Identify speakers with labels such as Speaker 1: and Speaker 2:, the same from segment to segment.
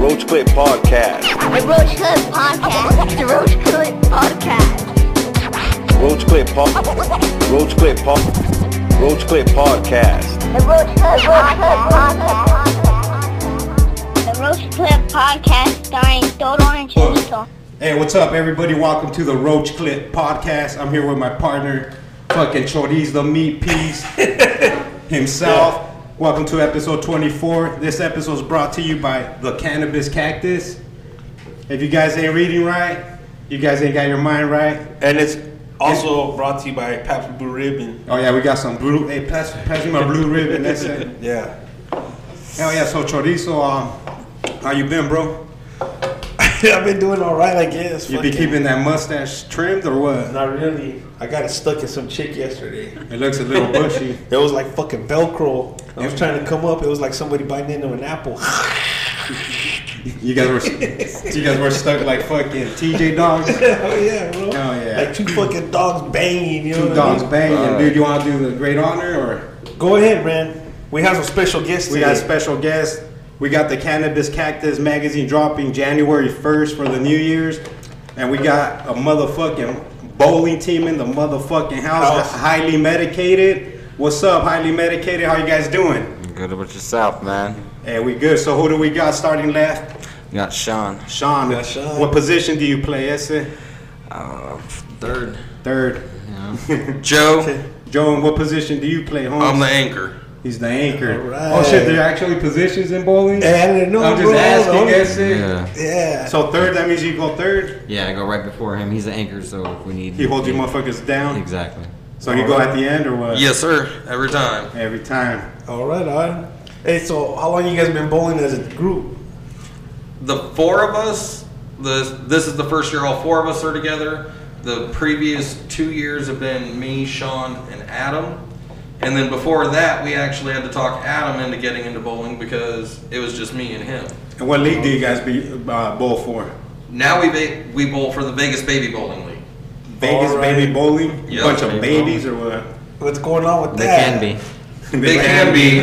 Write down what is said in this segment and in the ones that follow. Speaker 1: Roach Clip Podcast.
Speaker 2: The Roach Clip Podcast. The Roach Clip Podcast.
Speaker 1: Roach Clip Pod. Roach Clip Pod. Roach Clip Podcast.
Speaker 2: The Roach Clip Podcast. The Roach Clip Podcast starring Dodo and Chinito.
Speaker 3: Hey, what's up, everybody? Welcome to the Roach Clip Podcast. I'm here with my partner, fucking Choriz the Meat Piece himself. Welcome to episode 24. This episode is brought to you by the Cannabis Cactus. If you guys ain't reading right, you guys ain't got your mind right.
Speaker 4: And it's also brought to you by Pabst Blue Ribbon.
Speaker 3: Oh yeah, we got some blue. Hey, pass, pass me my blue ribbon. That's it.
Speaker 4: Yeah.
Speaker 3: Hell yeah. So Chorizo, um, how you been, bro?
Speaker 4: I've been doing all right, I guess.
Speaker 3: You been
Speaker 4: Fucking-
Speaker 3: keeping that mustache trimmed or what?
Speaker 4: Not really. I got it stuck in some chick yesterday.
Speaker 3: It looks a little bushy.
Speaker 4: It was like fucking Velcro. I
Speaker 3: Oh.
Speaker 4: was trying to come up. It was like somebody biting into an apple. Oh,
Speaker 3: You guys were you guys were stuck like fucking TJ dogs.
Speaker 4: oh yeah, bro.
Speaker 3: Hell yeah.
Speaker 4: Like two fucking dogs banging. You know
Speaker 3: Two
Speaker 4: what
Speaker 3: dogs
Speaker 4: I mean?
Speaker 3: banging, dude. You want to do the great honor or
Speaker 4: Go ahead, man. We have some special guests.
Speaker 3: we
Speaker 4: today.
Speaker 3: got a special guest. We got the Cannabis Cactus magazine dropping January first for the New Year's, and we got a motherfucking bowling team in the motherfucking house,
Speaker 4: House.
Speaker 3: highly medicated. What's up, highly medicated? How you guys doing?
Speaker 5: Good about yourself, man.
Speaker 3: Hey, we good. So who do we got starting left?
Speaker 5: You got Sean.
Speaker 3: Sean.
Speaker 4: Yeah, Sean.
Speaker 3: What position do you play? Essa?
Speaker 5: Uh, third.
Speaker 3: Third.
Speaker 5: Joe.
Speaker 3: Joan, what position do you play, homie?
Speaker 5: I'm the anchor.
Speaker 3: He's the anchor.
Speaker 4: Alright.
Speaker 3: Oh shit, there are actually positions in bowling?
Speaker 4: Yeah, I didn't know,
Speaker 3: I'm just
Speaker 4: bro.
Speaker 3: asking,
Speaker 4: Oh,
Speaker 3: that's it.
Speaker 5: Yeah.
Speaker 4: Yeah.
Speaker 3: So third, that means you go third.
Speaker 5: Yeah, I go right before him. He's the anchor, so if we need.
Speaker 3: He holds you motherfuckers down.
Speaker 5: Exactly.
Speaker 3: So you go at the end or what?
Speaker 5: Yes, sir. Every time.
Speaker 3: Every time.
Speaker 4: all right, all right. Hey, so how long you guys been bowling as a group?
Speaker 6: the four of us the this is the first year all four of us are together the previous two years have been me sean and adam and then before that we actually had to talk adam into getting into bowling because it was just me and him
Speaker 3: And what league do you guys be uh, bowl for?
Speaker 6: now we ba- we bowl for the vegas baby bowling league
Speaker 3: Vegas
Speaker 4: Alright.
Speaker 3: baby bowling?
Speaker 6: Yeah,
Speaker 3: Bunch of
Speaker 5: baby
Speaker 3: babies or what?
Speaker 4: What's going on with
Speaker 5: They
Speaker 4: that?
Speaker 5: can be
Speaker 6: they can be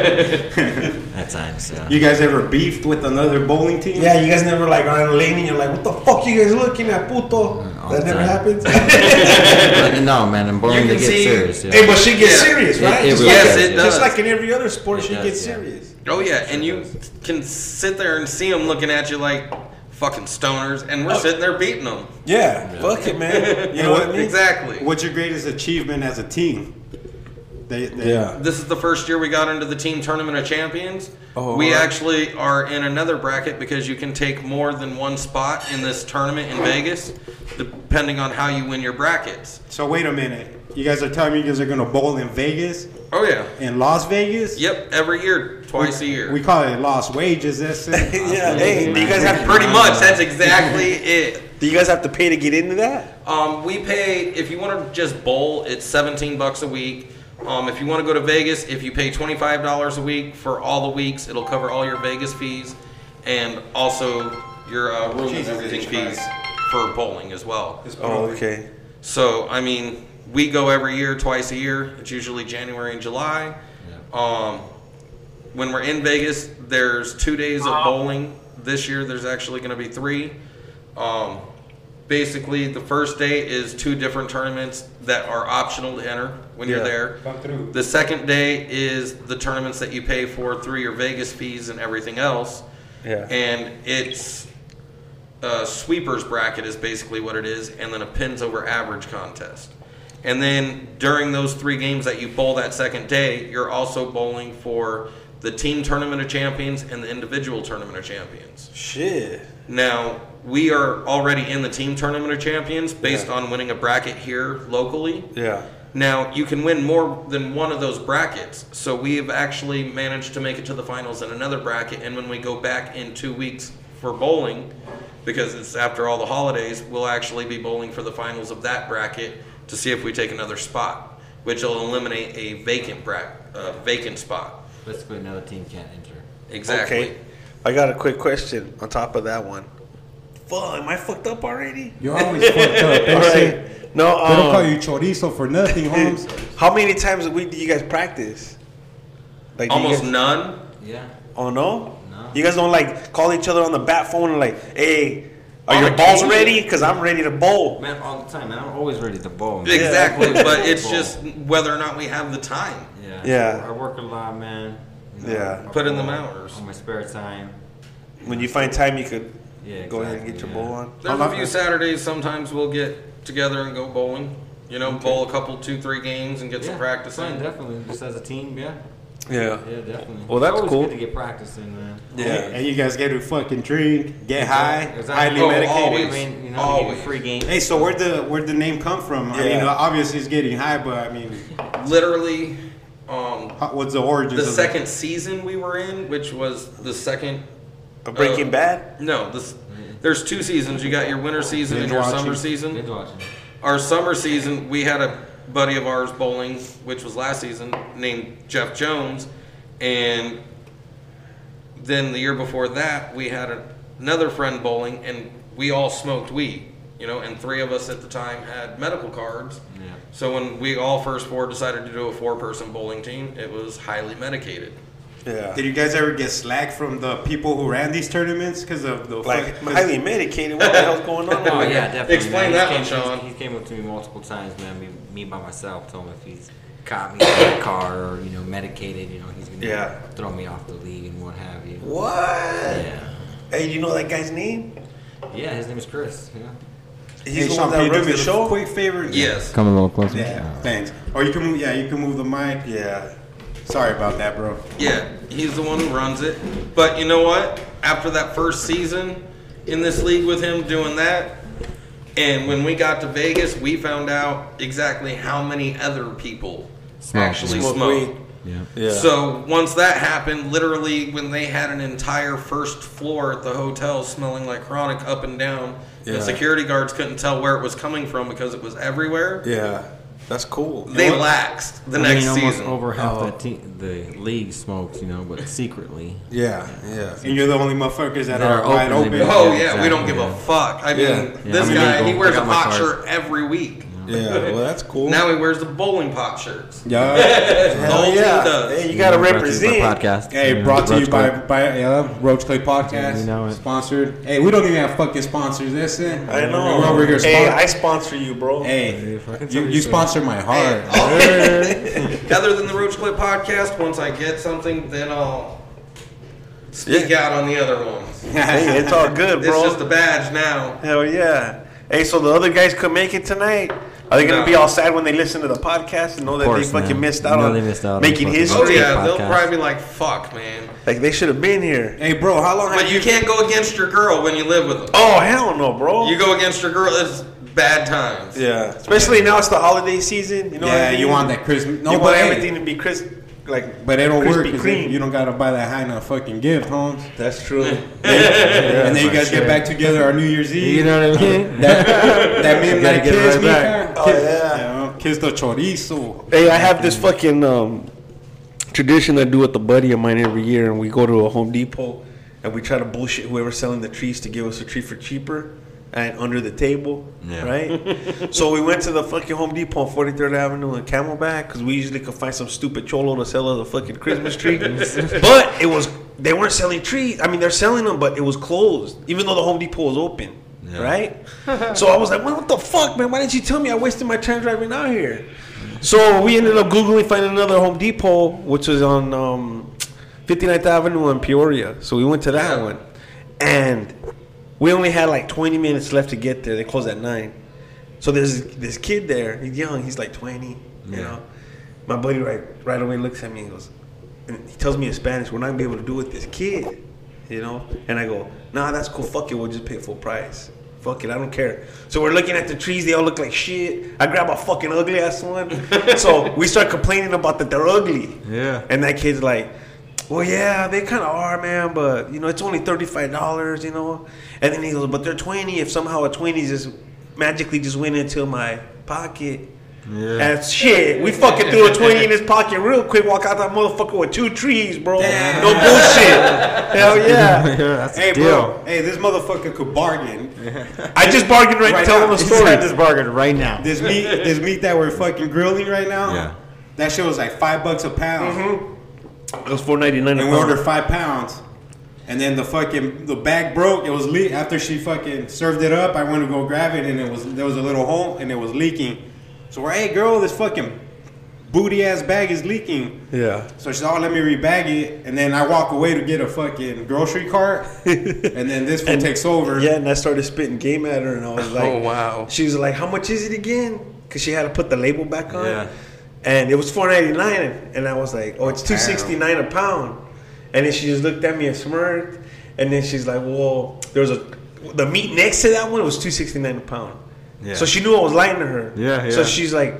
Speaker 5: at times. Yeah.
Speaker 3: You guys ever beefed with another bowling team?
Speaker 4: Yeah, you guys never like are in a lane and you're like, what the fuck you guys looking at, puto?
Speaker 5: all
Speaker 4: that
Speaker 5: the
Speaker 4: never
Speaker 5: time.
Speaker 4: happens.
Speaker 5: But no, man. I'm
Speaker 6: You
Speaker 5: boring to
Speaker 6: can
Speaker 5: get
Speaker 6: see-
Speaker 5: serious. Yeah.
Speaker 4: hey, but she gets
Speaker 6: Yeah.
Speaker 4: serious,
Speaker 5: It-
Speaker 4: right?
Speaker 5: it
Speaker 4: just
Speaker 5: really
Speaker 6: Yes,
Speaker 4: like,
Speaker 6: it does.
Speaker 4: Just like in every other sport,
Speaker 5: It
Speaker 4: she
Speaker 5: does,
Speaker 4: gets
Speaker 5: yeah.
Speaker 4: serious.
Speaker 6: oh yeah and you can sit there and see them looking at you like fucking stoners and we're sitting there beating them
Speaker 4: Yeah, fuck it, man. You know what I mean?
Speaker 6: exactly
Speaker 3: What's your greatest achievement as a team? They, they,
Speaker 4: Yeah.
Speaker 6: This is the first year we got into the team tournament of champions.
Speaker 4: Oh,
Speaker 6: we
Speaker 4: alright.
Speaker 6: actually are in another bracket because you can take more than one spot in this tournament in Vegas, depending on how you win your brackets.
Speaker 3: So wait a minute. You guys are telling me you guys are gonna bowl in Vegas?
Speaker 6: Oh yeah.
Speaker 3: In Las Vegas?
Speaker 6: Yep, every year, twice a year.
Speaker 3: We call it lost wages. That's it.
Speaker 4: Yeah, hey, do you guys have
Speaker 6: Pretty much, that's exactly it.
Speaker 4: do you guys have to pay to get into that?
Speaker 6: Um, we pay if you want to just bowl, it's 17 bucks a week. Um, if you want to go to Vegas, if you pay $25 a week for all the weeks, it'll cover all your Vegas fees and also your uh, room and
Speaker 3: Jesus
Speaker 6: everything
Speaker 3: Christ.
Speaker 6: fees for bowling as well.
Speaker 4: Oh, okay.
Speaker 6: So I mean, we go every year, twice a year. It's usually January and July. Um, when we're in Vegas, there's two days of bowling. This year, there's actually going to be three. Um, basically, the first day is two different tournaments that are optional to enter when
Speaker 4: Yeah.
Speaker 6: you're there. The second day is the tournaments that you pay for through your Vegas fees and everything else.
Speaker 4: Yeah.
Speaker 6: And it's uh, sweepers bracket is basically what it is, and then a pins over average contest. And then during those three games that you bowl that second day, you're also bowling for the team tournament of champions and the individual tournament of champions.
Speaker 4: Shit.
Speaker 6: Now, we are already in the team tournament of champions based on winning a bracket here locally.
Speaker 4: Yeah.
Speaker 6: Now, you can win more than one of those brackets. So we have actually managed to make it to the finals in another bracket. And when we go back in two weeks for bowling, because it's after all the holidays, we'll actually be bowling for the finals of that bracket to see if we take another spot, which will eliminate a vacant bra- uh, vacant spot.
Speaker 5: Basically, another team can't enter.
Speaker 6: Exactly.
Speaker 4: Okay. I got a quick question on top of that one. Fuck, am I fucked up already?
Speaker 3: You're always fucked up. They
Speaker 4: All
Speaker 3: say-
Speaker 4: right. No,
Speaker 3: They don't call
Speaker 4: um,
Speaker 3: you chorizo for nothing, Holmes.
Speaker 4: how many times a week do you guys practice? Like do you
Speaker 6: Almost
Speaker 4: guys-
Speaker 6: none.
Speaker 5: Yeah.
Speaker 4: Oh no?
Speaker 5: No.
Speaker 4: You guys don't like call each other on the bat phone and like, hey, are
Speaker 6: On
Speaker 4: your
Speaker 6: the
Speaker 4: balls
Speaker 6: game.
Speaker 4: ready? Because I'm ready to bowl.
Speaker 5: Man, all the time, man. I'm always ready to bowl. man.
Speaker 6: Exactly,
Speaker 5: Yeah.
Speaker 6: but it's
Speaker 5: Bowl.
Speaker 6: just whether or not we have the time.
Speaker 5: Yeah.
Speaker 4: Yeah.
Speaker 5: I work a lot, man. You
Speaker 4: Yeah.
Speaker 5: I
Speaker 6: Put in the
Speaker 5: bowl
Speaker 6: hours.
Speaker 5: On my spare time.
Speaker 4: When you find time, you could
Speaker 5: Yeah,
Speaker 4: go ahead and
Speaker 5: exactly,
Speaker 4: get your
Speaker 5: yeah.
Speaker 4: bowl on.
Speaker 6: There's
Speaker 3: How
Speaker 6: a
Speaker 3: about-
Speaker 6: few Saturdays. Sometimes we'll get together and go bowling. You know, bowl a couple, two, three games, and get
Speaker 5: Yeah,
Speaker 6: some practice
Speaker 5: yeah,
Speaker 6: in.
Speaker 5: Definitely, just as a team, yeah,
Speaker 4: Yeah.
Speaker 5: yeah, definitely.
Speaker 4: Well, that's
Speaker 5: it's always
Speaker 4: cool.
Speaker 5: Good to get practice in, man.
Speaker 4: Yeah.
Speaker 3: And you guys get to fucking drink, get high,
Speaker 5: Exactly.
Speaker 3: highly
Speaker 6: Oh,
Speaker 3: medicated.
Speaker 6: always.
Speaker 5: I mean, you know,
Speaker 6: Always.
Speaker 5: you get free game.
Speaker 3: Hey, so where'd the where'd the name come from? I mean,
Speaker 4: Yeah.
Speaker 3: obviously it's getting high, but I mean,
Speaker 6: Literally, um,
Speaker 3: how- what's the origins?
Speaker 6: the
Speaker 3: of it?
Speaker 6: second season we were in, which was the second.
Speaker 4: A Breaking
Speaker 6: uh,
Speaker 5: Oh.
Speaker 4: Bad.
Speaker 6: No, this. There's two seasons. You got your winter season and
Speaker 3: Binge
Speaker 6: your
Speaker 3: watching.
Speaker 6: summer
Speaker 5: Binge
Speaker 6: season.
Speaker 5: watching.
Speaker 6: Our summer season, we had a buddy of ours bowling, which was last season, named Jeff Jones, and then the year before that, we had a- another friend bowling, and we all smoked weed. You know, and three of us at the time had medical cards.
Speaker 5: Yeah.
Speaker 6: So when we all first four decided to do a four-person bowling team, it was highly medicated.
Speaker 4: Yeah.
Speaker 3: Did you guys ever get slack from the people who ran these tournaments because of the
Speaker 4: Like
Speaker 3: fuck- 'cause-
Speaker 4: highly medicated. What the hell's going on?
Speaker 5: Oh
Speaker 4: over
Speaker 5: yeah,
Speaker 4: here?
Speaker 5: definitely. man.
Speaker 6: Explain
Speaker 5: He
Speaker 6: that
Speaker 5: came-
Speaker 6: one, Sean.
Speaker 5: He, he came up to me multiple times, man. Me, me by myself, told him if he's caught me in a car or you know medicated, you know he's gonna
Speaker 4: Yeah.
Speaker 5: throw me off the league and what have you.
Speaker 4: What?
Speaker 5: Yeah,
Speaker 4: Hey, you know that guy's name?
Speaker 5: yeah. His name is Chris. Yeah.
Speaker 4: He's
Speaker 3: Hey,
Speaker 4: the one
Speaker 3: Sean, can you
Speaker 4: that
Speaker 3: do
Speaker 4: runs
Speaker 3: me
Speaker 4: the
Speaker 3: a
Speaker 4: show.
Speaker 3: Quick favor.
Speaker 6: Yes.
Speaker 5: Come a little closer.
Speaker 3: Yeah. Thanks. Or you can move. Yeah, you can move the mic.
Speaker 4: Yeah.
Speaker 3: Sorry about that, bro.
Speaker 6: Yeah, he's the one who runs it. But you know what? After that first season in this league with him doing that, and when we got to Vegas, we found out exactly how many other people
Speaker 5: Smoke.
Speaker 6: actually
Speaker 4: Smoke
Speaker 6: smoke.
Speaker 4: weed.
Speaker 5: Yeah.
Speaker 4: Yeah.
Speaker 6: So once that happened, literally when they had an entire first floor at the hotel smelling like chronic up and down,
Speaker 4: Yeah.
Speaker 6: the security guards couldn't tell where it was coming from because it was everywhere.
Speaker 4: yeah. That's cool.
Speaker 6: They
Speaker 4: You know what?
Speaker 6: laxed the
Speaker 5: I
Speaker 6: next
Speaker 5: mean, almost
Speaker 6: season.
Speaker 5: over half
Speaker 4: Oh.
Speaker 5: the, team, the league smokes, you know, but secretly.
Speaker 4: Yeah. Yeah.
Speaker 3: And you're the only motherfuckers that,
Speaker 5: That
Speaker 3: are,
Speaker 5: are
Speaker 3: wide
Speaker 5: openly
Speaker 3: open.
Speaker 5: big.
Speaker 6: Oh yeah,
Speaker 5: Yeah,
Speaker 6: we don't
Speaker 5: exactly,
Speaker 6: give
Speaker 5: yeah.
Speaker 6: a fuck. I mean,
Speaker 4: Yeah.
Speaker 5: Yeah,
Speaker 6: this
Speaker 5: I'm
Speaker 6: guy
Speaker 5: illegal.
Speaker 6: he wears
Speaker 5: I
Speaker 6: a
Speaker 5: got my
Speaker 6: pop
Speaker 5: card.
Speaker 6: shirt every week.
Speaker 4: Yeah. Well, that's cool.
Speaker 6: Now he wears the bowling pop shirts.
Speaker 3: Yeah.
Speaker 6: That's the whole team does.
Speaker 4: Hey, you gotta
Speaker 5: Brought to you by
Speaker 4: represent.
Speaker 5: podcast.
Speaker 3: Hey,
Speaker 5: Yeah,
Speaker 3: brought to you
Speaker 5: Roach
Speaker 3: by
Speaker 5: Clip.
Speaker 3: by yeah, Roach Clay Podcast.
Speaker 5: You know it.
Speaker 3: Sponsored. Hey, we don't even have fucking sponsors. This and
Speaker 4: I know.
Speaker 3: We're over here.
Speaker 4: Hey, I
Speaker 3: Spon-
Speaker 4: sponsor you, bro.
Speaker 3: hey,
Speaker 5: fucking
Speaker 3: you,
Speaker 5: tell
Speaker 3: you
Speaker 5: you so.
Speaker 3: sponsor my heart.
Speaker 6: Other than the Roach Clip podcast, once I get something, then I'll speak out on the other ones.
Speaker 4: Hey, it's all good,
Speaker 6: It's
Speaker 4: bro.
Speaker 6: just a badge now.
Speaker 4: Hell yeah. Hey, so the other guys could make it tonight. Are they gonna
Speaker 6: No.
Speaker 4: be all sad when they listen to the podcast and know that
Speaker 5: course,
Speaker 4: they fucking
Speaker 5: man.
Speaker 4: missed out
Speaker 5: No,
Speaker 4: on
Speaker 5: they missed out on
Speaker 4: making
Speaker 5: fucking-
Speaker 4: history?
Speaker 6: Oh yeah,
Speaker 5: Podcast.
Speaker 6: they'll probably be like, "Fuck, man."
Speaker 4: Like they should have been here.
Speaker 3: Hey, bro, how long have
Speaker 6: But you can't go against your girl when you live with them.
Speaker 4: Oh hell no, bro.
Speaker 6: You go against your girl, it's bad times.
Speaker 4: yeah, especially now it's the holiday season. You know,
Speaker 3: yeah,
Speaker 4: everything-
Speaker 3: you want that Christmas? No
Speaker 4: you
Speaker 3: but
Speaker 4: want
Speaker 3: hey,
Speaker 4: everything to be crisp, like
Speaker 3: But it'll work.
Speaker 4: Krispy
Speaker 3: 'cause
Speaker 4: Kreme.
Speaker 3: You don't gotta buy that high enough fucking gift, Holmes.
Speaker 4: That's true.
Speaker 3: and then you
Speaker 5: for
Speaker 3: guys get
Speaker 5: sure.
Speaker 3: back together on New Year's Eve.
Speaker 5: You know what I mean?
Speaker 3: that, that midnight
Speaker 5: gotta get it
Speaker 3: kiss,
Speaker 5: right
Speaker 3: Mika.
Speaker 5: back.
Speaker 4: Oh,
Speaker 3: Kiss-
Speaker 4: yeah.
Speaker 3: know, kiss the chorizo.
Speaker 7: Hey, I have this fucking um, tradition I do with a buddy of mine every year, and we go to a Home Depot
Speaker 4: and we try to bullshit whoever's selling the trees to give us a tree for cheaper and under the table,
Speaker 5: Yeah.
Speaker 4: right? so we went to the fucking Home Depot on 43rd Avenue in Camelback because we usually could find some stupid cholo to sell us a fucking Christmas tree. but it was they weren't selling trees. I mean, they're selling them, but it was closed, even though the Home Depot was open.
Speaker 5: Yeah.
Speaker 4: Right, so I was like, "Man, "What the fuck, man? Why didn't you tell me? I wasted my time driving out here."
Speaker 7: So we ended up googling finding another Home Depot, which was on um, 59th Avenue in Peoria. So we went to that
Speaker 6: Yeah.
Speaker 7: one, and we only had like 20 minutes left to get there. They closed at nine.
Speaker 4: So there's this kid there. He's young. He's like 20. You
Speaker 5: Yeah.
Speaker 4: know, my buddy right right away looks at me and goes, and he tells me in Spanish, "We're not gonna be able to do with this kid." You know, and I go, "Nah, that's cool. Fuck it. We'll just pay full price. Fuck it. I don't care." So we're looking at the trees. They all look like shit. I grab a fucking ugly ass one. so we start complaining about that they're ugly.
Speaker 5: Yeah.
Speaker 4: And that kid's like, well, yeah, they kind of are, man, but, you know, it's only $35, you know? And then he goes, but they're 20 if somehow a 20 just magically just went into my pocket.
Speaker 5: Yeah.
Speaker 4: And shit, we fucking threw a 20 in his pocket real quick, walk out that motherfucker with two trees, bro. No bullshit. Hell yeah.
Speaker 5: that's
Speaker 3: Hey,
Speaker 5: the deal.
Speaker 3: bro. Hey, this motherfucker could bargain.
Speaker 4: I just bargained right,
Speaker 3: Right
Speaker 4: to tell
Speaker 3: now.
Speaker 4: him a
Speaker 3: He's
Speaker 4: story.
Speaker 3: had this
Speaker 4: bargain right now.
Speaker 3: This meat, this meat that we're fucking grilling right now.
Speaker 5: Yeah.
Speaker 3: That shit was like five bucks a pound,
Speaker 4: It was four ninety nine.
Speaker 3: and we ordered five pounds. And then the fucking the bag broke. It was leak after she fucking served it up. I went to go grab it, and it was there was a little hole, and it was leaking. So we're, hey girl, this fucking booty ass bag is leaking.
Speaker 7: Yeah.
Speaker 3: So she's all let me rebag it, and then I walk away to get a fucking grocery cart, and then this one takes over.
Speaker 4: Yeah, and I started spitting game at her, and I was like,
Speaker 6: Oh, wow.
Speaker 4: She was like, "How much is it again?" Because she had to put the label back on.
Speaker 5: Yeah.
Speaker 4: And it was four ninety nine, and I was like, "Oh, it's two sixty nine a pound." And then she just looked at me and smirked, and then she's like, "Well, there was a the meat next to that one was two sixty nine a pound."
Speaker 5: Yeah.
Speaker 4: So she knew I was lying to her.
Speaker 5: Yeah,
Speaker 4: So
Speaker 5: yeah.
Speaker 4: she's like,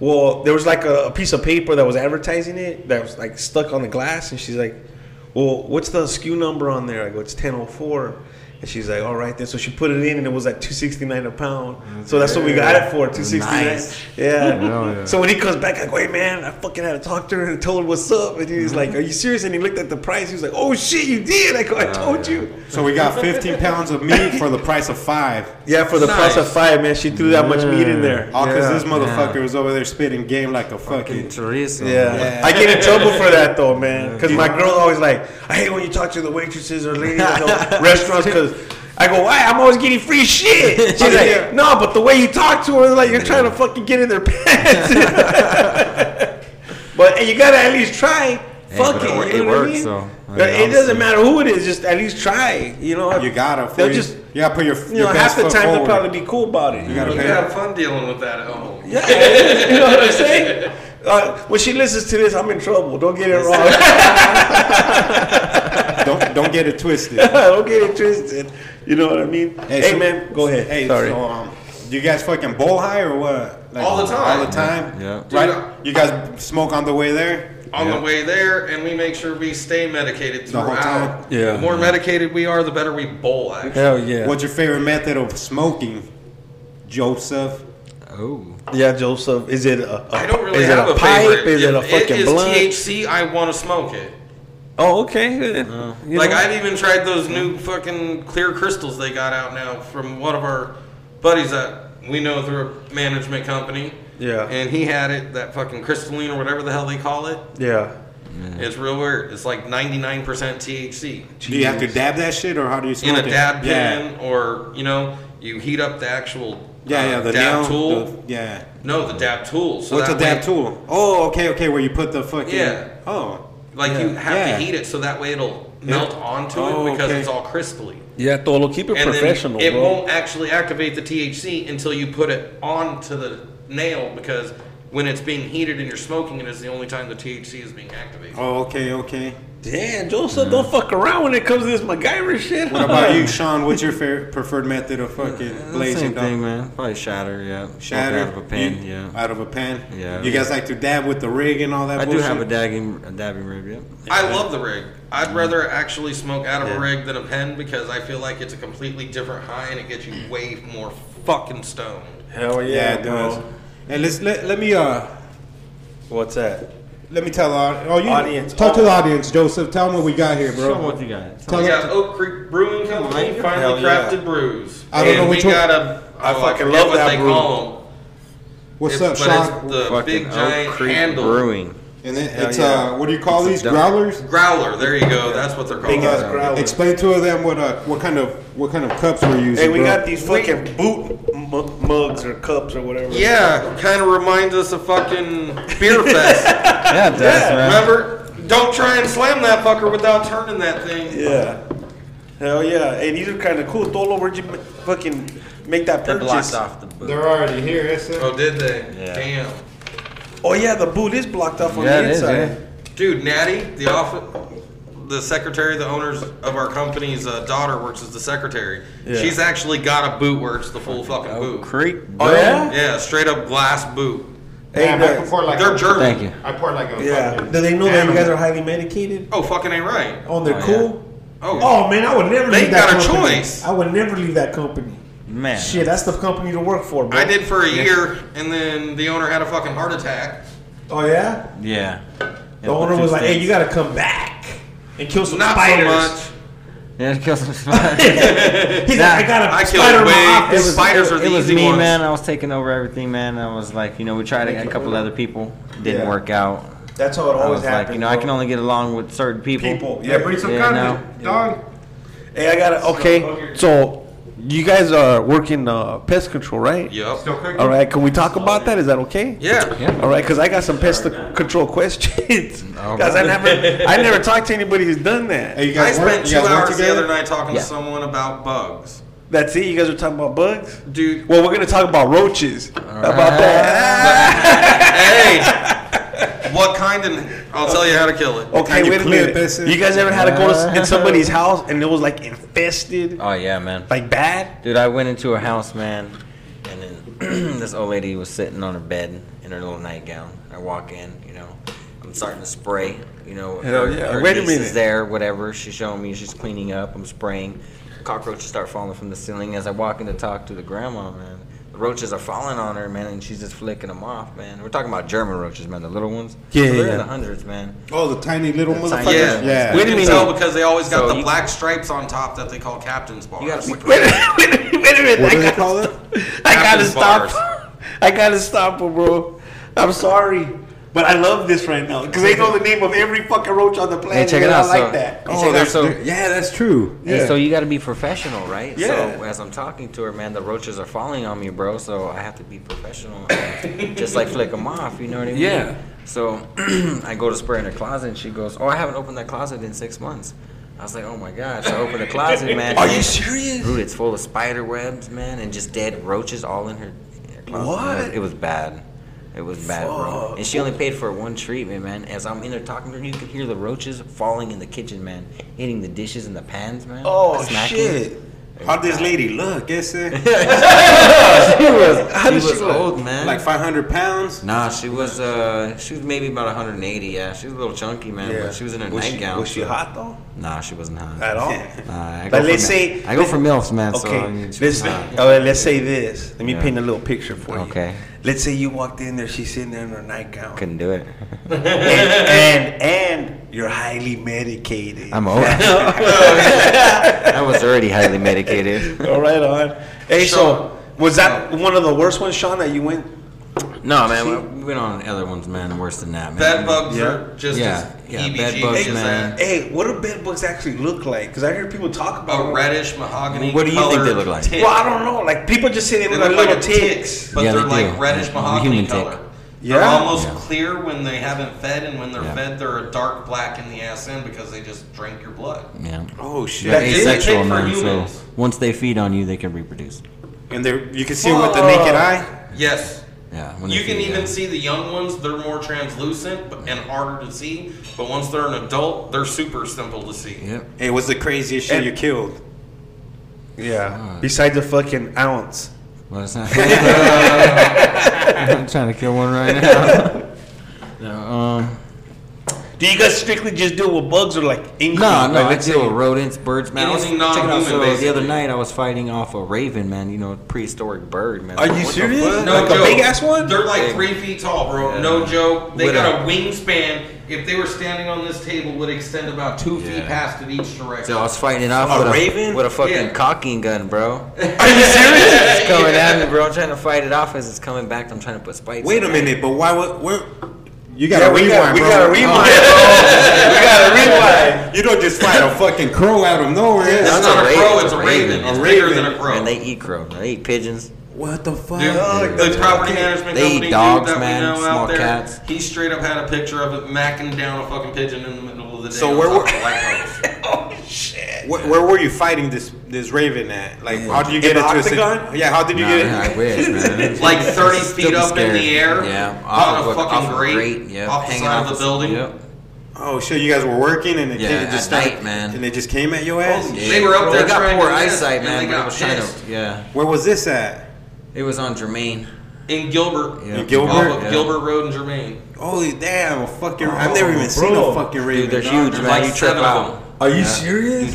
Speaker 4: "Well, there was like a, a piece of paper that was advertising it that was like stuck on the glass," and she's like, "Well, what's the SKU number on there?" I go, "It's ten oh four. And she's like, "All right then." So she put it in, and it was like two sixty nine a pound. So that's what we got it for two sixty nine.
Speaker 5: Nice.
Speaker 4: Yeah.
Speaker 7: yeah.
Speaker 4: So when he comes back, I go, "Hey man, I fucking had to talk to her and told her what's up." And he's like, "Are you serious?" And he looked at the price. He was like, "Oh shit, you did!" I go, "I told you."
Speaker 3: So we got 15 pounds of meat for the price of five.
Speaker 4: Yeah, for the price of
Speaker 6: Nice.
Speaker 4: five, man, she threw that much meat in there.
Speaker 3: All because
Speaker 4: Yeah.
Speaker 3: Oh, this motherfucker was over there spitting game like a fucking.
Speaker 5: Chorizo.
Speaker 4: Yeah.
Speaker 3: Yeah.
Speaker 4: I get in trouble for that though, man. Because my girl's always like, I hate when you talk to the waitresses or ladies at the restaurants because I go, why? I'm always getting free shit. She's like, no, but the way you talk to her, like you're trying to fucking get in their pants. but hey, you gotta at least try. Fuck
Speaker 5: but
Speaker 4: it.
Speaker 5: it wor-
Speaker 4: you
Speaker 5: it
Speaker 4: know what I
Speaker 5: works,
Speaker 4: mean?
Speaker 5: so, I mean,
Speaker 4: it
Speaker 5: obviously.
Speaker 4: doesn't matter who it is. Just at least try. You know.
Speaker 3: You gotta. fool.
Speaker 4: They'll
Speaker 3: You-
Speaker 4: just.
Speaker 3: you gotta put your.
Speaker 4: You
Speaker 3: your
Speaker 4: know, half
Speaker 3: best
Speaker 4: the
Speaker 3: foot
Speaker 4: time they'll
Speaker 3: forward.
Speaker 4: probably be cool about it.
Speaker 3: You gotta
Speaker 6: You
Speaker 3: pay.
Speaker 6: have fun dealing with that at home.
Speaker 4: Yeah, you know what I'm saying? Uh, when she listens to this, I'm in trouble. Don't get it wrong.
Speaker 3: Don't don't get it twisted.
Speaker 4: Don't get it twisted. You know what I mean? Hey,
Speaker 3: so-
Speaker 4: man, go ahead.
Speaker 3: Hey,
Speaker 4: Sorry.
Speaker 3: so um, you guys fucking bowl high or what? Like,
Speaker 6: All the time.
Speaker 3: All the time.
Speaker 5: Yeah.
Speaker 3: Right. You guys smoke on the way there.
Speaker 6: On
Speaker 5: Yeah.
Speaker 6: the way there, and we make sure we stay medicated
Speaker 3: The whole time?
Speaker 6: throughout.
Speaker 4: Yeah.
Speaker 6: The more medicated we are, the better we bowl. Actually.
Speaker 4: Hell yeah.
Speaker 3: What's your favorite method of smoking, Joseph?
Speaker 5: Oh.
Speaker 4: yeah, Joseph. Is it a? a
Speaker 6: I don't really
Speaker 4: is
Speaker 6: have
Speaker 4: it a,
Speaker 6: a
Speaker 4: pipe?
Speaker 6: favorite.
Speaker 4: Is it a
Speaker 6: If
Speaker 4: fucking
Speaker 6: is
Speaker 4: blunt?
Speaker 6: THC, I want to smoke it.
Speaker 4: oh, okay. Uh, you
Speaker 6: like
Speaker 4: know?
Speaker 6: I've even tried those new fucking clear crystals they got out now from one of our buddies that we know through a management company.
Speaker 4: Yeah.
Speaker 6: And he had it that fucking crystalline or whatever the hell they call it.
Speaker 4: yeah. Mm-hmm.
Speaker 6: It's real weird. It's like 99% THC
Speaker 3: Do you have to dab that shit or how do you smoke
Speaker 6: in a
Speaker 3: it?
Speaker 6: dab
Speaker 3: yeah.
Speaker 6: pen or you know you heat up the actual
Speaker 3: Yeah,
Speaker 6: uh,
Speaker 3: yeah. The
Speaker 6: dab
Speaker 3: nail-
Speaker 6: tool.
Speaker 3: the- yeah.
Speaker 6: no, the dab tool. So
Speaker 3: What's a
Speaker 6: that
Speaker 3: dab
Speaker 6: way-
Speaker 3: tool? Oh, okay, okay. Where you put the fucking.
Speaker 6: Yeah.
Speaker 3: Oh.
Speaker 6: Like you
Speaker 3: Yeah.
Speaker 6: have
Speaker 3: Yeah.
Speaker 6: to heat it so that way it'll melt onto
Speaker 3: Oh,
Speaker 6: it because
Speaker 3: okay.
Speaker 6: it's all crystally.
Speaker 7: Yeah, Tolo, keep it
Speaker 6: and
Speaker 7: professional,
Speaker 6: then it
Speaker 7: bro.
Speaker 6: won't actually activate the THC until you put it onto the nail because when it's being heated and you're smoking it is the only time the THC is being activated.
Speaker 3: Oh, okay, okay.
Speaker 4: Damn, Joseph, don't fuck around when it comes to this MacGyver shit.
Speaker 3: What about you, Sean? What's your fair, preferred method of fucking blazing?
Speaker 5: Same
Speaker 3: dog?
Speaker 5: thing, man. Probably shatter, yeah. Smoke
Speaker 3: Shatter
Speaker 5: Out of a pen,
Speaker 3: You-
Speaker 5: yeah.
Speaker 3: Out of a pen.
Speaker 5: Yeah.
Speaker 3: You guys like to dab with the rig and all that.
Speaker 5: I do
Speaker 3: bullshit?
Speaker 5: have a dagging, a dabbing rib, yeah.
Speaker 6: I love the rig.
Speaker 3: Mm.
Speaker 6: I'd rather actually smoke out of a rig than a pen because I feel like it's a completely different high and it gets you way more fucking stoned.
Speaker 4: Hell yeah,
Speaker 3: Yeah, it
Speaker 4: bro.
Speaker 3: does. And let's let, let me uh
Speaker 4: What's that?
Speaker 3: let me tell our oh you
Speaker 4: Audience.
Speaker 3: talk to the audience, Joseph. Tell them what we got here,
Speaker 5: Show 'em
Speaker 3: bro.
Speaker 5: what you got.
Speaker 3: Tell
Speaker 6: we
Speaker 3: them
Speaker 6: got Oh, Oak Creek Brewing Company,
Speaker 4: Hell
Speaker 6: finally
Speaker 4: yeah.
Speaker 6: crafted brews.
Speaker 3: I don't know
Speaker 6: And
Speaker 3: which
Speaker 6: we
Speaker 3: one-
Speaker 6: got a.
Speaker 4: I
Speaker 6: oh,
Speaker 4: fucking
Speaker 6: forget
Speaker 4: love
Speaker 6: what
Speaker 4: that
Speaker 6: they
Speaker 4: brew.
Speaker 6: call 'em.
Speaker 3: what's
Speaker 6: It's-
Speaker 3: up,
Speaker 6: but it's
Speaker 3: Sean.
Speaker 6: the
Speaker 5: Fucking
Speaker 6: big
Speaker 5: Oak
Speaker 6: giant
Speaker 5: Creek
Speaker 6: handle.
Speaker 5: Brewing.
Speaker 3: and it,
Speaker 4: Hell
Speaker 3: it's
Speaker 4: yeah.
Speaker 3: uh what do you call
Speaker 5: It's a
Speaker 3: these
Speaker 5: dump.
Speaker 3: growlers?
Speaker 6: Growler, there you go. That's what they're called.
Speaker 4: Big ass growler.
Speaker 3: Explain to them what uh what kind of what kind of cups we're using.
Speaker 4: Hey, we
Speaker 3: bro.
Speaker 4: got these fucking boot mu- mugs or cups or whatever.
Speaker 6: Yeah, kind of reminds us of fucking Beer Fest.
Speaker 5: Yeah, that's right.
Speaker 6: Remember? Don't try and slam that fucker without turning that thing.
Speaker 4: Yeah. Hell yeah. Hey, these are kind of cool. Tolo, where'd you ma- fucking make that
Speaker 5: They
Speaker 4: purchase?
Speaker 5: blocked off the book.
Speaker 3: They're already here. That's it.
Speaker 6: Oh, did they?
Speaker 5: Yeah.
Speaker 6: Damn.
Speaker 4: Oh, yeah, the boot is blocked off on
Speaker 5: Yeah,
Speaker 4: the
Speaker 5: it is,
Speaker 4: inside.
Speaker 5: yeah.
Speaker 6: Dude, Natty, the office, the secretary, the owners of our company's uh, daughter works as the secretary.
Speaker 4: Yeah.
Speaker 6: She's actually got a boot where it's the full
Speaker 5: Oh,
Speaker 6: fucking
Speaker 5: Oak
Speaker 6: boot.
Speaker 5: Creek.
Speaker 4: Oh,
Speaker 5: Brewing.
Speaker 4: yeah?
Speaker 6: Yeah, straight up glass boot.
Speaker 4: Hey,
Speaker 8: I
Speaker 4: the-
Speaker 8: can pour like
Speaker 6: They're German.
Speaker 5: Thank you.
Speaker 8: I poured like a
Speaker 4: yeah.
Speaker 8: fucking
Speaker 4: Do they know that you guys
Speaker 8: animal.
Speaker 4: are highly medicated?
Speaker 6: Oh, fucking ain't right.
Speaker 4: On their
Speaker 5: Oh, yeah.
Speaker 4: cool?
Speaker 6: Oh,
Speaker 4: Oh, man, I would never
Speaker 6: They
Speaker 4: leave that
Speaker 6: got a
Speaker 4: company.
Speaker 6: choice.
Speaker 4: I would never leave that company.
Speaker 5: Man.
Speaker 4: Shit, that's the company to work for, bro.
Speaker 6: I did for a year, and then the owner had a fucking heart attack.
Speaker 4: Oh, yeah?
Speaker 5: Yeah.
Speaker 4: The owner was like, hey, you got to come back and kill some
Speaker 6: Not so
Speaker 4: spiders.
Speaker 6: much.
Speaker 5: Yeah, kill some spiders.
Speaker 4: He's
Speaker 5: Nah.
Speaker 4: like, I got a
Speaker 6: I killed
Speaker 4: spider in
Speaker 6: way-
Speaker 4: my office.
Speaker 6: The spiders
Speaker 5: it,
Speaker 6: are the
Speaker 5: it was
Speaker 6: easy
Speaker 5: me,
Speaker 6: ones.
Speaker 5: man. I was taking over everything, man. I was like, you know, we tried to get a couple other people. Didn't
Speaker 4: Yeah.
Speaker 5: work out.
Speaker 4: That's how it
Speaker 5: I
Speaker 4: always
Speaker 5: was
Speaker 4: happens.
Speaker 5: like, you know, I
Speaker 4: bro.
Speaker 5: can only get along with certain people.
Speaker 4: people.
Speaker 8: Yeah, bring some
Speaker 5: Yeah,
Speaker 8: condoms, dog.
Speaker 4: Hey, I got it. Okay, so you guys are working uh, pest control, right?
Speaker 6: Yep.
Speaker 3: Still cooking?
Speaker 4: All right, can we talk about that? Is that okay?
Speaker 6: Yeah.
Speaker 4: All right, because I got some pest control questions.
Speaker 5: All
Speaker 4: Because I never, I never talked to anybody who's done that.
Speaker 3: Hey, you
Speaker 6: I
Speaker 3: guys work-
Speaker 6: spent
Speaker 3: you
Speaker 6: two
Speaker 3: guys work
Speaker 6: hours the
Speaker 3: together?
Speaker 6: other night talking
Speaker 5: Yeah.
Speaker 6: to someone about bugs.
Speaker 4: That's it. You guys are talking about bugs.
Speaker 6: Dude,
Speaker 4: Well, we're gonna talk about roaches. About that.
Speaker 6: hey! What kind and I'll tell you how to kill it.
Speaker 4: Okay,
Speaker 3: Can you
Speaker 4: wait a
Speaker 3: clear
Speaker 4: minute.
Speaker 3: this in?
Speaker 4: You guys ever had to go to s- in somebody's house and it was like infested,
Speaker 5: Oh yeah, man.
Speaker 4: like bad?
Speaker 5: Dude, I went into her house, man, and then this old lady was sitting on her bed in her little nightgown. I walk in, you know, I'm starting to spray, you know.
Speaker 4: Hell
Speaker 5: her-
Speaker 4: yeah.
Speaker 5: her
Speaker 4: Wait a
Speaker 5: niece is
Speaker 4: minute.
Speaker 5: there, whatever. She's showing me, she's cleaning up. I'm spraying. Cockroaches start falling from the ceiling as I walk in to talk to the grandma, man. The roaches are falling on her, man, and she's just flicking them off, man. We're talking about German roaches, man, the little ones.
Speaker 4: Yeah,
Speaker 5: they're
Speaker 4: yeah,
Speaker 5: in
Speaker 4: yeah.
Speaker 5: the hundreds, man.
Speaker 3: Oh, the tiny little
Speaker 5: The tiny
Speaker 3: motherfucker.
Speaker 6: Yeah.
Speaker 5: ones.
Speaker 3: Yeah.
Speaker 6: We
Speaker 4: Wait a
Speaker 6: can
Speaker 4: minute.
Speaker 6: tell because they always got
Speaker 5: So
Speaker 6: the
Speaker 5: you-
Speaker 6: black stripes on top that they call captain's bars.
Speaker 5: You gotta put
Speaker 4: Wait a minute. Wait a minute. Wait a minute.
Speaker 3: What do
Speaker 4: I
Speaker 3: they
Speaker 4: gotta
Speaker 3: call it?
Speaker 4: stop. I gotta
Speaker 6: Captain's
Speaker 4: stop. I gotta stop, bro. I'm sorry, but I love this right now because they know the name of every fucking roach on the planet.
Speaker 5: check it
Speaker 4: and
Speaker 5: out,
Speaker 4: I like
Speaker 5: so-
Speaker 4: that.
Speaker 5: Oh, there's- there-
Speaker 3: yeah, that's true.
Speaker 5: Hey, so you got to be professional, right?
Speaker 4: Yeah.
Speaker 5: So as I'm talking to her, man, the roaches are falling on me, bro. So I have to be professional, just like flick them off. You know what I mean?
Speaker 4: Yeah.
Speaker 5: So I go to spray in her closet, and she goes, "Oh, I haven't opened that closet in six months." I was like, "Oh my gosh!" So I open the closet, man.
Speaker 4: Are you serious?
Speaker 5: Dude, it's full of spider webs, man, and just dead roaches all in her, in her closet.
Speaker 4: What?
Speaker 5: It was, it was bad. It was bad, bro. And she only paid for one treatment, man. As I'm in there talking to her, you could hear the roaches falling in the kitchen, man, hitting the dishes and the pans, man.
Speaker 4: Oh
Speaker 5: Smacking.
Speaker 4: shit!
Speaker 3: How'd this lady look? Guess it.
Speaker 5: She was,
Speaker 4: How
Speaker 5: she
Speaker 4: does she
Speaker 5: was
Speaker 4: look?
Speaker 5: old, man.
Speaker 3: Like 500 pounds?
Speaker 5: nah, she was uh, she was maybe about 180. Yeah, she was a little chunky, man.
Speaker 3: Yeah.
Speaker 5: But she was in her
Speaker 9: Was she,
Speaker 5: nightgown.
Speaker 9: was she hot though?
Speaker 5: Nah, she wasn't hot.
Speaker 4: At all?
Speaker 5: Nah, I go
Speaker 4: But
Speaker 5: for
Speaker 4: let's
Speaker 5: mi-
Speaker 4: say-
Speaker 5: I go for milfs, man. So,
Speaker 4: Okay,
Speaker 5: I mean, she
Speaker 4: let's,
Speaker 5: was hot.
Speaker 4: all right, let's say this. Let me
Speaker 5: Yeah.
Speaker 4: paint a little picture for you.
Speaker 5: Okay.
Speaker 4: Let's say you walked in there, she's sitting there in her nightgown.
Speaker 5: couldn't do it.
Speaker 4: and, and and you're highly medicated.
Speaker 5: I'm old. I was already highly medicated.
Speaker 4: All right on. Hey, so was that one of the worst ones, Sean, that you went?
Speaker 5: No, man, we- we went on other ones, man, worse than that, man.
Speaker 6: Bed bugs
Speaker 4: Yeah.
Speaker 6: are just
Speaker 5: Yeah.
Speaker 6: as E
Speaker 5: Yeah,
Speaker 6: EBG
Speaker 5: bed bugs,
Speaker 6: as
Speaker 5: man.
Speaker 6: that.
Speaker 4: Hey, what do bed bugs actually look like? Because I hear people talk about
Speaker 6: A reddish mahogany.
Speaker 5: What do you think they
Speaker 6: colored
Speaker 5: look like?
Speaker 6: tit.
Speaker 4: Well, I don't know. Like people just sitting
Speaker 6: They
Speaker 4: there like
Speaker 6: look like
Speaker 4: little
Speaker 6: a
Speaker 4: ticks.
Speaker 6: ticks, but
Speaker 5: Yeah,
Speaker 6: they're
Speaker 5: they
Speaker 6: like
Speaker 5: do.
Speaker 6: reddish
Speaker 5: A
Speaker 6: mahogany
Speaker 5: human tick.
Speaker 6: color.
Speaker 4: Yeah.
Speaker 6: They're almost
Speaker 5: Yeah.
Speaker 6: clear when they haven't fed, and when they're
Speaker 5: Yeah.
Speaker 6: fed, they're a dark black in the ass end because they just drink your blood.
Speaker 5: Yeah.
Speaker 3: Oh, shit.
Speaker 5: They're
Speaker 4: That is a
Speaker 5: asexual,
Speaker 6: tick for
Speaker 5: man, so
Speaker 6: humans.
Speaker 5: once they feed on you, they can reproduce.
Speaker 3: And there, you can see it with the naked eye.
Speaker 6: Yes.
Speaker 5: Yeah. when they
Speaker 6: You can
Speaker 5: feed,
Speaker 6: even
Speaker 5: yeah.
Speaker 6: see the young ones; they're more translucent but, and harder to see. But once they're an adult, they're super simple to see.
Speaker 5: Yep.
Speaker 3: Hey, what's the craziest shit
Speaker 4: And-
Speaker 3: you killed?
Speaker 4: Yeah. Besides the fucking ounce.
Speaker 5: Well, it's not. I'm trying to kill one right now. no, um,
Speaker 4: Do you guys strictly just deal with bugs or like income?
Speaker 5: no, no.
Speaker 4: like,
Speaker 5: I
Speaker 4: let's
Speaker 5: deal
Speaker 4: say-
Speaker 5: with rodents, birds, man. I was-
Speaker 6: Anything non-human,
Speaker 5: check it out, So the other
Speaker 6: basically.
Speaker 5: night, I was fighting off a raven, man. You know, prehistoric bird, man.
Speaker 4: Are you
Speaker 5: What the
Speaker 4: serious?
Speaker 5: fuck?
Speaker 6: No
Speaker 4: like
Speaker 6: joke.
Speaker 4: a big ass one?
Speaker 6: They're like
Speaker 5: Big.
Speaker 6: three feet tall, bro.
Speaker 5: Yeah.
Speaker 6: No joke. They
Speaker 5: With
Speaker 6: got
Speaker 5: a-
Speaker 6: a wingspan. If they were standing on this table, would extend about two feet
Speaker 5: Yeah.
Speaker 6: past it each direction.
Speaker 5: So I was fighting it off
Speaker 4: A
Speaker 5: with
Speaker 4: raven?
Speaker 5: a with a fucking
Speaker 6: Yeah.
Speaker 5: cocking gun,
Speaker 4: Are
Speaker 5: bro.
Speaker 4: you serious?
Speaker 5: It's coming at me, bro. I'm trying to fight it off as it's coming back. I'm trying to put spikes.
Speaker 3: Wait a
Speaker 5: in it.
Speaker 3: minute, but why would. Where, you
Speaker 4: Yeah,
Speaker 3: gotta
Speaker 4: we
Speaker 3: rewind,
Speaker 4: got we
Speaker 3: bro. Oh.
Speaker 4: gotta rewind. we gotta rewind.
Speaker 3: You don't just fight a fucking crow out of nowhere.
Speaker 6: It's
Speaker 5: That's
Speaker 6: not
Speaker 5: a
Speaker 6: a,
Speaker 5: raven.
Speaker 6: crow, it's a raven. It's
Speaker 3: A
Speaker 6: bigger
Speaker 3: raven.
Speaker 6: than a crow.
Speaker 5: And they eat crow. They eat pigeons.
Speaker 3: What the fuck?
Speaker 6: Dude, the property management
Speaker 5: They eat
Speaker 6: company
Speaker 5: dogs,
Speaker 6: dude that
Speaker 5: man,
Speaker 6: we know
Speaker 5: small
Speaker 6: out there,
Speaker 5: cats.
Speaker 6: he straight up had a picture of it macking down a fucking pigeon in the middle of the day.
Speaker 3: So
Speaker 6: on
Speaker 3: where
Speaker 6: top
Speaker 3: were-
Speaker 6: of Black Oaks.
Speaker 3: Where, where were you fighting this this raven at? Like, how did you get
Speaker 4: In the
Speaker 3: into a sit-
Speaker 4: octagon?
Speaker 3: Yeah, how did you
Speaker 5: Nah,
Speaker 3: get?
Speaker 5: man, I wish, man.
Speaker 6: like 30
Speaker 5: Still
Speaker 6: feet
Speaker 5: be
Speaker 6: up in
Speaker 5: scared.
Speaker 6: the air,
Speaker 5: Yeah, Oh,
Speaker 6: on
Speaker 5: off
Speaker 6: a
Speaker 5: of
Speaker 6: fucking
Speaker 5: off of a
Speaker 6: grate,
Speaker 5: yeah,
Speaker 6: off the
Speaker 5: hanging
Speaker 6: side
Speaker 5: off
Speaker 6: of the
Speaker 5: s-
Speaker 6: building.
Speaker 5: Yep.
Speaker 3: Oh shit! You guys were working and it
Speaker 5: Yeah,
Speaker 3: didn't just
Speaker 5: at
Speaker 3: start,
Speaker 5: night, man. Oh,
Speaker 3: and they just came at your ass.
Speaker 6: yeah. They were up there
Speaker 5: They got
Speaker 6: trying
Speaker 5: poor
Speaker 6: to miss,
Speaker 5: eyesight,
Speaker 6: and
Speaker 5: man.
Speaker 6: they
Speaker 5: but it
Speaker 6: got
Speaker 5: was trying
Speaker 6: pissed.
Speaker 5: to. Yeah,
Speaker 3: Where was this at?
Speaker 5: it was on Jermaine.
Speaker 6: In Gilbert.
Speaker 5: Yeah.
Speaker 3: In Gilbert?
Speaker 6: Off of
Speaker 5: Yeah.
Speaker 6: Gilbert Road and Germain.
Speaker 3: Holy damn! A fucking! I've never even seen
Speaker 4: bro.
Speaker 3: a fucking raven.
Speaker 5: Dude, they're
Speaker 3: dog.
Speaker 5: huge,
Speaker 6: There's
Speaker 5: man.
Speaker 6: like
Speaker 5: you trip
Speaker 6: seven of
Speaker 5: out.
Speaker 6: them.
Speaker 4: Are you serious?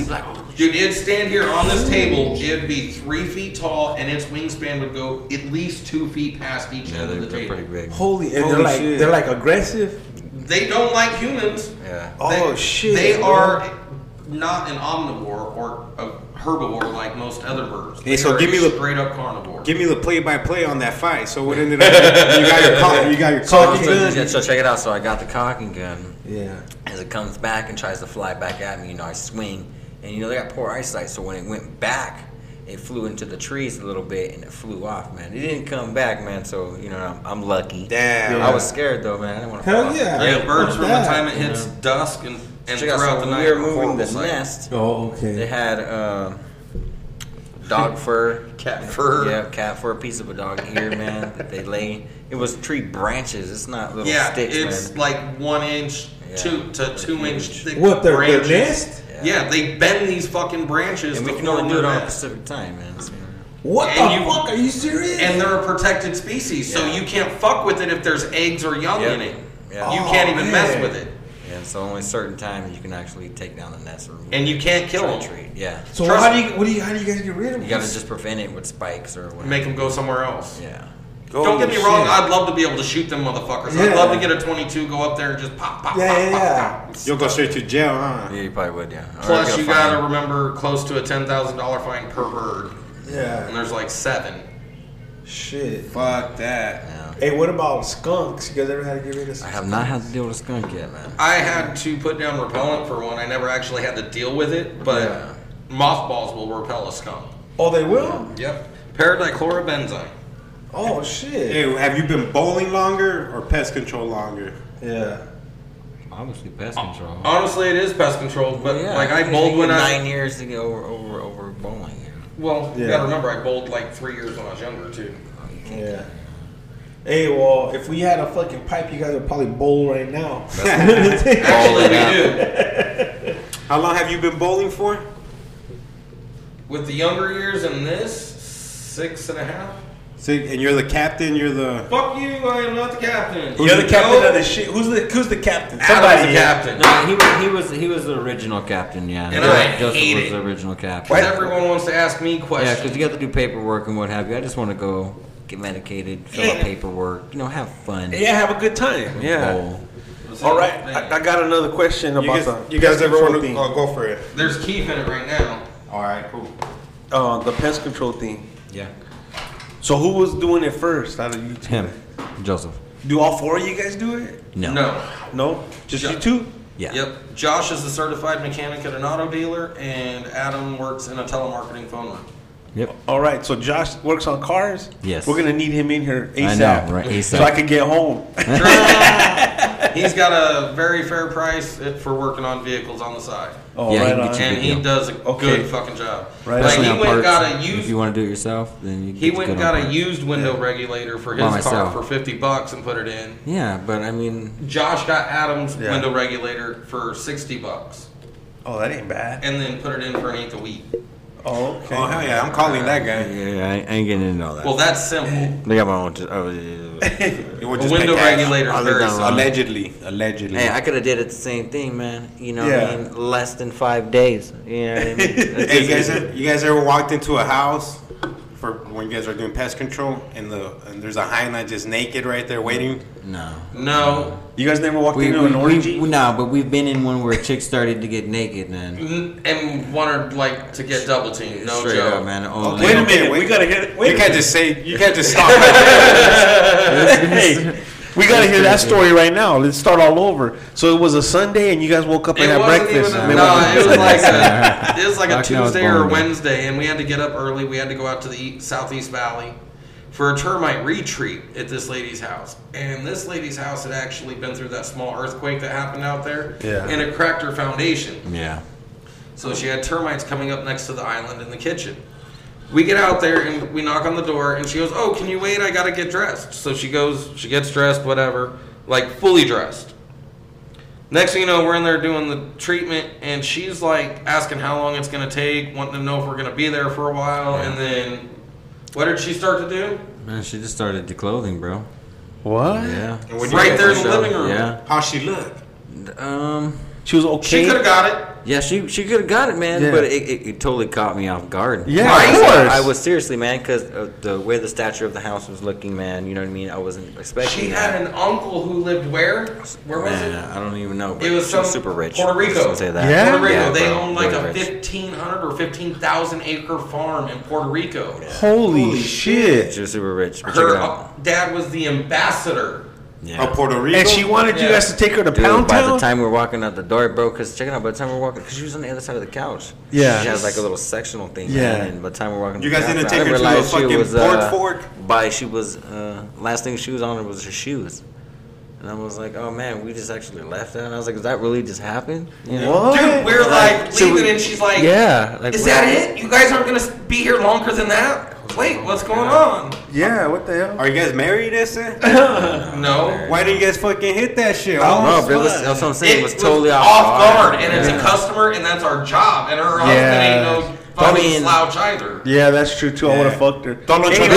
Speaker 6: Dude, it'd stand here on this table. It'd be three feet tall, and its wingspan would go at least two feet past each
Speaker 5: Yeah,
Speaker 6: end
Speaker 5: they're,
Speaker 6: of the
Speaker 5: they're
Speaker 6: table.
Speaker 5: pretty big.
Speaker 4: Holy, and
Speaker 3: Holy
Speaker 4: they're like
Speaker 3: shit.
Speaker 4: they're like aggressive.
Speaker 6: They don't like humans.
Speaker 5: Yeah.
Speaker 4: Oh,
Speaker 6: they,
Speaker 4: shit,
Speaker 6: They
Speaker 4: bro.
Speaker 6: are not an omnivore or a herbivore like most other birds.
Speaker 3: Hey, so
Speaker 6: They are
Speaker 3: give me
Speaker 6: a
Speaker 3: the-
Speaker 6: straight up carnivore.
Speaker 3: Give me the play-by-play on that fight. So what ended up? you got your call. You got your call.
Speaker 5: So, so- so check it out. So I got the cocking gun.
Speaker 4: Yeah.
Speaker 5: As it comes back and tries to fly back at me, you know, I swing And you know they got poor eyesight, so when it went back, it flew into the trees a little bit and it flew off, man. It didn't come back, man. So you know I'm, I'm lucky.
Speaker 4: Damn.
Speaker 5: I was scared though, man. I didn't want to.
Speaker 8: Hell
Speaker 5: fall off the
Speaker 8: yeah.
Speaker 5: cliff.
Speaker 6: Yeah, birds
Speaker 8: Yeah.
Speaker 6: from the time it hits dusk and, and
Speaker 5: Check out, so
Speaker 6: throughout the
Speaker 5: when
Speaker 6: night.
Speaker 5: we were
Speaker 6: are
Speaker 5: moving
Speaker 6: horrible
Speaker 5: the
Speaker 6: sight.
Speaker 5: nest.
Speaker 8: Oh,
Speaker 5: They
Speaker 8: okay.
Speaker 5: had uh, dog fur,
Speaker 6: Cat fur.
Speaker 5: yeah, cat fur, a piece of a dog ear, man. that they lay. It was tree branches. It's not little
Speaker 6: Yeah,
Speaker 5: sticks,
Speaker 6: it's
Speaker 5: man.
Speaker 6: like one inch,
Speaker 5: Yeah.
Speaker 6: two to
Speaker 5: They're
Speaker 6: two inch
Speaker 5: huge.
Speaker 6: thick
Speaker 8: What, their- their
Speaker 6: branches.
Speaker 8: nest?
Speaker 6: Yeah. they bend these fucking branches
Speaker 5: and
Speaker 6: to
Speaker 5: we can
Speaker 6: form
Speaker 5: only do it
Speaker 6: their
Speaker 5: on a
Speaker 6: nest.
Speaker 5: Pacific time, man. So,
Speaker 8: What the
Speaker 6: And you-
Speaker 8: fuck? Are you serious?
Speaker 6: And they're a protected species, so
Speaker 5: Yeah.
Speaker 6: you can't fuck with it if there's eggs or young
Speaker 5: Yeah.
Speaker 6: in it.
Speaker 5: Yeah.
Speaker 6: You
Speaker 5: Oh,
Speaker 6: can't even
Speaker 8: man.
Speaker 6: mess with it,
Speaker 5: yeah, so only certain times you can actually take down the nest or remove
Speaker 6: and you can't kill
Speaker 5: the
Speaker 6: them.
Speaker 5: tree. Yeah,
Speaker 8: so
Speaker 6: Trust
Speaker 8: how do
Speaker 6: me.
Speaker 8: you? What do you? How do you guys get rid of?
Speaker 5: you gotta
Speaker 8: this?
Speaker 5: just prevent it with spikes or whatever.
Speaker 6: Make them go somewhere else.
Speaker 5: yeah.
Speaker 6: Don't get me wrong.
Speaker 8: Holy Oh, shit.
Speaker 6: I'd love to be able to shoot them motherfuckers. I'd
Speaker 8: Yeah.
Speaker 6: love to get a 22, go up there and just pop, pop,
Speaker 8: Yeah,
Speaker 6: pop,
Speaker 8: yeah,
Speaker 6: pop,
Speaker 8: yeah.
Speaker 6: pop.
Speaker 3: You'll go straight to jail, huh?
Speaker 5: Yeah, you probably would, yeah. Or
Speaker 6: Plus,
Speaker 5: get a
Speaker 6: you
Speaker 5: fine.
Speaker 6: gotta remember close to a ten thousand dollar fine per bird, and
Speaker 8: Yeah.
Speaker 6: there's like seven.
Speaker 8: Shit.
Speaker 3: Fuck that.
Speaker 5: Yeah.
Speaker 8: Hey, what about skunks? You guys ever had to get rid of?
Speaker 5: I
Speaker 8: Skunks?
Speaker 5: have not had to deal with a skunk yet, man.
Speaker 6: I had to put down repellent for one. I never actually had to deal with it, but
Speaker 5: Yeah.
Speaker 6: mothballs will repel a skunk.
Speaker 8: Oh, they will.
Speaker 6: Yep. Paradichlorobenzine.
Speaker 8: Oh shit.
Speaker 3: Hey, have you been bowling longer or pest control longer?
Speaker 8: Yeah.
Speaker 5: Obviously, pest control.
Speaker 6: Honestly, it is pest control, Oh, but
Speaker 5: Well, yeah,
Speaker 6: like
Speaker 5: it
Speaker 6: I
Speaker 5: takes
Speaker 6: bowled
Speaker 5: me
Speaker 6: when
Speaker 5: nine
Speaker 6: I
Speaker 5: years to get over over over bowling. you know.
Speaker 6: well, you
Speaker 8: Yeah.
Speaker 6: gotta remember I bowled like three years when I was younger too.
Speaker 8: Yeah. Hey, well, if we had a fucking pipe, you guys would probably bowl right now.
Speaker 7: Oh,
Speaker 8: yeah.
Speaker 6: Actually, we
Speaker 5: out.
Speaker 6: do.
Speaker 3: How long have you been bowling for?
Speaker 6: With the younger years and this, six and a half.
Speaker 3: See, and you're the captain. You're the
Speaker 6: Fuck you! I am not the captain.
Speaker 8: You're the captain
Speaker 6: No,
Speaker 8: of the shit. Who's the Who's the captain?
Speaker 6: Adam's the
Speaker 8: is.
Speaker 6: captain.
Speaker 5: No, he was, he was he was the original captain. Yeah,
Speaker 6: And I
Speaker 5: Joseph
Speaker 6: hate
Speaker 5: was
Speaker 6: it.
Speaker 5: the original captain.
Speaker 6: Because everyone wants to ask me
Speaker 5: Yeah,
Speaker 6: questions.
Speaker 5: because you got to do paperwork and what have you. I just want to go get medicated, fill out paperwork, you know, have fun.
Speaker 4: Yeah, have a good time. Yeah.
Speaker 5: bowl. Oh,
Speaker 4: All right. I, I got another question about
Speaker 3: you guys,
Speaker 4: the
Speaker 3: you guys
Speaker 4: pest
Speaker 3: ever
Speaker 4: control
Speaker 3: want to
Speaker 4: thing.
Speaker 3: oh, go for it?
Speaker 6: There's Keith in it right now.
Speaker 3: All right, cool.
Speaker 4: uh, the pest control thing.
Speaker 5: Yeah,
Speaker 4: So who was doing it first out of you two?
Speaker 5: him, Joseph.
Speaker 4: Do all four of you guys do it?
Speaker 5: No.
Speaker 6: No.
Speaker 4: No, just
Speaker 6: Yeah.
Speaker 4: you two.
Speaker 5: Yeah.
Speaker 6: Yep. Josh is a certified mechanic at an auto dealer, and Adam works in a telemarketing phone room.
Speaker 5: Yep.
Speaker 4: All right. So Josh works on cars.
Speaker 5: Yes.
Speaker 4: We're gonna need him in here
Speaker 5: I
Speaker 4: ASAP.
Speaker 5: know, right? ASAP.
Speaker 4: So I can get home.
Speaker 6: He's got a very fair price for working on vehicles on the side,
Speaker 4: Oh,
Speaker 5: Yeah, he
Speaker 4: right
Speaker 5: can
Speaker 4: on.
Speaker 5: get you-
Speaker 6: and
Speaker 5: Good
Speaker 6: he
Speaker 5: deal.
Speaker 6: does a
Speaker 4: Okay.
Speaker 6: good fucking job.
Speaker 4: Right.
Speaker 6: Like
Speaker 5: Especially
Speaker 6: he
Speaker 5: on
Speaker 6: went and
Speaker 5: parts.
Speaker 6: got a
Speaker 5: If
Speaker 6: used.
Speaker 5: you want to do it yourself, then you.
Speaker 6: He
Speaker 5: it's
Speaker 6: went and
Speaker 5: good on
Speaker 6: got a
Speaker 5: parts.
Speaker 6: used window regulator for his
Speaker 5: By
Speaker 6: car
Speaker 5: myself.
Speaker 6: for fifty bucks and put it in.
Speaker 5: Yeah, but I mean,
Speaker 6: Josh got Adam's
Speaker 4: Yeah.
Speaker 6: window regulator for sixty bucks,
Speaker 4: Oh, that ain't bad.
Speaker 6: and then put it in for an eighth a week.
Speaker 4: Oh, okay.
Speaker 3: Oh hell yeah, I'm calling that
Speaker 5: yeah,
Speaker 3: guy.
Speaker 5: I I ain't getting into all that.
Speaker 6: Well, that's simple.
Speaker 5: they got my own. t- oh, yeah, yeah, yeah.
Speaker 3: It would
Speaker 6: A
Speaker 3: just
Speaker 6: window
Speaker 3: kick ass.
Speaker 6: regulator is
Speaker 5: Other
Speaker 6: very
Speaker 5: than
Speaker 6: simple.
Speaker 5: that.
Speaker 3: Allegedly, allegedly.
Speaker 5: Hey, I could have did it the same thing, man. You know,
Speaker 8: Yeah.
Speaker 5: what I mean, less than five days. You know what I mean?
Speaker 3: Hey, you guys, ever, you guys ever walked into a house for when you guys are doing pest control and the and there's a hyena just naked right there waiting?
Speaker 5: no.
Speaker 6: No,
Speaker 4: You guys never walked
Speaker 5: We,
Speaker 4: into
Speaker 5: we,
Speaker 4: an orgy?
Speaker 5: we, nah, but we've been in one where chicks started to get naked, man.
Speaker 6: N- and wanted like to get double teamed. No
Speaker 5: Straight
Speaker 6: joke.
Speaker 5: up, man. Only.
Speaker 4: wait a
Speaker 3: Okay,
Speaker 4: minute.
Speaker 3: wait.
Speaker 4: We gotta hear.
Speaker 3: you
Speaker 4: Wait.
Speaker 3: can't just say you can't just stop. right there.
Speaker 4: hey, we gotta hear that story right now. Let's start all over. So it was a Sunday, and you guys woke up and
Speaker 6: It
Speaker 4: had
Speaker 6: wasn't
Speaker 4: breakfast.
Speaker 6: even.
Speaker 4: and then
Speaker 6: no,
Speaker 4: went-
Speaker 6: it was like a, it was like a
Speaker 5: Knocking out
Speaker 6: Tuesday or
Speaker 5: bones.
Speaker 6: Wednesday, and we had to get up early. We had to go out to the e- Southeast Valley for a termite retreat at this lady's house. And this lady's house had actually been through that small earthquake that happened out there,
Speaker 4: Yeah.
Speaker 6: and it cracked her foundation.
Speaker 5: Yeah.
Speaker 6: So she had termites coming up next to the island in the kitchen. We get out there and we knock on the door, and she goes, "Oh, can you wait? I gotta get dressed." So she goes, she gets dressed, whatever, like fully dressed. Next thing you know, we're in there doing the treatment, and she's like asking how long it's gonna take, wanting to know if we're gonna be there for a while, and then what did she start to do?
Speaker 5: Man, she just started declothing, bro.
Speaker 4: what?
Speaker 5: Yeah.
Speaker 3: And when you
Speaker 6: Right
Speaker 3: guys
Speaker 6: there in
Speaker 3: were
Speaker 6: the living room.
Speaker 5: Yeah.
Speaker 3: How she look?
Speaker 5: Um.
Speaker 4: She was
Speaker 6: She
Speaker 4: okay.
Speaker 6: could have got it.
Speaker 5: Yeah, she she could have got it, man,
Speaker 4: Yeah.
Speaker 5: but it, it, it totally caught me off guard.
Speaker 4: Yeah,
Speaker 6: Right.
Speaker 4: of course.
Speaker 5: I was seriously, man, because uh, the way the stature of the house was looking, man. You know what I mean? I wasn't expecting.
Speaker 6: She had an uncle who lived where? Where was it?
Speaker 5: Man, I don't even know. But
Speaker 6: It was
Speaker 5: she was
Speaker 6: some-
Speaker 5: super rich.
Speaker 6: Puerto
Speaker 5: Let's
Speaker 6: Rico.
Speaker 5: just say that.
Speaker 4: Yeah?
Speaker 6: Puerto Rico. they
Speaker 5: bro,
Speaker 6: own like
Speaker 5: really
Speaker 6: a
Speaker 5: rich.
Speaker 6: fifteen hundred or fifteen thousand acre farm in Puerto Rico.
Speaker 4: Holy, shit.
Speaker 5: She was super rich. But check
Speaker 6: Her
Speaker 5: it out.
Speaker 6: uh, dad was the ambassador
Speaker 5: Yeah.
Speaker 3: Of Puerto Rico.
Speaker 4: And she wanted you
Speaker 6: Yeah.
Speaker 4: guys to take her to
Speaker 5: Dude,
Speaker 4: Pound
Speaker 5: by the
Speaker 4: Town.
Speaker 5: time we were walking out the door, bro, because check it out, by the time we were walking, because she was on the other side of the couch.
Speaker 7: Yeah.
Speaker 5: She has like a little sectional thing.
Speaker 7: Yeah.
Speaker 5: man, And by the time we were walking
Speaker 3: You
Speaker 5: to
Speaker 3: guys
Speaker 5: the
Speaker 3: didn't
Speaker 5: couch,
Speaker 3: take
Speaker 5: I
Speaker 3: her to a
Speaker 5: realized she
Speaker 3: fucking
Speaker 5: was,
Speaker 3: board
Speaker 5: uh,
Speaker 3: fork?
Speaker 5: By, she was, uh, last thing she was on was her shoes. And I was like, oh man, we just actually left that. And I was like, is that really just happened? You know?
Speaker 4: Oh,
Speaker 7: What?
Speaker 6: Dude, we're like
Speaker 5: so
Speaker 6: leaving,
Speaker 5: we-
Speaker 6: and she's like,
Speaker 5: Yeah, like,
Speaker 6: is
Speaker 5: what-
Speaker 6: that it? You guys aren't gonna be here longer than that? Wait, what's going on?
Speaker 7: Yeah, what the hell?
Speaker 3: Are you guys married, Essa?
Speaker 6: No,
Speaker 3: Why didn't you guys fucking hit that shit? Oh,
Speaker 5: I don't
Speaker 3: huh?
Speaker 5: know, but it was, that's what I'm saying. It, was totally
Speaker 6: off,
Speaker 5: off,
Speaker 6: guard, and it's a customer, and that's our job, and her
Speaker 7: Yeah.
Speaker 6: husband ain't no fucking
Speaker 5: mean-
Speaker 6: slouch either.
Speaker 7: Yeah, that's true too. I would
Speaker 3: Yeah.
Speaker 7: have fucked her.
Speaker 3: Donald Trump.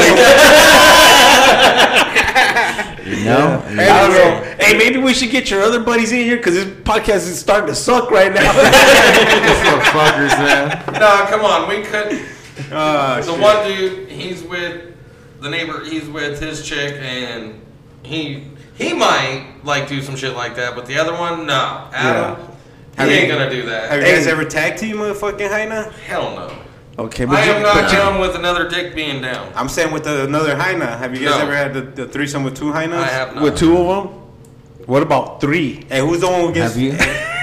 Speaker 5: You know?
Speaker 7: Hey, I don't know. Hey, maybe we should get your other buddies in here because this podcast is starting to suck right now.
Speaker 5: fuckers, man.
Speaker 6: Nah, come on, we could.
Speaker 3: Ah,
Speaker 6: The
Speaker 3: shit.
Speaker 6: one dude, he's with the neighbor. He's with his chick, and he he might like do some shit like that, but the other one, no. Adam,
Speaker 3: Have
Speaker 6: he
Speaker 3: you-
Speaker 6: ain't gonna do
Speaker 3: Have
Speaker 6: that.
Speaker 3: you guys ever tag team a fucking hyena?
Speaker 6: Hell no.
Speaker 7: okay,
Speaker 6: I
Speaker 7: but, you,
Speaker 6: am not
Speaker 7: but, you,
Speaker 6: down with another dick being down.
Speaker 3: I'm saying with the, another hyena. Have you guys
Speaker 6: No.
Speaker 3: ever had the, the threesome with two hyenas?
Speaker 6: I have not.
Speaker 7: with two of them. What about three?
Speaker 3: Hey, who's the one who gets?
Speaker 5: Have you?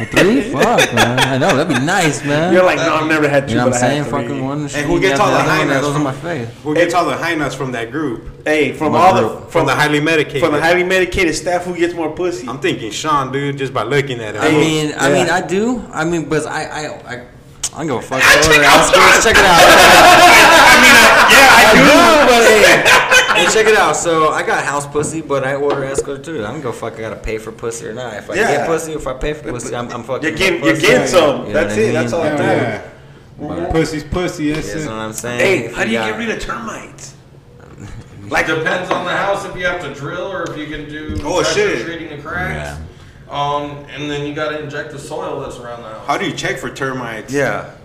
Speaker 5: Three? Fuck, man. I know, that'd be nice, man.
Speaker 7: You're like, no, I've never had two,
Speaker 5: You know what
Speaker 7: but
Speaker 5: I'm
Speaker 7: I had
Speaker 5: saying?
Speaker 7: three.
Speaker 5: Fucking one.
Speaker 3: Hey, who gets all the hyenas
Speaker 5: Those
Speaker 3: from-
Speaker 5: on my face.
Speaker 3: Who gets all the hyenas from that group?
Speaker 7: Hey, from
Speaker 5: One
Speaker 7: all the
Speaker 5: group.
Speaker 3: From the highly medicated.
Speaker 7: from the highly medicated staff, who gets more pussy?
Speaker 3: I'm thinking Sean, dude, just by looking at it.
Speaker 5: I mean, I
Speaker 7: Yeah.
Speaker 5: mean, I do. I mean, but I, I, I, I don't give a fuck. Check, out, check it out. I do, but hey, hey, check it out. So I got house pussy, but I order escort too. I don't go fuck. I gotta pay for pussy or not. If I
Speaker 7: Yeah.
Speaker 5: get pussy, if I pay for pussy, I'm, I'm fucking.
Speaker 7: You're getting,
Speaker 5: my
Speaker 7: you're
Speaker 5: pussy.
Speaker 7: getting some.
Speaker 5: You know
Speaker 7: That's
Speaker 5: what
Speaker 7: it.
Speaker 5: I mean?
Speaker 7: That's all I do.
Speaker 3: yeah. Pussy's pussy. That's
Speaker 5: That's
Speaker 3: it.
Speaker 5: what I'm saying.
Speaker 4: Hey,
Speaker 5: If
Speaker 4: how do you
Speaker 5: got-
Speaker 4: get rid of termites?
Speaker 6: Like depends on the house if you have to drill or if you can do
Speaker 3: Oh,
Speaker 6: pressure
Speaker 3: shit.
Speaker 6: treating the cracks. Um, and then you gotta inject the soil that's around the house.
Speaker 3: How do you check for termites?
Speaker 4: Yeah.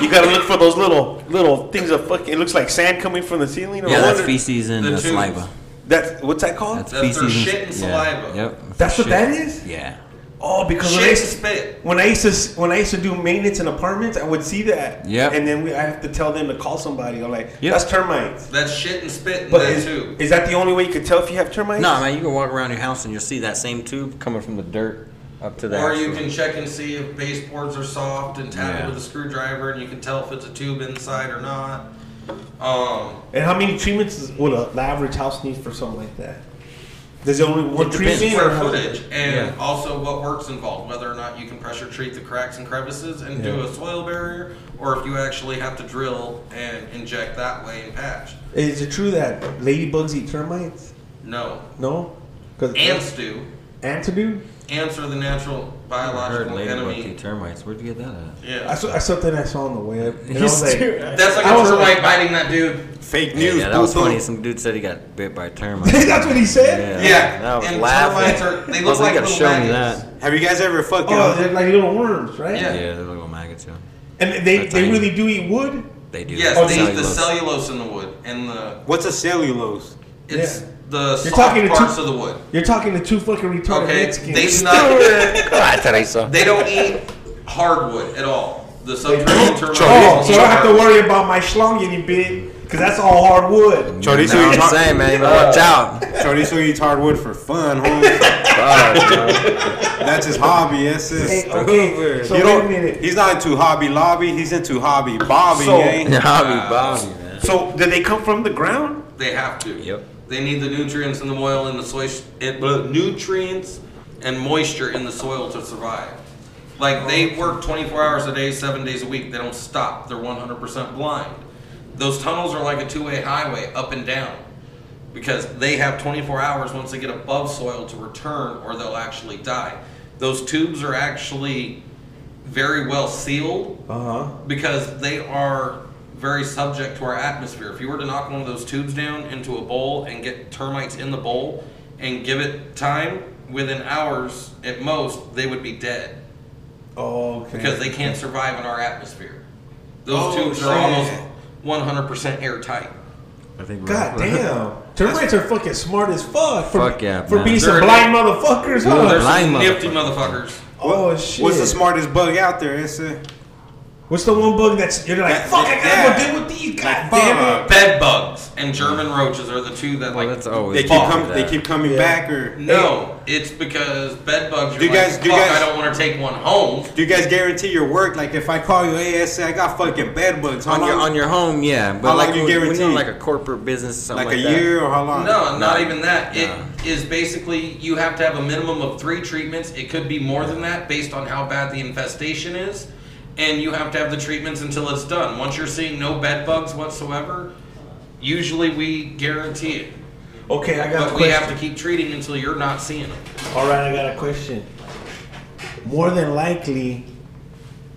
Speaker 7: You gotta look for those little little things of fucking. It looks like sand coming from the ceiling.
Speaker 5: Yeah, that's
Speaker 7: wonder-
Speaker 5: feces and
Speaker 6: The
Speaker 5: uh,
Speaker 6: tubes.
Speaker 5: saliva.
Speaker 7: That's what's that called?
Speaker 5: That's,
Speaker 6: That's their
Speaker 5: feces
Speaker 6: shit and
Speaker 5: Yeah.
Speaker 6: saliva.
Speaker 5: Yep.
Speaker 7: That's what
Speaker 5: Shit.
Speaker 7: that is?
Speaker 5: Yeah.
Speaker 7: oh, because when I,
Speaker 6: Shit
Speaker 7: used to,
Speaker 6: spit.
Speaker 7: when I used to when I used to do maintenance in apartments, I would see that.
Speaker 5: Yep.
Speaker 7: And then we, I have to tell them to call somebody. I'm like,
Speaker 5: Yep.
Speaker 7: that's termites.
Speaker 6: That's shit and spit in
Speaker 7: But
Speaker 6: that
Speaker 7: is,
Speaker 6: tube.
Speaker 7: is that the only way you could tell if you have termites?
Speaker 5: No, man, you can walk around your house and you'll see that same tube coming from the dirt up to that.
Speaker 6: Or you can check and see if baseboards are soft and tap
Speaker 5: Yeah.
Speaker 6: it with a screwdriver and you can tell if it's a tube inside or not. Um,
Speaker 7: And how many treatments is- would a, the average house need for something like that? There's only one
Speaker 5: It depends.
Speaker 7: treatment. or
Speaker 6: square
Speaker 7: how-
Speaker 6: footage and also what work's involved, whether or not you can pressure treat the cracks and crevices and do a soil barrier, or if you actually have to drill and inject that way and patch.
Speaker 7: Is it true that ladybugs eat termites?
Speaker 6: No.
Speaker 7: No. Because
Speaker 6: Ants do.
Speaker 7: Ants do.
Speaker 6: Ants are the natural biological enemy.
Speaker 5: termites. Where'd you get that at?
Speaker 7: I
Speaker 6: Yeah.
Speaker 7: saw that's something I saw on the web. And I was like,
Speaker 6: That's like
Speaker 7: I
Speaker 6: a
Speaker 7: was
Speaker 6: termite
Speaker 7: like-
Speaker 6: biting that dude.
Speaker 3: Fake
Speaker 5: Yeah,
Speaker 3: news.
Speaker 5: that was
Speaker 3: boo-boo.
Speaker 5: funny. Some dude said he got bit by a termite.
Speaker 7: that's what he said.
Speaker 5: Yeah,
Speaker 6: Yeah.
Speaker 5: that was
Speaker 6: And
Speaker 5: laughing.
Speaker 6: termites are they
Speaker 5: I
Speaker 6: look
Speaker 5: was
Speaker 6: like
Speaker 5: you gotta
Speaker 6: little
Speaker 5: show me
Speaker 6: maggots.
Speaker 5: that.
Speaker 3: Have you guys ever fucking?
Speaker 7: Oh, they're like little worms, right?
Speaker 6: Yeah.
Speaker 5: Yeah, they're little maggots. Yeah,
Speaker 7: And they,
Speaker 5: They're
Speaker 7: they
Speaker 5: tiny.
Speaker 7: really do eat wood.
Speaker 5: they do.
Speaker 6: Yes,
Speaker 7: Oh,
Speaker 6: they eat the
Speaker 5: Cellulose.
Speaker 6: cellulose in the wood and the
Speaker 3: what's a cellulose?
Speaker 6: it's
Speaker 7: Yeah.
Speaker 6: the
Speaker 7: You're
Speaker 6: soft
Speaker 7: talking to two-
Speaker 6: parts of the wood.
Speaker 7: You're talking to two fucking retarded
Speaker 6: Okay,
Speaker 7: Mexicans.
Speaker 6: they do not.
Speaker 5: That's what I saw.
Speaker 6: They don't eat hardwood at all. The subterranean termites.
Speaker 7: oh, so I
Speaker 6: eat
Speaker 7: don't have to
Speaker 6: hardwood.
Speaker 7: worry about my schlong any bit, because that's all hard wood.
Speaker 3: Chorizo
Speaker 5: That's what
Speaker 3: eats
Speaker 5: I'm
Speaker 3: hard-
Speaker 5: saying, man. You Uh, better watch out.
Speaker 3: Chorizo eats hardwood for fun, homie.
Speaker 5: uh,
Speaker 3: That's his hobby. That's
Speaker 7: Hey,
Speaker 3: it.
Speaker 7: okay, so
Speaker 3: You
Speaker 7: wait a
Speaker 3: don't,
Speaker 7: minute.
Speaker 3: he's not into Hobby Lobby. He's into Hobby Bobby.
Speaker 7: So-
Speaker 3: eh?
Speaker 5: Hobby, Bobby, man.
Speaker 7: So did they come from the ground?
Speaker 6: They have to.
Speaker 5: Yep.
Speaker 6: They need the nutrients in the oil and the soil, it, blah, nutrients and moisture in the soil to survive. Like they work 24 hours a day, seven days a week. They don't stop. They're 100% blind. Those tunnels are like a two-way highway, up and down, because they have 24 hours once they get above soil to return, or they'll actually die. Those tubes are actually very well sealed
Speaker 7: Uh-huh.
Speaker 6: because they are very subject to our atmosphere. If you were to knock one of those tubes down into a bowl and get termites in the bowl and give it time, within hours at most, they would be dead
Speaker 7: Oh, okay.
Speaker 6: because they can't survive in our atmosphere. Those
Speaker 7: Oh,
Speaker 6: tubes are almost
Speaker 7: shit.
Speaker 6: 100% airtight.
Speaker 5: I think we're
Speaker 7: God damn. Termites are fucking smart as fuck. For,
Speaker 5: Fuck yeah,
Speaker 7: For
Speaker 5: man.
Speaker 7: being some
Speaker 6: They're-
Speaker 7: blind motherfuckers,
Speaker 5: They're
Speaker 6: They're
Speaker 7: huh?
Speaker 5: blind
Speaker 6: some nifty
Speaker 3: Oh,
Speaker 5: motherfuckers.
Speaker 6: motherfuckers.
Speaker 7: Oh, shit.
Speaker 3: What's the smartest bug out there? It's a,
Speaker 7: What's the one bug that's you're like,
Speaker 3: That-
Speaker 7: fuck, I
Speaker 3: yeah.
Speaker 7: gotta go deal with these. God
Speaker 3: Like,
Speaker 7: damn it.
Speaker 3: fuck.
Speaker 6: Bed bugs and German
Speaker 3: Mm.
Speaker 6: roaches are the two that
Speaker 5: Well,
Speaker 6: like.
Speaker 5: Oh, that's always
Speaker 3: They keep
Speaker 6: Fuck
Speaker 3: coming. They
Speaker 5: that.
Speaker 3: keep coming back, or
Speaker 6: No, it's because bed bugs. You're
Speaker 3: Do you
Speaker 6: like,
Speaker 3: guys- do you
Speaker 6: "Fuck,
Speaker 3: guys-
Speaker 6: I don't want to take one home.
Speaker 3: do you guys guarantee your work? Like, if I call you, hey, I say I got fucking bed bugs. How
Speaker 5: on your
Speaker 3: long-
Speaker 5: on your home, yeah. But
Speaker 3: How
Speaker 5: like
Speaker 3: long you
Speaker 5: we- we know
Speaker 3: guarantee?
Speaker 5: like a corporate business, or something
Speaker 3: like,
Speaker 5: like,
Speaker 3: a
Speaker 5: that.
Speaker 3: year or how long?
Speaker 6: No, not
Speaker 5: No.
Speaker 6: even that. It
Speaker 5: No.
Speaker 6: is basically you have to have a minimum of three treatments. It could be more than that based on how bad the infestation is, and you have to have the treatments until it's done. Once you're seeing no bed bugs whatsoever, usually we guarantee it,
Speaker 7: Okay, I got a
Speaker 6: but we
Speaker 7: question.
Speaker 6: have to keep treating until you're not seeing them.
Speaker 7: All right, I got a question. More than likely,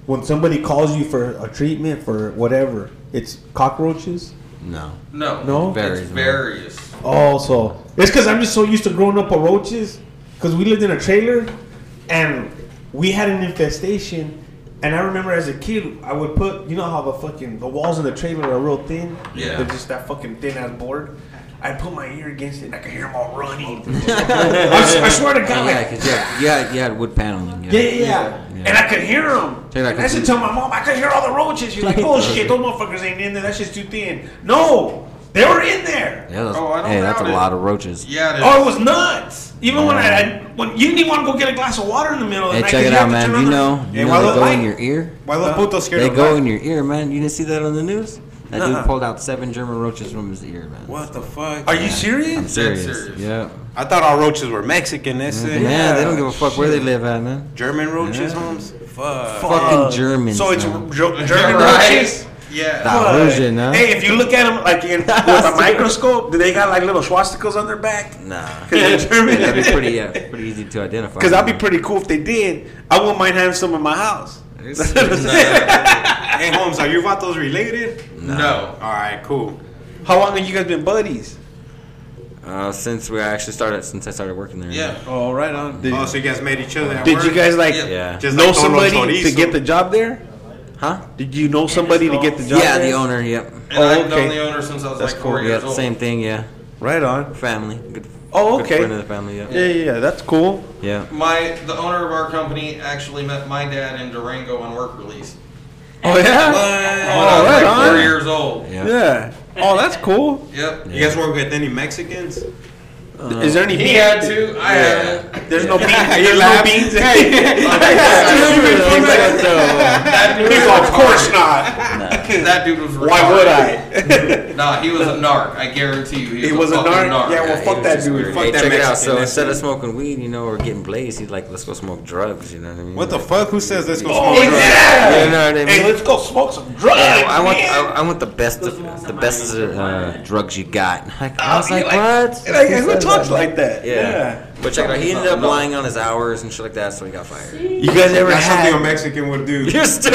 Speaker 7: when somebody calls you for a treatment for whatever, it's cockroaches.
Speaker 5: No.
Speaker 6: No,
Speaker 7: No?
Speaker 6: it's
Speaker 5: Varies, man.
Speaker 6: various.
Speaker 7: Oh, so it's because I'm just so used to growing up with roaches. Because we lived in a trailer, and we had an infestation. And I remember as a kid, I would put you know how the fucking the walls in the trailer are real thin.
Speaker 6: Yeah.
Speaker 7: They're just that fucking thin ass board. I put my ear against it, and I could hear them all running. I, s- I swear to God, like,
Speaker 5: Oh, Yeah, because yeah, yeah, yeah, wood paneling.
Speaker 7: Yeah, yeah, yeah.
Speaker 5: Yeah.
Speaker 7: And I could hear them.
Speaker 5: Take that
Speaker 7: and I
Speaker 5: complete-
Speaker 7: should tell my mom, I could hear all the roaches. She's like, oh shit, those motherfuckers ain't in there. That shit's too thin. No, they were in there.
Speaker 5: Yeah, that's,
Speaker 6: Oh, I don't
Speaker 5: hey, that's a
Speaker 6: doubt it.
Speaker 5: lot of roaches.
Speaker 6: Yeah, it is.
Speaker 7: Oh, it was nuts. Even when I, I when you didn't want to go get a glass of water in the middle. of
Speaker 5: Hey,
Speaker 7: the night
Speaker 5: check
Speaker 7: 'cause
Speaker 5: it
Speaker 7: you
Speaker 5: out,
Speaker 7: have
Speaker 5: man.
Speaker 7: to turn
Speaker 5: You
Speaker 7: on
Speaker 5: know,
Speaker 7: the-
Speaker 5: you
Speaker 3: why
Speaker 5: know they
Speaker 3: the
Speaker 5: go in
Speaker 3: light-
Speaker 5: your ear.
Speaker 3: Why los putos scared
Speaker 5: They
Speaker 3: of
Speaker 5: go
Speaker 3: light?
Speaker 5: in your ear, man. You didn't see that on the news? That
Speaker 7: Nuh-uh.
Speaker 5: dude pulled out seven German roaches from his ear, man.
Speaker 3: What the fuck?
Speaker 7: Are you serious?
Speaker 5: I'm serious.
Speaker 6: serious.
Speaker 5: Yeah.
Speaker 3: I thought all roaches were Mexican. That's it.
Speaker 5: Man, they don't give a fuck where they live at, man.
Speaker 3: German roaches,
Speaker 5: Yeah.
Speaker 3: Holmes. Fuck.
Speaker 5: Fucking Germans.
Speaker 3: So it's
Speaker 5: man.
Speaker 3: Ger- German
Speaker 6: Right?
Speaker 3: roaches.
Speaker 6: Yeah.
Speaker 5: That
Speaker 7: But-
Speaker 5: version, huh?
Speaker 7: Hey, if you look at them like in, with a microscope, do they got like little swastikas on their back?
Speaker 5: Nah.
Speaker 7: Because
Speaker 5: That'd be pretty, yeah, pretty easy to identify.
Speaker 7: that'd be
Speaker 5: man.
Speaker 7: pretty cool if they did. I wouldn't mind having some in my house.
Speaker 3: hey Holmes, are your vatos related?
Speaker 6: No.
Speaker 3: All right, cool.
Speaker 7: How long have you guys been buddies?
Speaker 5: Uh, since we actually started, since I started working there.
Speaker 6: Yeah.
Speaker 7: Oh, right on. Did,
Speaker 3: Oh, so you guys met each other at
Speaker 7: did
Speaker 3: work?
Speaker 7: you guys like
Speaker 6: Yeah.
Speaker 5: Yeah.
Speaker 3: Just
Speaker 7: know
Speaker 3: like Tolo
Speaker 7: somebody to
Speaker 3: Chorizo.
Speaker 7: get the job there?
Speaker 5: Huh?
Speaker 7: Did you know somebody to get the job?
Speaker 5: Yeah,
Speaker 7: there?
Speaker 5: the owner. Yep.
Speaker 6: And
Speaker 7: Oh,
Speaker 6: I've known
Speaker 7: okay.
Speaker 6: the owner since I was
Speaker 7: That's
Speaker 6: like four
Speaker 7: cool.
Speaker 5: Yeah,
Speaker 6: years old.
Speaker 5: same thing. Yeah.
Speaker 7: Right on.
Speaker 5: Family. Good,
Speaker 7: Oh,
Speaker 5: good
Speaker 7: okay.
Speaker 5: friend of the family. Yeah.
Speaker 7: Yeah, yeah, yeah. That's cool.
Speaker 5: Yeah.
Speaker 6: My the owner of our company actually met my dad in Durango on work release.
Speaker 7: Oh yeah.
Speaker 6: When I
Speaker 7: Oh,
Speaker 6: was
Speaker 7: right
Speaker 6: like four
Speaker 7: on.
Speaker 6: years old.
Speaker 5: Yeah.
Speaker 7: Yeah. Oh, that's cool. Uh,
Speaker 6: Yep.
Speaker 3: You guys work with any Mexicans?
Speaker 7: Is there any?
Speaker 6: He had to. I had to.
Speaker 7: There's no beans.
Speaker 3: You're
Speaker 7: There's no
Speaker 3: laughing.
Speaker 7: beans.
Speaker 6: That dude, was
Speaker 3: of course not.
Speaker 6: retarded. That dude was retarded.
Speaker 7: Why would I?
Speaker 6: Nah, he was a narc. I guarantee you. He,
Speaker 7: It
Speaker 6: was, a fucking narc.
Speaker 7: Yeah, well,
Speaker 5: Yeah,
Speaker 7: fuck
Speaker 5: it was
Speaker 7: that
Speaker 5: just
Speaker 7: dude.
Speaker 5: weird.
Speaker 7: Fuck
Speaker 5: Hey,
Speaker 7: that
Speaker 5: check it out.
Speaker 7: Mexican.
Speaker 5: So instead of smoking weed, you know, or getting blazed, he's like, let's go smoke drugs. You know what I mean?
Speaker 3: What the fuck? Who says let's go
Speaker 7: Oh,
Speaker 3: smoke drugs?
Speaker 5: You
Speaker 7: yeah.
Speaker 5: know what I mean?
Speaker 7: Hey, let's go smoke some drugs.
Speaker 5: Yeah, I want
Speaker 7: man.
Speaker 5: I, I want the best of, the best of, uh, drugs you got. I was
Speaker 7: Oh, you
Speaker 5: like, what?
Speaker 7: Like, who talks like that?
Speaker 5: Yeah. But check it out. He ended up lying on his hours and shit like that, so he got fired.
Speaker 7: You guys ever
Speaker 3: That's something a
Speaker 7: had?
Speaker 3: Mexican would do.
Speaker 5: You're stupid.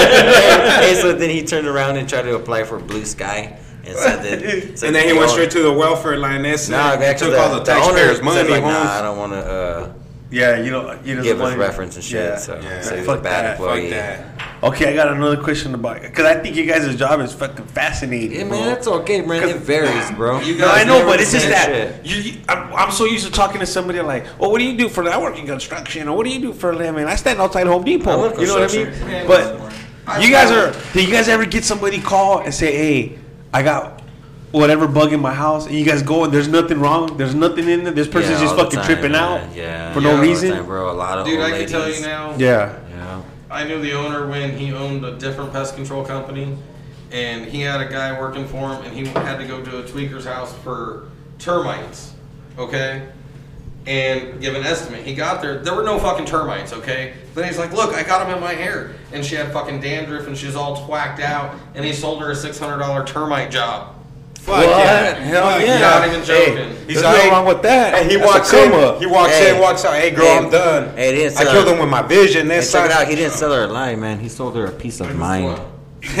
Speaker 5: hey, so then he turned around and tried to apply for Blue Sky and said that. said
Speaker 3: And then he
Speaker 5: that
Speaker 3: went
Speaker 5: the
Speaker 3: straight to the welfare line. That's it.
Speaker 5: owner- Nah,
Speaker 3: He
Speaker 5: because
Speaker 3: took all the taxpayers'
Speaker 5: owner said,
Speaker 3: money,
Speaker 5: like, Nah, I
Speaker 3: Holmes.
Speaker 5: don't want to uh,
Speaker 7: Yeah, you know, you know.
Speaker 5: give us reference and shit.
Speaker 7: Yeah,
Speaker 5: so,
Speaker 3: yeah.
Speaker 5: so he was
Speaker 7: Fuck
Speaker 5: a bad
Speaker 7: that,
Speaker 5: employee.
Speaker 3: Fuck that.
Speaker 7: Okay, I got another question about because I think you guys' job is fucking fascinating.
Speaker 5: Yeah,
Speaker 7: bro.
Speaker 5: man, that's okay, man. It varies, bro.
Speaker 6: You
Speaker 7: No,
Speaker 6: guys
Speaker 7: I know,
Speaker 5: never
Speaker 7: but it's just
Speaker 5: said
Speaker 7: that you, you- I'm, I'm so used to talking to somebody like, "Oh, what do you do for? I work in construction, or what do you do for a living?" I stand outside Home
Speaker 5: I
Speaker 7: Depot.
Speaker 5: work
Speaker 7: You know what I mean?
Speaker 5: construction.
Speaker 7: But you guys are. Do you guys ever get somebody call and say, "Hey, I got whatever bug in my house," and you guys go and there's nothing wrong, there's nothing in there. This person's
Speaker 5: Yeah,
Speaker 7: just
Speaker 5: all the
Speaker 7: fucking
Speaker 5: time,
Speaker 7: tripping
Speaker 5: man.
Speaker 7: out
Speaker 5: yeah,
Speaker 7: for
Speaker 5: yeah,
Speaker 7: no
Speaker 5: all the
Speaker 7: reason.
Speaker 5: time, bro. A lot of
Speaker 6: Dude,
Speaker 5: old
Speaker 6: I can tell you
Speaker 5: ladies.
Speaker 6: now.
Speaker 7: Yeah.
Speaker 5: Yeah.
Speaker 6: I knew the owner when he owned a different pest control company, and he had a guy working for him, and he had to go to a tweaker's house for termites, okay? And give an estimate. He got there, there were no fucking termites, okay? Then he's like, Look, I got them in my hair. And she had fucking dandruff, and she's all twacked out, and he sold her a $600 termite job.
Speaker 3: Fuck yeah. Hell
Speaker 6: yeah. Not even joking.
Speaker 3: He's
Speaker 7: There's
Speaker 3: like,
Speaker 7: no wrong with that.
Speaker 3: And he
Speaker 7: That's a
Speaker 3: walks in.
Speaker 7: come up.
Speaker 3: He walks
Speaker 5: Hey.
Speaker 3: in, walks out. Hey, girl,
Speaker 5: Hey.
Speaker 3: I'm done.
Speaker 5: Hey, it is,
Speaker 3: I
Speaker 5: uh,
Speaker 3: killed him with my vision.
Speaker 5: And
Speaker 3: That's
Speaker 5: check it
Speaker 3: how-
Speaker 5: out. He didn't sell her a lie, man. He sold her a peace of mind.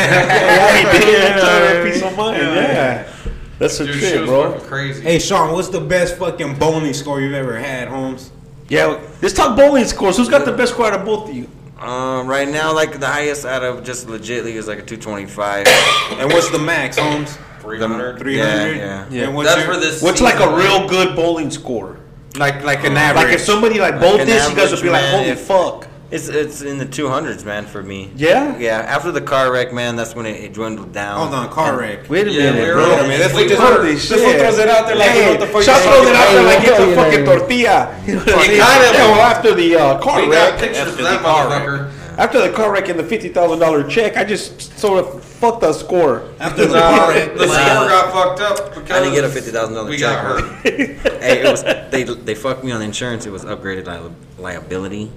Speaker 7: Yeah,
Speaker 3: Yeah.
Speaker 7: Peace of mind. Yeah. That's a
Speaker 6: Dude, she
Speaker 7: trip,
Speaker 6: was
Speaker 7: bro.
Speaker 6: fucking crazy.
Speaker 3: Hey, Sean, what's the best fucking bowling score you've ever had, Holmes?
Speaker 7: Yeah. Let's talk bowling scores. Who's got the best score out of both of you?
Speaker 5: Um, right now, like the highest out of just legit league is like a 225.
Speaker 3: And what's the max, Holmes?
Speaker 6: 300.
Speaker 3: Three hundred.
Speaker 5: Yeah,
Speaker 3: yeah. And what's
Speaker 6: That's
Speaker 3: your,
Speaker 6: for this.
Speaker 7: What's like a
Speaker 6: season,
Speaker 7: real
Speaker 6: right?
Speaker 7: good bowling score?
Speaker 3: Like, like an
Speaker 7: Like
Speaker 3: average.
Speaker 7: if somebody like bowled
Speaker 5: an
Speaker 7: this, you guys
Speaker 5: average
Speaker 7: would be like,
Speaker 5: man,
Speaker 7: "Holy
Speaker 5: if-
Speaker 7: fuck!"
Speaker 5: It's it's in the two hundreds, man, for me.
Speaker 7: Yeah?
Speaker 5: yeah. After the car wreck, man, that's when it, it dwindled down.
Speaker 3: Hold on, car
Speaker 5: And-
Speaker 3: wreck.
Speaker 7: Wait a
Speaker 6: Yeah,
Speaker 7: minute,
Speaker 6: we're
Speaker 7: bro.
Speaker 6: all-
Speaker 7: I mean, that's
Speaker 6: we
Speaker 7: what just
Speaker 6: were.
Speaker 7: holy shit.
Speaker 4: This fool throws it out there like,
Speaker 7: Hey,
Speaker 4: what the fuck?
Speaker 7: Shot throws it out there like it's Hey,
Speaker 4: a
Speaker 7: fucking
Speaker 4: fucking
Speaker 7: tortilla. You know what I'm
Speaker 6: It
Speaker 7: saying?
Speaker 6: kinda-
Speaker 7: Yeah, well, after the uh, car
Speaker 6: We got
Speaker 7: wreck,
Speaker 6: pictures of
Speaker 5: After the
Speaker 6: that
Speaker 5: car wreck.
Speaker 6: motherfucker.
Speaker 7: after the car wreck and the fifty thousand dollar check, I just sort of fucked the score.
Speaker 3: After the
Speaker 6: Nah,
Speaker 3: car
Speaker 6: the
Speaker 3: wreck,
Speaker 6: score got fucked up because
Speaker 5: I didn't get a fifty thousand dollar
Speaker 6: We
Speaker 5: check.
Speaker 6: got
Speaker 5: bro.
Speaker 6: hurt.
Speaker 5: hey, it was they they fucked me on insurance. It was upgraded li- liability.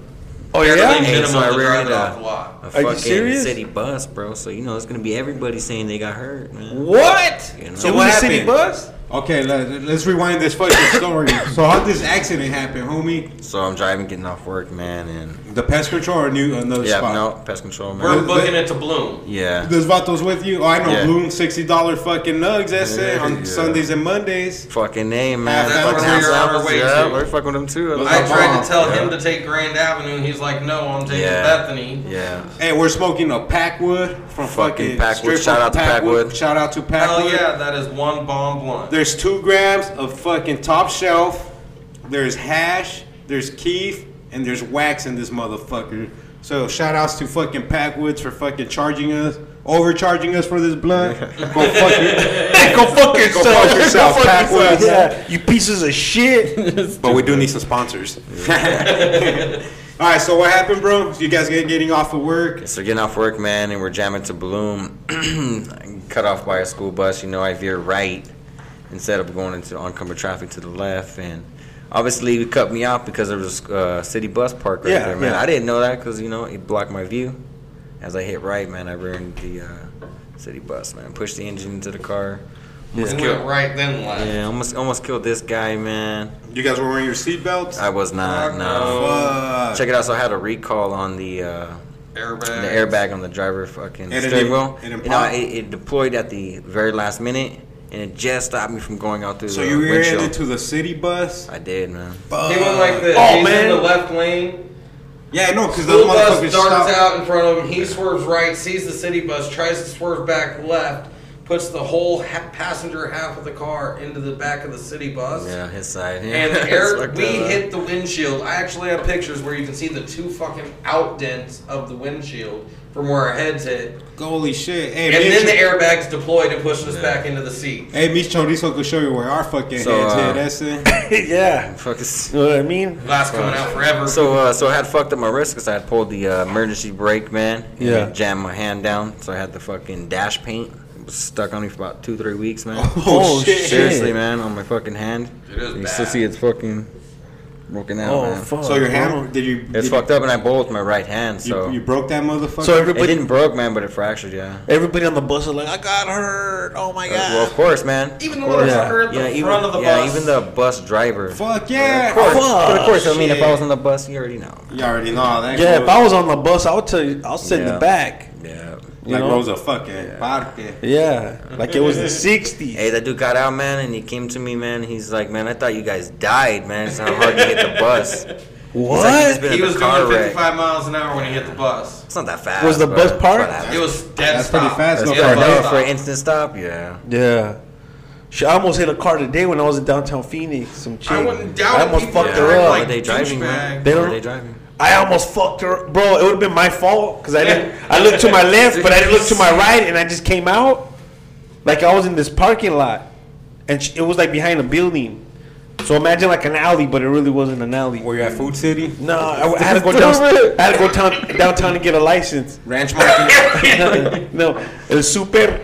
Speaker 7: Oh
Speaker 6: Apparently
Speaker 5: Hey,
Speaker 6: minimum
Speaker 5: so I
Speaker 6: to
Speaker 5: rear-ended
Speaker 6: drive it off
Speaker 5: a-
Speaker 6: a lot.
Speaker 5: A
Speaker 7: Are you
Speaker 5: fucking
Speaker 7: serious?
Speaker 5: city bus, bro. So you know it's gonna be everybody saying they got hurt, man.
Speaker 7: What?
Speaker 5: You know?
Speaker 3: So
Speaker 7: it
Speaker 3: what
Speaker 7: was a city
Speaker 3: happened?
Speaker 7: bus.
Speaker 3: Okay, let, let's rewind this fucking story. so how this accident happened, homie?
Speaker 5: So I'm driving, getting off work, man, and
Speaker 3: The pest control or new another
Speaker 5: yeah,
Speaker 3: spot?
Speaker 5: no pest control, man.
Speaker 6: We're booking it to Bloom.
Speaker 5: Yeah,
Speaker 3: This Vatos with you? Oh, I know.
Speaker 5: Yeah.
Speaker 3: Bloom, sixty dollar fucking nugs. That's it on
Speaker 5: Yeah.
Speaker 3: Sundays and Mondays.
Speaker 5: fucking name, man.
Speaker 3: That's
Speaker 5: Fucking
Speaker 3: where we
Speaker 5: house
Speaker 6: are on our
Speaker 5: apples,
Speaker 6: way
Speaker 5: yeah,
Speaker 6: to.
Speaker 5: we're fucking with them too.
Speaker 6: I
Speaker 3: Come
Speaker 6: tried
Speaker 3: on.
Speaker 6: to tell him to take Grand Avenue, and he's like, "No, I'm taking
Speaker 5: Yeah.
Speaker 6: Bethany."
Speaker 5: Yeah.
Speaker 3: Hey, we're smoking a Packwood from
Speaker 5: Fucking
Speaker 3: fucking,
Speaker 5: Packwood.
Speaker 3: straight
Speaker 5: Shout
Speaker 3: from
Speaker 5: out to Packwood.
Speaker 3: Shout out to
Speaker 6: Hell
Speaker 3: Packwood.
Speaker 6: yeah, that is one bomb blunt.
Speaker 3: There's two grams of fucking top shelf. There's hash. There's keef, and there's wax in this motherfucker. So shout outs to fucking Packwoods for fucking charging us, overcharging us for this blunt. Go fuck it. Go fuck yourself. Go fuck yourself, Packwoods.
Speaker 7: Yeah, you pieces of shit.
Speaker 3: But we do need some sponsors. All right, so what happened, bro? You guys get getting off of work?
Speaker 5: So getting off work, man, and we're jamming to Bloom. I'm Cut off by a school bus, you know, I veer right instead of going into oncoming traffic to the left. And obviously, it cut me off because there was a uh, city bus park right
Speaker 7: Yeah,
Speaker 5: there, man.
Speaker 7: yeah.
Speaker 5: I didn't know that because, you know, it blocked my view. As I hit right, man, I rear ended the uh, city bus, man. Pushed the engine into the car. Almost
Speaker 6: And
Speaker 5: killed.
Speaker 6: went right then left.
Speaker 5: Yeah, almost almost killed this guy, man.
Speaker 3: You guys were wearing your seatbelts?
Speaker 5: I was not.
Speaker 6: Fuck
Speaker 5: No.
Speaker 3: Fuck.
Speaker 5: Check it out. So I had a recall on the. Uh,
Speaker 6: Airbag.
Speaker 5: the airbag on the driver fucking
Speaker 3: And it-
Speaker 5: steering wheel.
Speaker 3: it
Speaker 5: you know,
Speaker 3: impo-
Speaker 5: it, it deployed at the very last minute, and it just stopped me from going out through
Speaker 3: So
Speaker 5: the
Speaker 3: you rear
Speaker 5: windshield.
Speaker 3: ended to the city bus?
Speaker 5: I did, man.
Speaker 6: He went like this.
Speaker 7: Oh,
Speaker 6: he's
Speaker 7: man.
Speaker 6: in the left lane.
Speaker 3: Yeah, no, because those
Speaker 6: School bus
Speaker 3: motherfuckers stopped.
Speaker 6: darts out in front of him. He swerves right, sees the city bus, tries to swerve back left, puts the whole ha- passenger half of the car into the back of the city bus.
Speaker 5: Yeah, his side. Yeah.
Speaker 6: And the
Speaker 5: It's
Speaker 6: air,
Speaker 5: fucked
Speaker 6: we
Speaker 5: up.
Speaker 6: hit the windshield. I actually have pictures where you can see the two fucking out dents of the windshield from where our heads hit.
Speaker 3: Holy shit. Hey,
Speaker 6: And then the
Speaker 3: air.
Speaker 6: airbags deployed and pushed us back into the seat.
Speaker 3: Hey, Miss Chorizo could show you where our fucking
Speaker 5: So,
Speaker 3: heads
Speaker 5: uh,
Speaker 3: hit. That's it.
Speaker 7: yeah,
Speaker 5: Fuck is-
Speaker 7: you know what I mean.
Speaker 6: Glass coming out forever.
Speaker 5: So, uh, so I had fucked up my wrist because I had pulled the uh, emergency brake, man. and
Speaker 7: Yeah.
Speaker 5: it jammed my hand down, so I had the fucking dash paint It was stuck on me for about two, three weeks, man.
Speaker 7: Oh, shit.
Speaker 5: Seriously, man, on my fucking hand.
Speaker 6: It is
Speaker 5: you
Speaker 6: bad.
Speaker 5: still see it's fucking broken out,
Speaker 7: Oh
Speaker 5: man.
Speaker 7: fuck.
Speaker 3: So your
Speaker 7: bro.
Speaker 3: hand, did you. did
Speaker 5: It's
Speaker 3: you-
Speaker 5: fucked up, and I bowled my right hand, so.
Speaker 3: You, you broke that motherfucker?
Speaker 7: So
Speaker 5: It
Speaker 7: everybody,
Speaker 5: didn't broke, man, but it fractured. Yeah. Uh,
Speaker 7: everybody on the bus is like, I got hurt. Oh my god.
Speaker 5: Well, of course, man.
Speaker 6: Even the
Speaker 5: Of course.
Speaker 6: motherfucker at the
Speaker 5: even,
Speaker 6: front of the
Speaker 5: yeah,
Speaker 6: bus.
Speaker 5: even the bus driver.
Speaker 3: Fuck yeah.
Speaker 5: But of course, I mean, if I
Speaker 3: shit.
Speaker 5: was on the bus, you already know.
Speaker 3: You already know that.
Speaker 7: yeah, if
Speaker 3: goes-
Speaker 7: I was on the bus, I would tell you, I'll sit in
Speaker 5: Yeah.
Speaker 7: the back.
Speaker 5: Yeah.
Speaker 7: you
Speaker 3: Like
Speaker 7: know?
Speaker 3: Rosa fucking Parque.
Speaker 7: Yeah, like it was the '60s.
Speaker 5: Hey, that dude got out, man, and he came to me, man. He's like, man, I thought you guys died, man. It's not hard to hit the bus. He's
Speaker 7: What?
Speaker 5: Like, you just been
Speaker 6: he
Speaker 5: in a
Speaker 6: was
Speaker 5: car
Speaker 6: doing
Speaker 5: wreck.
Speaker 6: 55 miles an hour when he hit the bus.
Speaker 5: It's not that fast.
Speaker 7: Was the
Speaker 5: but-
Speaker 7: bus
Speaker 5: but
Speaker 7: parked?
Speaker 5: that-
Speaker 6: It was dead
Speaker 3: That's pretty
Speaker 6: stop.
Speaker 3: fast,
Speaker 5: That's
Speaker 3: no
Speaker 6: Yeah,
Speaker 5: for,
Speaker 3: bus
Speaker 5: no,
Speaker 6: stop.
Speaker 5: for an instant stop, yeah.
Speaker 7: Yeah. She almost hit a car today when I was in downtown Phoenix. Some chick.
Speaker 6: I wouldn't doubt
Speaker 7: I
Speaker 6: it.
Speaker 7: almost
Speaker 6: People
Speaker 7: fucked
Speaker 5: yeah.
Speaker 7: her
Speaker 6: drive
Speaker 7: up.
Speaker 5: Were
Speaker 6: like
Speaker 5: they driving, man?
Speaker 6: douchebag.
Speaker 7: They
Speaker 5: Were
Speaker 7: don't-
Speaker 5: they driving?
Speaker 7: I almost fucked her, bro. It would have been my fault because I didn't. I looked to my left, but I didn't look to my right, and I just came out like I was in this parking lot, and sh it was like behind a building. So imagine like an alley, but it really wasn't an alley.
Speaker 3: Were you at Food City?
Speaker 7: No, I, I had to go down. I had to go down, downtown to get a license.
Speaker 3: Ranch Market?
Speaker 7: no, el super.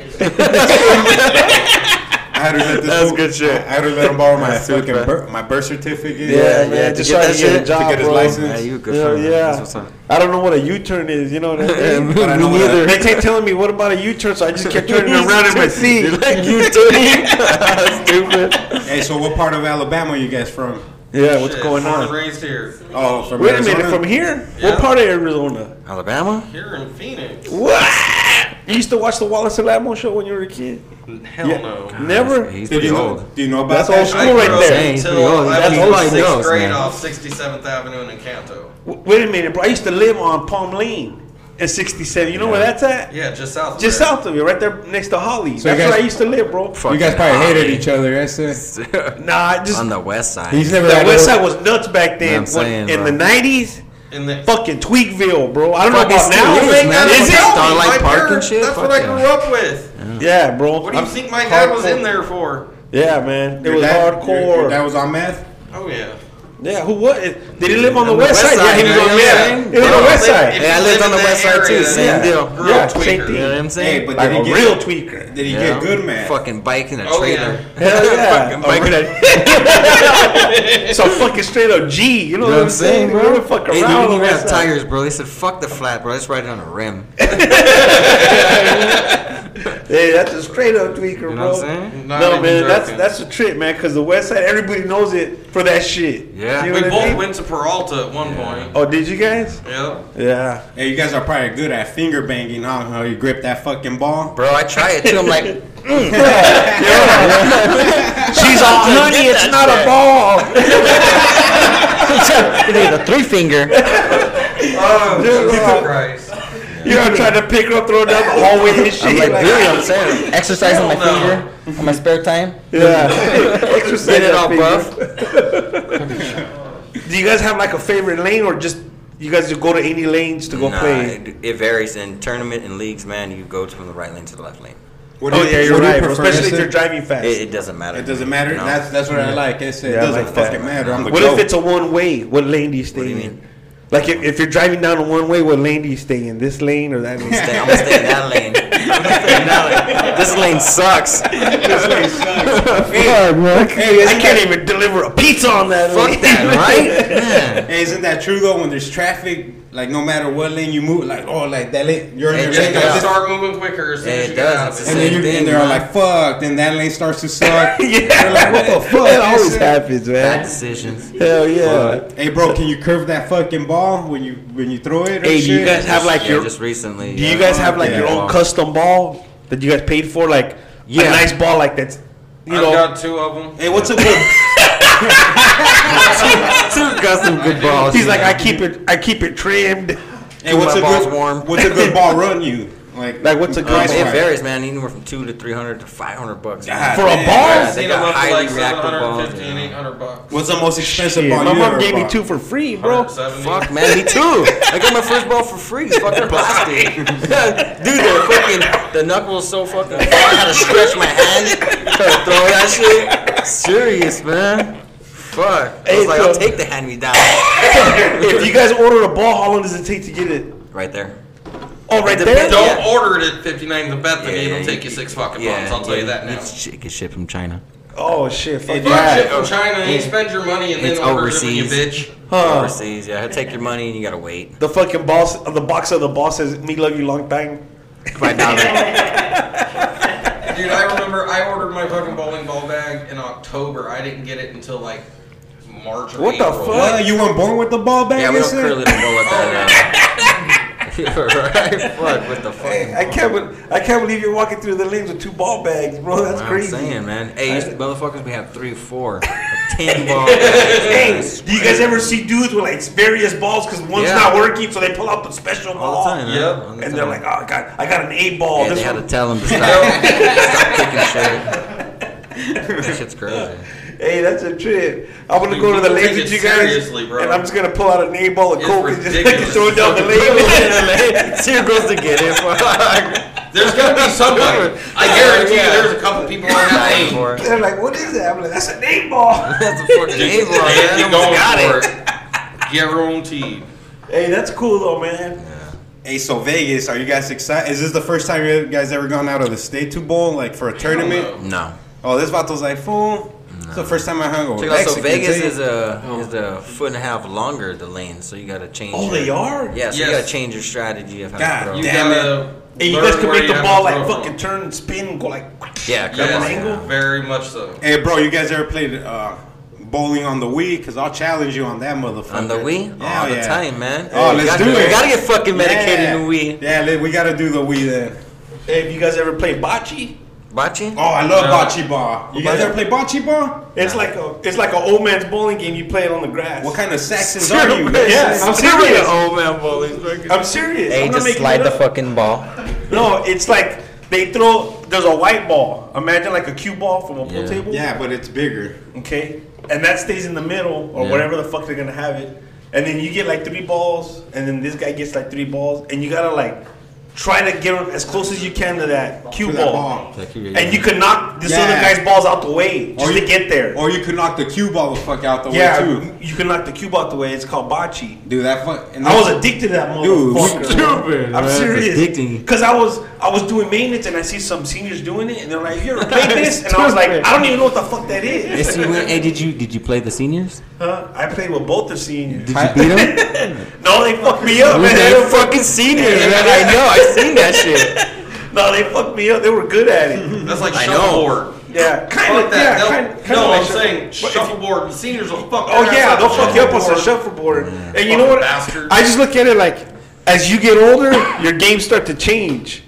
Speaker 3: I had to let this
Speaker 7: That's
Speaker 3: fool-
Speaker 7: good shit.
Speaker 3: I had to let him borrow my
Speaker 5: That's super.
Speaker 3: fucking bir- my birth certificate.
Speaker 7: Yeah,
Speaker 5: yeah,
Speaker 7: man.
Speaker 5: to
Speaker 7: Just
Speaker 5: get
Speaker 7: trying
Speaker 5: that
Speaker 7: to get a
Speaker 5: shit,
Speaker 7: job,
Speaker 3: to get his
Speaker 7: bro.
Speaker 3: license.
Speaker 5: Yeah, you a good
Speaker 7: Hell
Speaker 5: friend. man. That's
Speaker 7: uh, yeah.
Speaker 5: what's up.
Speaker 7: I don't know what a U-turn is. You know what I mean?
Speaker 5: But I
Speaker 7: Me
Speaker 5: know what a-
Speaker 7: neither. They kept telling me, "What about a U-turn?" So I just kept turning around in my seat. U-turn. Stupid.
Speaker 3: Hey, so what part of Alabama are you guys from?
Speaker 7: Yeah, what's
Speaker 6: Shit,
Speaker 7: going
Speaker 6: born and
Speaker 7: on?
Speaker 6: raised here.
Speaker 3: Oh, from
Speaker 7: Wait a
Speaker 3: Arizona?
Speaker 7: minute. From here,
Speaker 6: Yeah.
Speaker 7: what part of Arizona?
Speaker 5: Alabama?
Speaker 6: Here in Phoenix.
Speaker 7: What? You used to watch the Wallace and Lambo show when you were a kid?
Speaker 6: Hell
Speaker 7: Yeah.
Speaker 6: no.
Speaker 7: Never.
Speaker 5: He's
Speaker 3: Did
Speaker 5: pretty
Speaker 3: you
Speaker 5: old.
Speaker 3: know? Do you know about
Speaker 7: That's
Speaker 3: that?
Speaker 7: old
Speaker 6: I
Speaker 7: school
Speaker 6: grew
Speaker 7: right
Speaker 6: up
Speaker 7: there.
Speaker 5: Dang,
Speaker 6: Until
Speaker 5: pretty old.
Speaker 6: I
Speaker 5: That's
Speaker 6: was
Speaker 5: all
Speaker 6: in
Speaker 5: he
Speaker 6: sixth
Speaker 5: knows,
Speaker 6: grade
Speaker 5: man.
Speaker 6: off 67th Avenue in Encanto.
Speaker 7: W- Wait a minute, bro. I used to live on Palm Lane in '67. You know where that's at?
Speaker 6: Yeah, just south. of
Speaker 7: Just
Speaker 6: there.
Speaker 7: south of you, right there next to Holly.
Speaker 3: So you
Speaker 7: that's where
Speaker 3: guys-
Speaker 7: I used to live, bro.
Speaker 3: You guys probably hated each other. That's it.
Speaker 7: Nah, I just
Speaker 5: on the west side.
Speaker 3: He's never
Speaker 7: The
Speaker 3: had
Speaker 7: West
Speaker 3: no-
Speaker 7: Side was nuts back then.
Speaker 5: I'm saying,
Speaker 7: When- in
Speaker 5: bro.
Speaker 7: the nineties,
Speaker 6: And the,
Speaker 7: Fucking Tweakville, bro. I don't know
Speaker 5: Fucking
Speaker 7: about now.
Speaker 5: Steelers,
Speaker 6: Ain't
Speaker 5: man.
Speaker 6: gotta
Speaker 5: Is it
Speaker 6: tell me,
Speaker 5: Starlight
Speaker 6: my
Speaker 5: Park and
Speaker 6: parents-
Speaker 5: shit?
Speaker 6: That's
Speaker 5: Fuck
Speaker 6: what I
Speaker 5: yeah.
Speaker 6: grew up with.
Speaker 7: Yeah, bro.
Speaker 6: What do you think my dad was in there for?
Speaker 7: Yeah, man. It
Speaker 3: Your
Speaker 7: was
Speaker 3: dad-
Speaker 7: hardcore.
Speaker 3: your- your dad was on meth.
Speaker 6: Oh yeah.
Speaker 7: yeah, who was? Did he live on the west side? Yeah, he was
Speaker 5: man,
Speaker 7: on
Speaker 5: you know what
Speaker 7: yeah.
Speaker 5: I'm
Speaker 7: He was on the west
Speaker 6: saying?
Speaker 7: side.
Speaker 6: If
Speaker 5: Yeah, I
Speaker 6: you
Speaker 5: lived on
Speaker 6: live
Speaker 5: the
Speaker 6: in
Speaker 5: west
Speaker 6: that
Speaker 5: side too.
Speaker 6: area,
Speaker 5: Same
Speaker 6: then
Speaker 5: deal.
Speaker 6: you're a
Speaker 7: Yeah, same
Speaker 5: You
Speaker 6: tweaker.
Speaker 7: thing.
Speaker 5: know what I'm saying?
Speaker 3: Hey, but
Speaker 7: Like
Speaker 3: did
Speaker 7: a
Speaker 3: he get
Speaker 7: real tweaker.
Speaker 3: Did he
Speaker 5: Yeah.
Speaker 3: get good meth?
Speaker 5: Fucking bike in a
Speaker 6: Oh,
Speaker 5: trailer.
Speaker 6: yeah.
Speaker 7: Hell yeah.
Speaker 5: fucking bike in a
Speaker 7: so fucking straight up G. You know, what I'm saying, bro? They fuck around.
Speaker 5: Hey, they
Speaker 7: on
Speaker 5: didn't
Speaker 7: the
Speaker 5: even
Speaker 7: west
Speaker 5: have
Speaker 7: side.
Speaker 5: tires, bro. They said, fuck the flat, bro. Let's ride it on a rim.
Speaker 7: Hey, that's a straight up tweaker, bro.
Speaker 5: You know what I'm saying?
Speaker 6: Not
Speaker 7: no
Speaker 6: even
Speaker 7: man, that's
Speaker 6: joking.
Speaker 7: that's a trip, man. Because the West Side, everybody knows it for that shit.
Speaker 5: Yeah.
Speaker 7: You know
Speaker 6: We
Speaker 7: what I
Speaker 6: both
Speaker 7: mean?
Speaker 6: went to Peralta at one point.
Speaker 7: Oh, did you guys?
Speaker 6: Yeah.
Speaker 7: Yeah.
Speaker 3: Hey, you guys are probably good at finger banging, huh? How you grip that fucking ball?
Speaker 5: Bro, I try it too. I'm like, mm.
Speaker 7: She's all honey. It's not a ball.
Speaker 5: the three finger.
Speaker 6: Oh, Jesus Christ.
Speaker 7: You know, trying to pick her up, throw her down the hallway and shit.
Speaker 5: I'm like,
Speaker 7: Like,
Speaker 5: really, I'm saying. Exercising my
Speaker 6: Hell no.
Speaker 5: finger on my spare time.
Speaker 7: yeah. Exercise
Speaker 5: Get it
Speaker 7: that
Speaker 5: all
Speaker 7: finger.
Speaker 5: buff.
Speaker 7: Do you guys have like a favorite lane, or just you guys just go to any lanes to go
Speaker 5: Nah,
Speaker 7: play?
Speaker 5: it, it varies in tournament and leagues, man. You go from the right lane to the left lane.
Speaker 3: What
Speaker 7: Oh
Speaker 3: do you-
Speaker 7: yeah, you're
Speaker 3: what do you
Speaker 7: right. bro,
Speaker 3: prefer,
Speaker 7: Especially if
Speaker 3: Issa?
Speaker 7: you're driving fast.
Speaker 5: It, it doesn't matter.
Speaker 3: It doesn't matter. That's that's what I like. It's, it
Speaker 7: Yeah, I
Speaker 3: doesn't
Speaker 7: like that.
Speaker 3: fucking matter. I'm the
Speaker 7: what
Speaker 3: goat.
Speaker 7: if it's a one way? What lane do you stay
Speaker 5: do you
Speaker 7: in?
Speaker 5: mean?
Speaker 7: Like if, if you're driving down a one way, what lane do you stay in? This lane or that lane?
Speaker 5: Stay- I'm gonna stay in that lane. I'm gonna stay in that lane. This lane sucks.
Speaker 7: Fuck, man.
Speaker 3: Hey, isn't
Speaker 7: I can't
Speaker 3: that-
Speaker 7: even deliver a pizza on that.
Speaker 5: Fuck
Speaker 7: lane.
Speaker 5: that, right? Man.
Speaker 3: Hey, isn't that true though? When there's traffic, like no matter what lane you move, like oh, like that lane, you're
Speaker 5: Hey,
Speaker 3: in your
Speaker 5: check
Speaker 3: lane,
Speaker 5: it
Speaker 3: like
Speaker 5: out.
Speaker 3: this,
Speaker 6: Start moving quicker as soon
Speaker 5: Yeah,
Speaker 6: as
Speaker 5: it
Speaker 6: you get out
Speaker 5: does.
Speaker 6: of
Speaker 5: It's
Speaker 6: it.
Speaker 5: the
Speaker 3: and then
Speaker 5: Same
Speaker 3: you're
Speaker 5: thing,
Speaker 3: and they're all
Speaker 5: man.
Speaker 3: like fuck, then that lane starts to suck.
Speaker 7: yeah.
Speaker 3: You're like, what the fuck?
Speaker 7: That always
Speaker 3: That's it.
Speaker 7: happens,
Speaker 5: Bad
Speaker 7: man.
Speaker 5: decisions.
Speaker 7: Hell yeah.
Speaker 3: Hey, bro, can you curve that fucking ball when you when you throw it? Or
Speaker 7: Hey, do you
Speaker 3: shit?
Speaker 7: guys have like
Speaker 5: yeah,
Speaker 7: your?
Speaker 5: just recently.
Speaker 7: Do
Speaker 5: yeah.
Speaker 7: you guys have like
Speaker 3: Yeah.
Speaker 7: your own custom ball that you guys paid for? Like a
Speaker 5: Yeah.
Speaker 7: nice ball like that's you
Speaker 6: I've
Speaker 7: know.
Speaker 6: got two of them.
Speaker 3: Hey, what's a good?
Speaker 5: Two custom good balls.
Speaker 7: He's
Speaker 5: yeah.
Speaker 7: like, I keep it, I keep it trimmed.
Speaker 3: hey, what's
Speaker 5: my
Speaker 3: a
Speaker 5: ball's
Speaker 3: good?
Speaker 5: warm.
Speaker 3: What's a good ball run you? Like
Speaker 7: Like, what's a good-
Speaker 5: Um,
Speaker 3: price
Speaker 5: it
Speaker 3: wise?
Speaker 5: varies, man. Anywhere from two to three hundred to five hundred bucks.
Speaker 3: God
Speaker 7: For a
Speaker 3: damn.
Speaker 7: ball?
Speaker 6: I've
Speaker 5: Yeah, they
Speaker 6: seen
Speaker 5: got
Speaker 6: them up to
Speaker 5: highly
Speaker 6: like
Speaker 5: reactive balls.
Speaker 6: 750 and 800 bucks.
Speaker 3: What's the most expensive
Speaker 7: Shit,
Speaker 3: ball
Speaker 7: my
Speaker 3: you
Speaker 7: mom
Speaker 3: ever
Speaker 7: gave me
Speaker 3: bought?
Speaker 7: two for free, bro.
Speaker 6: 170.
Speaker 5: Fuck, man, me too. I got my first ball for free. It's fucking plastic. Dude, the fucking the knuckle is so fucking. I had to stretch my hand to throw that shit. Serious, man. Fuck. I
Speaker 7: Hey,
Speaker 5: was like,
Speaker 7: so-
Speaker 5: I'll take the hand me down.
Speaker 7: if you guys order a ball, how long does it take to get it?
Speaker 5: Right there.
Speaker 7: Oh, right
Speaker 5: It
Speaker 7: there.
Speaker 5: depends.
Speaker 6: Don't
Speaker 5: Yeah.
Speaker 6: order it at 59 the bet
Speaker 5: Yeah,
Speaker 6: yeah,
Speaker 5: yeah,
Speaker 6: it'll
Speaker 5: you-
Speaker 6: take you six fucking
Speaker 5: yeah,
Speaker 6: months. I'll tell you that now.
Speaker 5: It's shit, it's shipped from China.
Speaker 7: Oh shit, fuck
Speaker 3: Hey,
Speaker 6: Fuck
Speaker 7: that.
Speaker 6: shit from China. You spend your money and then
Speaker 5: It's
Speaker 6: order it when you
Speaker 5: overseas.
Speaker 6: bitch.
Speaker 7: Huh.
Speaker 5: Overseas, yeah. Take your money and you gotta wait.
Speaker 7: The fucking boss, uh, the box of the boss says, "Me love you long time."
Speaker 5: Right now,
Speaker 6: Dude, I remember I ordered my fucking bowling ball bag in October. I didn't get it until like March or
Speaker 7: What the
Speaker 6: April.
Speaker 7: fuck?
Speaker 3: Uh, you weren't born with the ball back.
Speaker 5: yeah, we don't
Speaker 3: Issa?
Speaker 5: curl it and go with that. Uh, you're right. Fuck. What the fuck?
Speaker 7: I can't, be- I can't believe you're walking through the lanes with two ball bags, bro. That's
Speaker 5: That's what I'm
Speaker 7: crazy.
Speaker 5: saying, man. Hey, these motherfuckers, we have three, four, ten balls. hey,
Speaker 7: Do you guys ever see dudes with like various balls because one's
Speaker 5: Yeah.
Speaker 7: not working, so they pull out the special ball?
Speaker 5: all the time?
Speaker 6: Yep.
Speaker 5: Man. All the
Speaker 7: And they're like,
Speaker 5: time.
Speaker 7: "Oh god, I got an eight ball."
Speaker 5: yeah,
Speaker 7: this
Speaker 5: they had
Speaker 7: one-
Speaker 5: to tell them to stop, stop kicking shit. That shit's crazy.
Speaker 7: Hey, that's a trip. I'm gonna
Speaker 6: Dude,
Speaker 7: go to the
Speaker 6: people
Speaker 7: lane
Speaker 6: take it
Speaker 7: with you guys,
Speaker 6: seriously, bro.
Speaker 7: and I'm just gonna pull out a name ball of
Speaker 6: It's
Speaker 7: coke and just
Speaker 6: ridiculous.
Speaker 7: throw it down the lane.
Speaker 5: Here goes to get it. Fuck.
Speaker 6: There's gonna be somebody. I guarantee
Speaker 5: Yeah.
Speaker 6: you, there's a couple people on that
Speaker 5: Dying
Speaker 6: lane.
Speaker 5: for it.
Speaker 7: They're like, "What is that?" I'm like, "That's a name ball."
Speaker 5: That's a fucking game ball, man.
Speaker 6: They
Speaker 5: Almost
Speaker 6: going
Speaker 5: got
Speaker 6: for
Speaker 5: it.
Speaker 6: it. Guaranteed.
Speaker 7: hey, that's cool though, man.
Speaker 3: Hey, so Vegas, are you guys excited? Is this the first time you guys ever gone out of the state to bowl, like for a tournament?
Speaker 5: No.
Speaker 3: Oh, this vato's like fool. It's the first time I hung over.
Speaker 5: Check it out,
Speaker 3: Mexican,
Speaker 5: so Vegas
Speaker 3: too.
Speaker 5: is a is a foot and a half longer the lane, so you gotta change.
Speaker 7: Oh,
Speaker 5: your-
Speaker 7: they are.
Speaker 5: Yeah, so you
Speaker 6: Yes.
Speaker 5: gotta change your strategy of how
Speaker 3: God
Speaker 5: to throw.
Speaker 6: You
Speaker 3: Damn
Speaker 6: gotta.
Speaker 7: Hey, you
Speaker 6: learn
Speaker 7: guys can
Speaker 6: where
Speaker 7: make
Speaker 6: you
Speaker 7: the
Speaker 6: have
Speaker 7: ball
Speaker 6: to
Speaker 7: like
Speaker 6: throw from.
Speaker 7: fucking turn and spin, and go like.
Speaker 5: Yeah, come
Speaker 6: Yes,
Speaker 5: on,
Speaker 7: angle?
Speaker 5: yeah.
Speaker 6: very much so.
Speaker 3: Hey, bro, you guys ever played uh, bowling on the Wii? Because I'll challenge you on that motherfucker.
Speaker 5: On the Wii?
Speaker 3: Yeah,
Speaker 5: All the
Speaker 3: yeah.
Speaker 5: time, man.
Speaker 3: Oh,
Speaker 5: You
Speaker 3: let's
Speaker 5: gotta,
Speaker 3: do it.
Speaker 5: You gotta get fucking medicated in the Wii.
Speaker 3: Yeah, li- we gotta do the Wii then.
Speaker 7: Hey, have you guys ever played bocce?
Speaker 5: Bocce?
Speaker 3: Oh, I love
Speaker 6: Yeah.
Speaker 3: bocce ball. You guys
Speaker 7: about
Speaker 3: ever play bocce ball?
Speaker 7: It's like a, it's like an old man's bowling game. You play it on the grass.
Speaker 3: What kind of Saxons are you?
Speaker 7: Yeah, I'm serious.
Speaker 5: old man bowling.
Speaker 7: I'm serious.
Speaker 5: Hey,
Speaker 7: I'm
Speaker 5: just
Speaker 7: making
Speaker 5: slide
Speaker 7: it
Speaker 5: the
Speaker 7: up.
Speaker 5: fucking ball.
Speaker 7: No, it's like they throw. There's a white ball. Imagine like a cue ball from a pool
Speaker 5: Yeah.
Speaker 7: table.
Speaker 3: Yeah, but it's bigger.
Speaker 7: Okay. And that stays in the middle or
Speaker 5: Yeah.
Speaker 7: whatever the fuck they're gonna have it.
Speaker 4: and then you get like three balls, and then this guy gets like three balls, and you gotta like try to get as close as you can to that cue
Speaker 3: To that
Speaker 4: ball.
Speaker 3: ball.
Speaker 4: And you could knock this
Speaker 3: Yeah.
Speaker 4: other guy's balls out the way just to get there.
Speaker 3: Or you could knock the cue ball the fuck out the
Speaker 4: yeah,
Speaker 3: way too.
Speaker 4: you can knock the cube out the way. It's called bocce.
Speaker 3: Dude, that fuck. And
Speaker 4: I was addicted to that
Speaker 3: Dude,
Speaker 4: motherfucker.
Speaker 7: stupid,
Speaker 4: I'm
Speaker 7: man.
Speaker 4: serious.
Speaker 5: Addicting.
Speaker 4: Cause I was I was doing maintenance and I see some seniors doing it and they're like, "You ever played this?" And I was like, "I don't even know what the fuck that is."
Speaker 5: Yes, you went- hey, did you did you play the seniors?
Speaker 4: Huh? I played with both the seniors.
Speaker 5: Did you beat them?
Speaker 4: No, they fucked me up, man. They
Speaker 5: They're
Speaker 4: were
Speaker 5: fucking seniors, man. I know. I seen that shit.
Speaker 4: fuck- no, they fucked me up. They were good at
Speaker 3: Mm-hmm.
Speaker 4: it.
Speaker 6: That's like
Speaker 5: I
Speaker 6: shuffleboard.
Speaker 4: Yeah, kind
Speaker 6: Fuck
Speaker 4: of. Yeah,
Speaker 6: that.
Speaker 4: kind,
Speaker 6: They'll-
Speaker 4: kind
Speaker 6: no,
Speaker 4: of.
Speaker 6: I'm saying shuffleboard. The seniors will fuck.
Speaker 4: Oh
Speaker 6: their
Speaker 4: yeah,
Speaker 6: ass
Speaker 4: they'll fuck you up on some shuffleboard.
Speaker 3: Mm-hmm.
Speaker 4: And you know what?
Speaker 6: Bastard.
Speaker 7: I just look at it like, as you get older, your games start to change.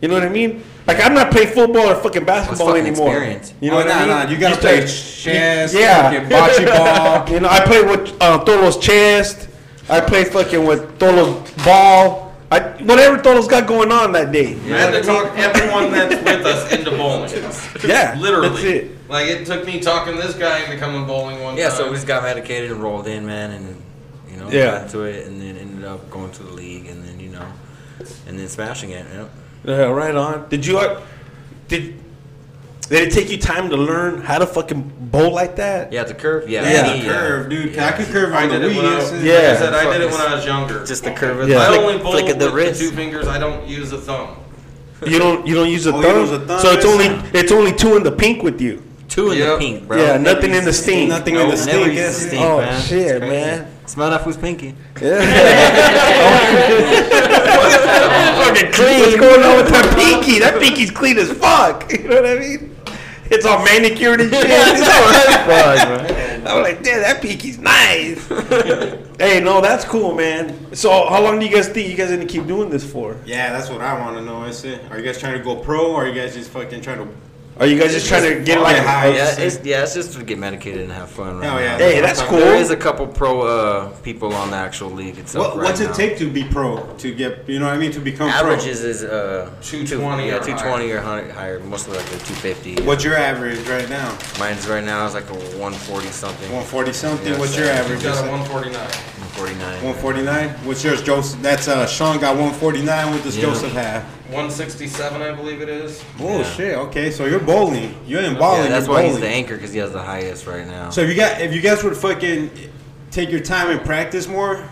Speaker 7: You know what I mean? Like I'm not playing football or fucking basketball
Speaker 5: fucking
Speaker 7: anymore.
Speaker 5: experience.
Speaker 7: You know
Speaker 3: Oh,
Speaker 7: what I
Speaker 3: nah,
Speaker 7: mean?
Speaker 3: nah, you gotta play chess, fucking bocce ball.
Speaker 7: you know, I played with uh, Toro's chest. I played fucking with Toro's ball. I whatever Toro's got going on that day.
Speaker 6: I had to talk everyone that's with us into bowling.
Speaker 7: Yeah,
Speaker 6: Literally.
Speaker 7: That's it.
Speaker 6: Like it took me talking to this guy into coming bowling one
Speaker 5: Yeah,
Speaker 6: time.
Speaker 5: so we just got medicated and rolled in, man, and you know,
Speaker 7: Yeah.
Speaker 5: got into it, and then ended up going to the league, and then you know, and then smashing it. Yep.
Speaker 4: Yeah, right on. Did you? uh, Did did it take you time to learn how to fucking bowl like that?
Speaker 5: Yeah, the curve. Yeah,
Speaker 3: Yeah,
Speaker 5: knee,
Speaker 3: the curve, dude. I could curve
Speaker 6: I
Speaker 3: on the
Speaker 6: did it when I was,
Speaker 3: Wii.
Speaker 6: like
Speaker 3: Yeah.
Speaker 6: I
Speaker 7: Yeah.
Speaker 6: said I did it when I was younger.
Speaker 5: Just the curve. Of
Speaker 7: Yeah.
Speaker 5: the
Speaker 6: I
Speaker 5: flick,
Speaker 6: only bowl
Speaker 5: flick
Speaker 6: with
Speaker 5: of the
Speaker 6: the,
Speaker 5: wrist.
Speaker 6: two fingers. I don't use a thumb.
Speaker 7: You don't you don't use a,
Speaker 3: Oh, you
Speaker 7: thumb,
Speaker 3: don't use a thumb,
Speaker 7: so it's
Speaker 3: that's
Speaker 7: only
Speaker 3: it.
Speaker 7: it's only two in the pink with you.
Speaker 5: Two in the
Speaker 6: Yep.
Speaker 5: pink, bro.
Speaker 7: yeah, nothing in the stink.
Speaker 3: Nothing
Speaker 6: Nope.
Speaker 3: in the
Speaker 5: Never
Speaker 3: stink.
Speaker 5: use the
Speaker 3: yeah.
Speaker 5: stink,
Speaker 7: Oh,
Speaker 5: man. It's
Speaker 7: shit,
Speaker 5: crazy.
Speaker 7: man.
Speaker 5: Smell that who's pinky.
Speaker 7: fucking clean. What's going on with that pinky? That pinky's clean as fuck. You know what I mean? It's all manicured and shit. It's all right. I'm like, damn, that pinky's nice. hey, no, that's cool, man. So, how long do you guys think you guys gonna keep doing this for?
Speaker 3: Yeah, that's what I want to know. Is it? Are you guys trying to go pro, or are you guys just fucking trying to?
Speaker 7: Are you guys just trying to get like?
Speaker 3: Yeah, hi.
Speaker 5: Yeah, it's, yeah, it's just to get medicated and have fun. Right
Speaker 3: Hell Oh, yeah.
Speaker 5: now.
Speaker 7: Hey, that's cool.
Speaker 5: There is a couple pro uh, people on the actual league itself.
Speaker 3: What,
Speaker 5: right
Speaker 3: what's
Speaker 5: now.
Speaker 3: it take to be pro? To get, you know what I mean? To become
Speaker 5: Averages is uh,
Speaker 6: 220
Speaker 5: yeah,
Speaker 6: or
Speaker 5: 220 or higher. higher. Most of like the 250.
Speaker 3: pro. What's your average right now?
Speaker 5: Mine's right now is like a 140 something.
Speaker 3: 140 something.
Speaker 5: Yeah,
Speaker 3: What's
Speaker 5: so
Speaker 3: your
Speaker 6: He's
Speaker 3: average?
Speaker 6: got a 149.
Speaker 5: 149.
Speaker 3: 149. What's yours, Joseph? That's uh, Sean got 149. What does
Speaker 5: Yeah.
Speaker 3: Joseph have?
Speaker 6: 167, I believe it is.
Speaker 3: Oh
Speaker 5: Yeah.
Speaker 3: shit. Okay, so you're bowling. You're in bowling.
Speaker 5: Yeah, that's
Speaker 3: you're
Speaker 5: why he's
Speaker 3: bowling.
Speaker 5: the anchor because he has the highest right now.
Speaker 3: So if you got, if you guys would fucking take your time and practice more,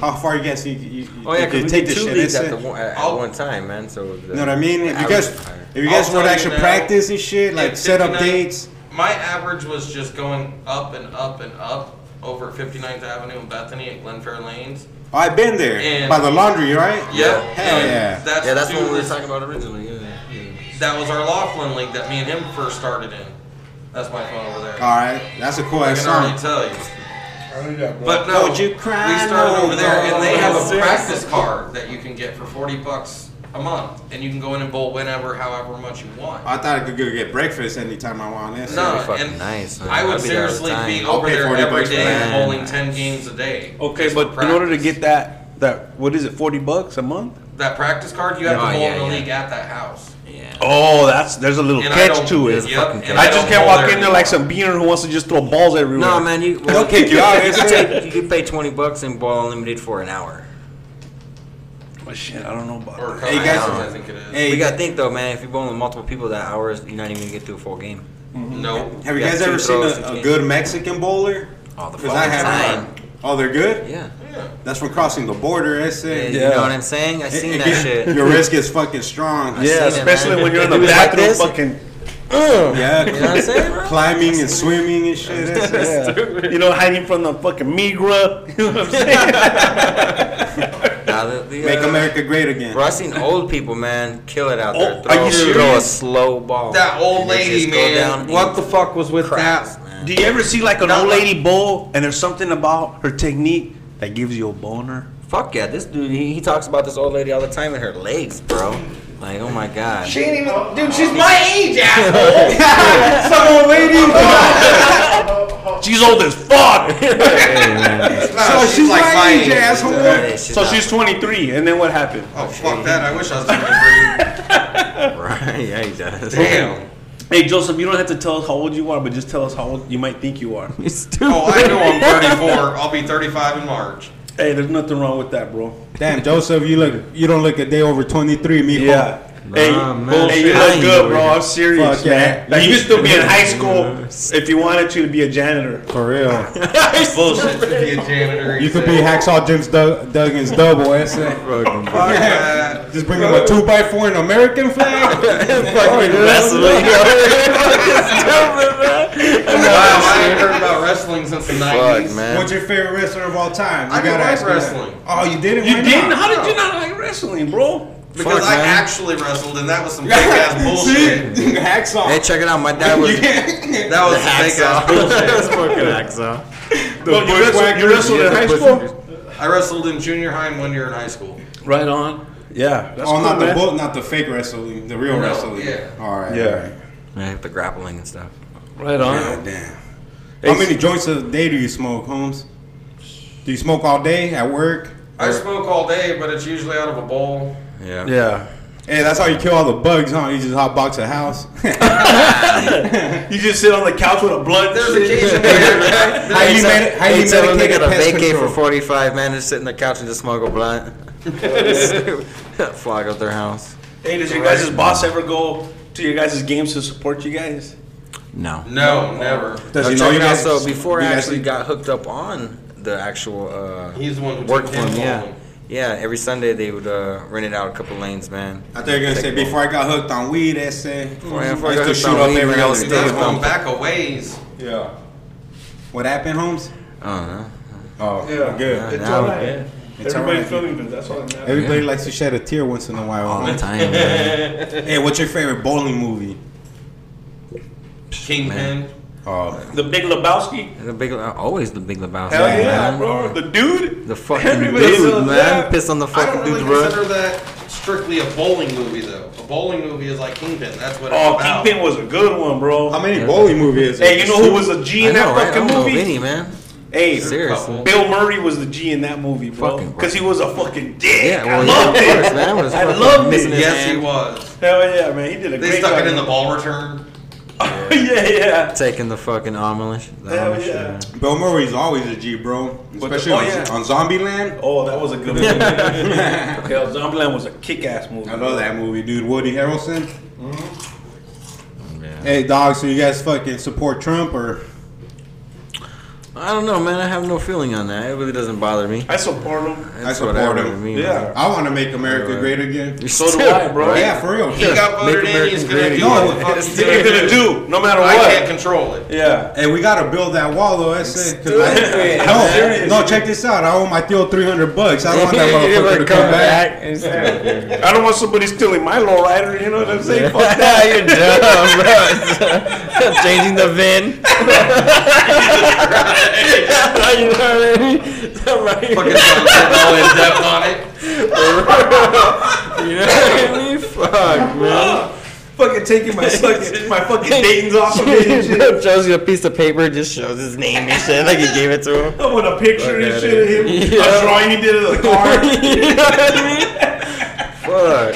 Speaker 3: how far you guys think you, you,
Speaker 5: oh yeah,
Speaker 3: you
Speaker 5: because we
Speaker 3: take
Speaker 5: did
Speaker 3: this
Speaker 5: two
Speaker 3: shit?
Speaker 5: leagues
Speaker 3: It's
Speaker 5: at, the
Speaker 3: a-
Speaker 5: one, at
Speaker 6: I'll-
Speaker 5: one time, man. So the
Speaker 3: you know what I mean? If you
Speaker 5: average
Speaker 3: guys,
Speaker 5: is higher.
Speaker 3: if you
Speaker 6: I'll
Speaker 3: guys
Speaker 6: tell
Speaker 3: would
Speaker 6: you
Speaker 3: actually
Speaker 6: now,
Speaker 3: practice and shit, like
Speaker 6: at
Speaker 3: set up
Speaker 6: 59
Speaker 3: dates.
Speaker 6: My average was just going up and up and up over 59th Avenue and Bethany at Glenfair Lanes.
Speaker 3: Oh, I've been there
Speaker 6: And-
Speaker 3: by the laundry, right?
Speaker 6: Yep.
Speaker 3: Hell
Speaker 6: and
Speaker 3: yeah.
Speaker 6: That's
Speaker 5: yeah, that's
Speaker 6: two
Speaker 5: what we were
Speaker 6: res-
Speaker 5: talking about originally. Yeah, yeah.
Speaker 6: That was our Laughlin league that me and him first started in. That's my phone over there.
Speaker 3: All right, that's a cool
Speaker 6: I
Speaker 3: ass
Speaker 6: can
Speaker 3: song.
Speaker 6: already tell you. But no,
Speaker 3: Don't you cry
Speaker 6: we started
Speaker 3: no
Speaker 6: over there, and they
Speaker 3: more.
Speaker 6: have a practice card that you can get for forty bucks a month, and you can go in and bowl whenever, however much you want.
Speaker 3: I thought I could go get breakfast anytime I want. That's
Speaker 6: no,
Speaker 5: that'd be fucking
Speaker 6: and
Speaker 5: nice, man.
Speaker 6: I would
Speaker 5: I'd be there all the
Speaker 6: seriously
Speaker 5: time.
Speaker 6: be
Speaker 3: I'll
Speaker 6: over
Speaker 3: pay
Speaker 6: there
Speaker 3: 40
Speaker 6: every
Speaker 3: bucks for
Speaker 6: day
Speaker 5: that.
Speaker 6: bowling ten games a day.
Speaker 4: Okay,
Speaker 6: just
Speaker 4: but
Speaker 6: for
Speaker 4: in order to
Speaker 6: practice.
Speaker 4: get that that what is it, forty bucks a month?
Speaker 6: that practice card, you have
Speaker 5: Oh,
Speaker 6: to bowl
Speaker 5: yeah,
Speaker 6: in the
Speaker 5: yeah.
Speaker 6: league at that house.
Speaker 5: yeah.
Speaker 4: Oh, that's there's a little
Speaker 6: And I don't-
Speaker 4: catch to it.
Speaker 5: There's a fucking
Speaker 6: and
Speaker 5: catch.
Speaker 4: I just
Speaker 6: don't
Speaker 4: can't
Speaker 6: bowl
Speaker 4: walk
Speaker 6: there
Speaker 4: in there
Speaker 6: anymore.
Speaker 4: like some beaner who wants to just throw balls everywhere.
Speaker 5: No, man, you well,
Speaker 3: They'll kick you out.
Speaker 5: You
Speaker 3: It's
Speaker 5: could
Speaker 3: it.
Speaker 5: take, you could pay twenty bucks and ball unlimited for an hour.
Speaker 4: Well, shit, I don't know about
Speaker 6: Or
Speaker 4: that.
Speaker 6: a couple
Speaker 3: Hey, guys.
Speaker 6: hours, I think it is.
Speaker 3: Hey,
Speaker 5: we got to think though, man. If you're bowling with multiple people, that hour is you're not even gonna get through a full game.
Speaker 6: no.
Speaker 3: have you
Speaker 5: Yeah,
Speaker 3: guys
Speaker 5: two
Speaker 3: ever seen
Speaker 5: throws,
Speaker 3: a,
Speaker 5: you
Speaker 3: a
Speaker 5: can't-
Speaker 3: good Mexican bowler?
Speaker 5: All the
Speaker 3: Because I
Speaker 5: fucking
Speaker 3: haven't.
Speaker 5: time.
Speaker 3: Oh, they're good.
Speaker 5: Yeah.
Speaker 3: That's from crossing the border. That's
Speaker 5: yeah,
Speaker 3: it.
Speaker 5: you know what I'm saying? I
Speaker 3: It-
Speaker 5: seen
Speaker 3: it
Speaker 5: that
Speaker 3: gets-
Speaker 5: shit.
Speaker 3: Your wrist gets fucking strong.
Speaker 5: Yeah,
Speaker 4: Yeah,
Speaker 5: Seen it,
Speaker 4: especially
Speaker 5: man.
Speaker 4: when you're in
Speaker 5: They
Speaker 4: the
Speaker 5: do it like
Speaker 4: bathroom,
Speaker 5: this.
Speaker 4: fucking.
Speaker 3: Yeah,
Speaker 5: You know what I'm saying, bro?
Speaker 3: climbing and swimming and shit. That's it.
Speaker 4: Yeah. You know, hiding from the fucking migra. You know what I'm saying?
Speaker 5: Nah, the- the,
Speaker 3: Make
Speaker 5: uh,
Speaker 3: America great again.
Speaker 5: Bro, I seen old people, man, kill it out there.
Speaker 4: Oh,
Speaker 5: Throw,
Speaker 4: are you
Speaker 5: Throw a
Speaker 4: serious?
Speaker 5: slow ball.
Speaker 6: That old
Speaker 5: And they
Speaker 6: lady,
Speaker 5: just go down
Speaker 6: man.
Speaker 5: and
Speaker 6: What the fuck was with
Speaker 5: cracks,
Speaker 6: that?
Speaker 5: man.
Speaker 4: Do you ever see like an
Speaker 6: Not
Speaker 4: old
Speaker 6: like-
Speaker 4: lady bowl and there's something about her technique that gives you a boner?
Speaker 5: Fuck yeah, this dude, he, he talks about this old lady all the time and her legs, bro. Like, oh my god.
Speaker 4: She ain't even, dude. She's
Speaker 6: My age, asshole.
Speaker 3: Some old lady.
Speaker 4: she's old as fuck.
Speaker 3: so she's, like my age, asshole.
Speaker 5: Yeah,
Speaker 4: so
Speaker 5: not-
Speaker 4: she's 23, and then what
Speaker 3: Oh,
Speaker 4: happened?
Speaker 6: Oh fuck that! I wish I was 23.
Speaker 5: Right, yeah, he does.
Speaker 6: Damn.
Speaker 7: Hey Joseph, you don't have to tell us how old you are, but just tell us how old you might think you are.
Speaker 6: Oh, I know I'm 34. I'll be 35 in March.
Speaker 7: Hey, there's nothing wrong with that, bro.
Speaker 3: Damn, Joseph, you look you don't look a day over 23, mijo.
Speaker 7: Yeah. Hey,
Speaker 5: Nah, man.
Speaker 7: hey, you
Speaker 5: I
Speaker 7: look
Speaker 5: ain't
Speaker 7: good,
Speaker 5: worried.
Speaker 7: bro. I'm serious,
Speaker 3: Fuck
Speaker 7: man.
Speaker 3: yeah.
Speaker 7: Like you could still be in high school if you wanted to to be a janitor.
Speaker 3: For real.
Speaker 6: Bullshit to be a janitor.
Speaker 3: You could be Hacksaw Jim's Dug- Duggan's double. That's it.
Speaker 6: Hacksaw.
Speaker 3: Just bring him a 2x4 and American flag.
Speaker 7: Fucking wrestling,
Speaker 6: Wow, I ain't heard about wrestling since the 90s.
Speaker 3: What's your favorite wrestler of all time?
Speaker 6: I
Speaker 3: You
Speaker 6: didn't
Speaker 3: gotta
Speaker 6: like
Speaker 3: ask me that.
Speaker 6: wrestling.
Speaker 3: Oh, you didn't?
Speaker 7: You
Speaker 3: Why
Speaker 7: didn't?
Speaker 3: not?
Speaker 7: How did you not like wrestling, bro?
Speaker 6: Because
Speaker 5: Fuck,
Speaker 6: I
Speaker 5: man.
Speaker 6: actually wrestled, and that was some fake ass bullshit.
Speaker 3: See? Hacksaw.
Speaker 5: Hey, check it out. My dad was
Speaker 6: That was some fake ass bullshit.
Speaker 7: Bro, you wrestled, you wrestled in high school?
Speaker 6: I wrestled in junior high and one year in high school.
Speaker 7: Right on. Yeah. That's
Speaker 3: oh,
Speaker 7: cool,
Speaker 3: not the
Speaker 7: man.
Speaker 3: bull, not the fake wrestling, the real
Speaker 6: No,
Speaker 3: wrestling.
Speaker 6: yeah.
Speaker 3: All right.
Speaker 7: Yeah.
Speaker 3: all right.
Speaker 5: Yeah, the grappling and stuff.
Speaker 7: Right on.
Speaker 3: God damn. How many joints a day do you smoke, Holmes? Do you smoke all day at work?
Speaker 6: I smoke all day, but it's usually out of a bowl.
Speaker 5: Yeah.
Speaker 7: Yeah.
Speaker 3: Hey, that's how you kill all the bugs, huh? You just hotbox a house.
Speaker 7: You just sit on the couch with a blunt.
Speaker 6: There's occasion
Speaker 3: how you, med- how you
Speaker 5: Hey, tell them they
Speaker 3: medicate
Speaker 5: got
Speaker 3: a
Speaker 5: a
Speaker 3: pest
Speaker 5: vacay
Speaker 3: control?
Speaker 5: for 45 minutes, sit on the couch and just smoke a blunt. Flag up their house.
Speaker 7: Hey, does your guys' boss ever go to your guys' games to support you guys?
Speaker 5: No.
Speaker 6: No, never.
Speaker 3: Does
Speaker 5: Now,
Speaker 3: he know
Speaker 5: check
Speaker 3: you
Speaker 5: it out.
Speaker 3: guys?
Speaker 5: So before I
Speaker 3: you guys-
Speaker 5: actually got hooked up on the actual uh,
Speaker 6: He's the one who took
Speaker 5: work for
Speaker 6: him
Speaker 5: him, yeah,
Speaker 6: home.
Speaker 5: yeah. Every Sunday they would uh, rent it out a couple lanes, man.
Speaker 3: I thought you were gonna say before I got hooked on weed. That's it.
Speaker 5: I
Speaker 3: I
Speaker 5: got
Speaker 3: used to
Speaker 5: hooked
Speaker 3: shoot
Speaker 5: on
Speaker 3: up
Speaker 5: weed,
Speaker 3: every
Speaker 5: man, I
Speaker 3: other
Speaker 5: was
Speaker 6: He's
Speaker 5: still
Speaker 3: day.
Speaker 5: hooked
Speaker 6: going
Speaker 3: Holmes.
Speaker 6: back a ways.
Speaker 3: Yeah. What happened, Holmes?
Speaker 5: Uh,
Speaker 3: Oh,
Speaker 10: Yeah.
Speaker 3: good.
Speaker 10: It's all
Speaker 5: now-
Speaker 10: right.
Speaker 3: It's
Speaker 10: Everybody's
Speaker 3: alright.
Speaker 10: feeling good. That's all that matters.
Speaker 3: Everybody likes to shed a tear once in a while.
Speaker 5: all
Speaker 3: huh?
Speaker 5: the time. man.
Speaker 3: Hey, what's your favorite bowling movie?
Speaker 6: Kingpin.
Speaker 3: Oh,
Speaker 7: The Big Lebowski?
Speaker 5: The big, always the big Lebowski.
Speaker 7: Hell yeah,
Speaker 5: man.
Speaker 7: bro. The dude?
Speaker 5: The fucking
Speaker 7: Everybody
Speaker 5: dude,
Speaker 7: loves
Speaker 5: man.
Speaker 7: that.
Speaker 5: Piss on the
Speaker 6: I don't
Speaker 5: fucking
Speaker 6: really
Speaker 5: dude's rug.
Speaker 6: consider that strictly a bowling movie, though. A bowling movie is like Kingpin. That's what it's
Speaker 7: Oh,
Speaker 6: about.
Speaker 7: Kingpin was a good one,
Speaker 5: Oh,
Speaker 7: bro.
Speaker 3: how many bowling movies? Is
Speaker 7: hey, you know who was a G
Speaker 5: I
Speaker 7: in
Speaker 5: know,
Speaker 7: that
Speaker 5: right? I
Speaker 7: fucking
Speaker 5: don't know
Speaker 7: movie?
Speaker 5: Vinny, man.
Speaker 7: Hey,
Speaker 5: Seriously.
Speaker 7: Bill Murray was the G in that movie, bro.
Speaker 5: Fucking
Speaker 7: Because he was a fucking dick.
Speaker 5: Yeah, well,
Speaker 7: I
Speaker 5: yeah,
Speaker 7: loved
Speaker 5: of
Speaker 7: it.
Speaker 5: course, man. Was
Speaker 7: I
Speaker 5: fucking
Speaker 7: loved
Speaker 5: missing
Speaker 7: it.
Speaker 5: his-
Speaker 6: Yes, he
Speaker 5: Man.
Speaker 6: was.
Speaker 7: Hell yeah, man. He did
Speaker 6: They
Speaker 7: a great
Speaker 6: stuck it
Speaker 7: job.
Speaker 6: in the ball return.
Speaker 7: yeah, yeah.
Speaker 5: Taking the fucking Amish. The
Speaker 7: Hell
Speaker 5: Amish,
Speaker 7: yeah.
Speaker 5: man.
Speaker 3: Bill Murray's always a G, bro. Especially
Speaker 7: oh,
Speaker 3: on,
Speaker 7: yeah.
Speaker 3: on Zombieland.
Speaker 7: Oh, that was a good movie. Hell, Zombieland was a kick-ass movie.
Speaker 3: I love that movie, dude. Woody Harrelson.
Speaker 5: Mm-hmm. Yeah.
Speaker 3: Hey, dog. So you guys fucking support Trump or?
Speaker 5: I don't know, man. I have no feeling on that. It really doesn't bother me.
Speaker 7: I support him.
Speaker 5: It's
Speaker 3: support
Speaker 5: whatever
Speaker 3: him.
Speaker 5: to me, man.
Speaker 7: Yeah.
Speaker 3: I want to make America
Speaker 5: Right.
Speaker 3: great again.
Speaker 7: So do I, bro.
Speaker 3: Yeah, for real.
Speaker 6: He got voted in. He's gonna do
Speaker 3: again.
Speaker 6: what the fuck he's
Speaker 7: He's gonna
Speaker 6: gonna do.
Speaker 7: do no matter
Speaker 6: I can't
Speaker 7: what.
Speaker 6: control it.
Speaker 7: Yeah.
Speaker 3: Hey, we gotta build that wall though. That's it. 'Cause
Speaker 7: Do it,
Speaker 3: I, no, no, check this out. I owe my deal three hundred bucks. I don't want that motherfucker to come back.
Speaker 7: I don't want somebody stealing my low rider. You know what I'm saying? Fuck that.
Speaker 5: You're dumb, bro. Changing the VIN. you know what I mean?
Speaker 6: Fucking sounds like all in depth on it.
Speaker 5: You know what I mean? Fuck, man.
Speaker 7: Fucking taking my fucking my fucking Dayton's off of me. and shit.
Speaker 5: shows you a piece of paper, just shows his name and shit, like he gave it to him.
Speaker 7: I want a picture and shit of him.
Speaker 5: Yeah.
Speaker 7: A drawing he did of the car.
Speaker 5: you know what I mean? Fuck.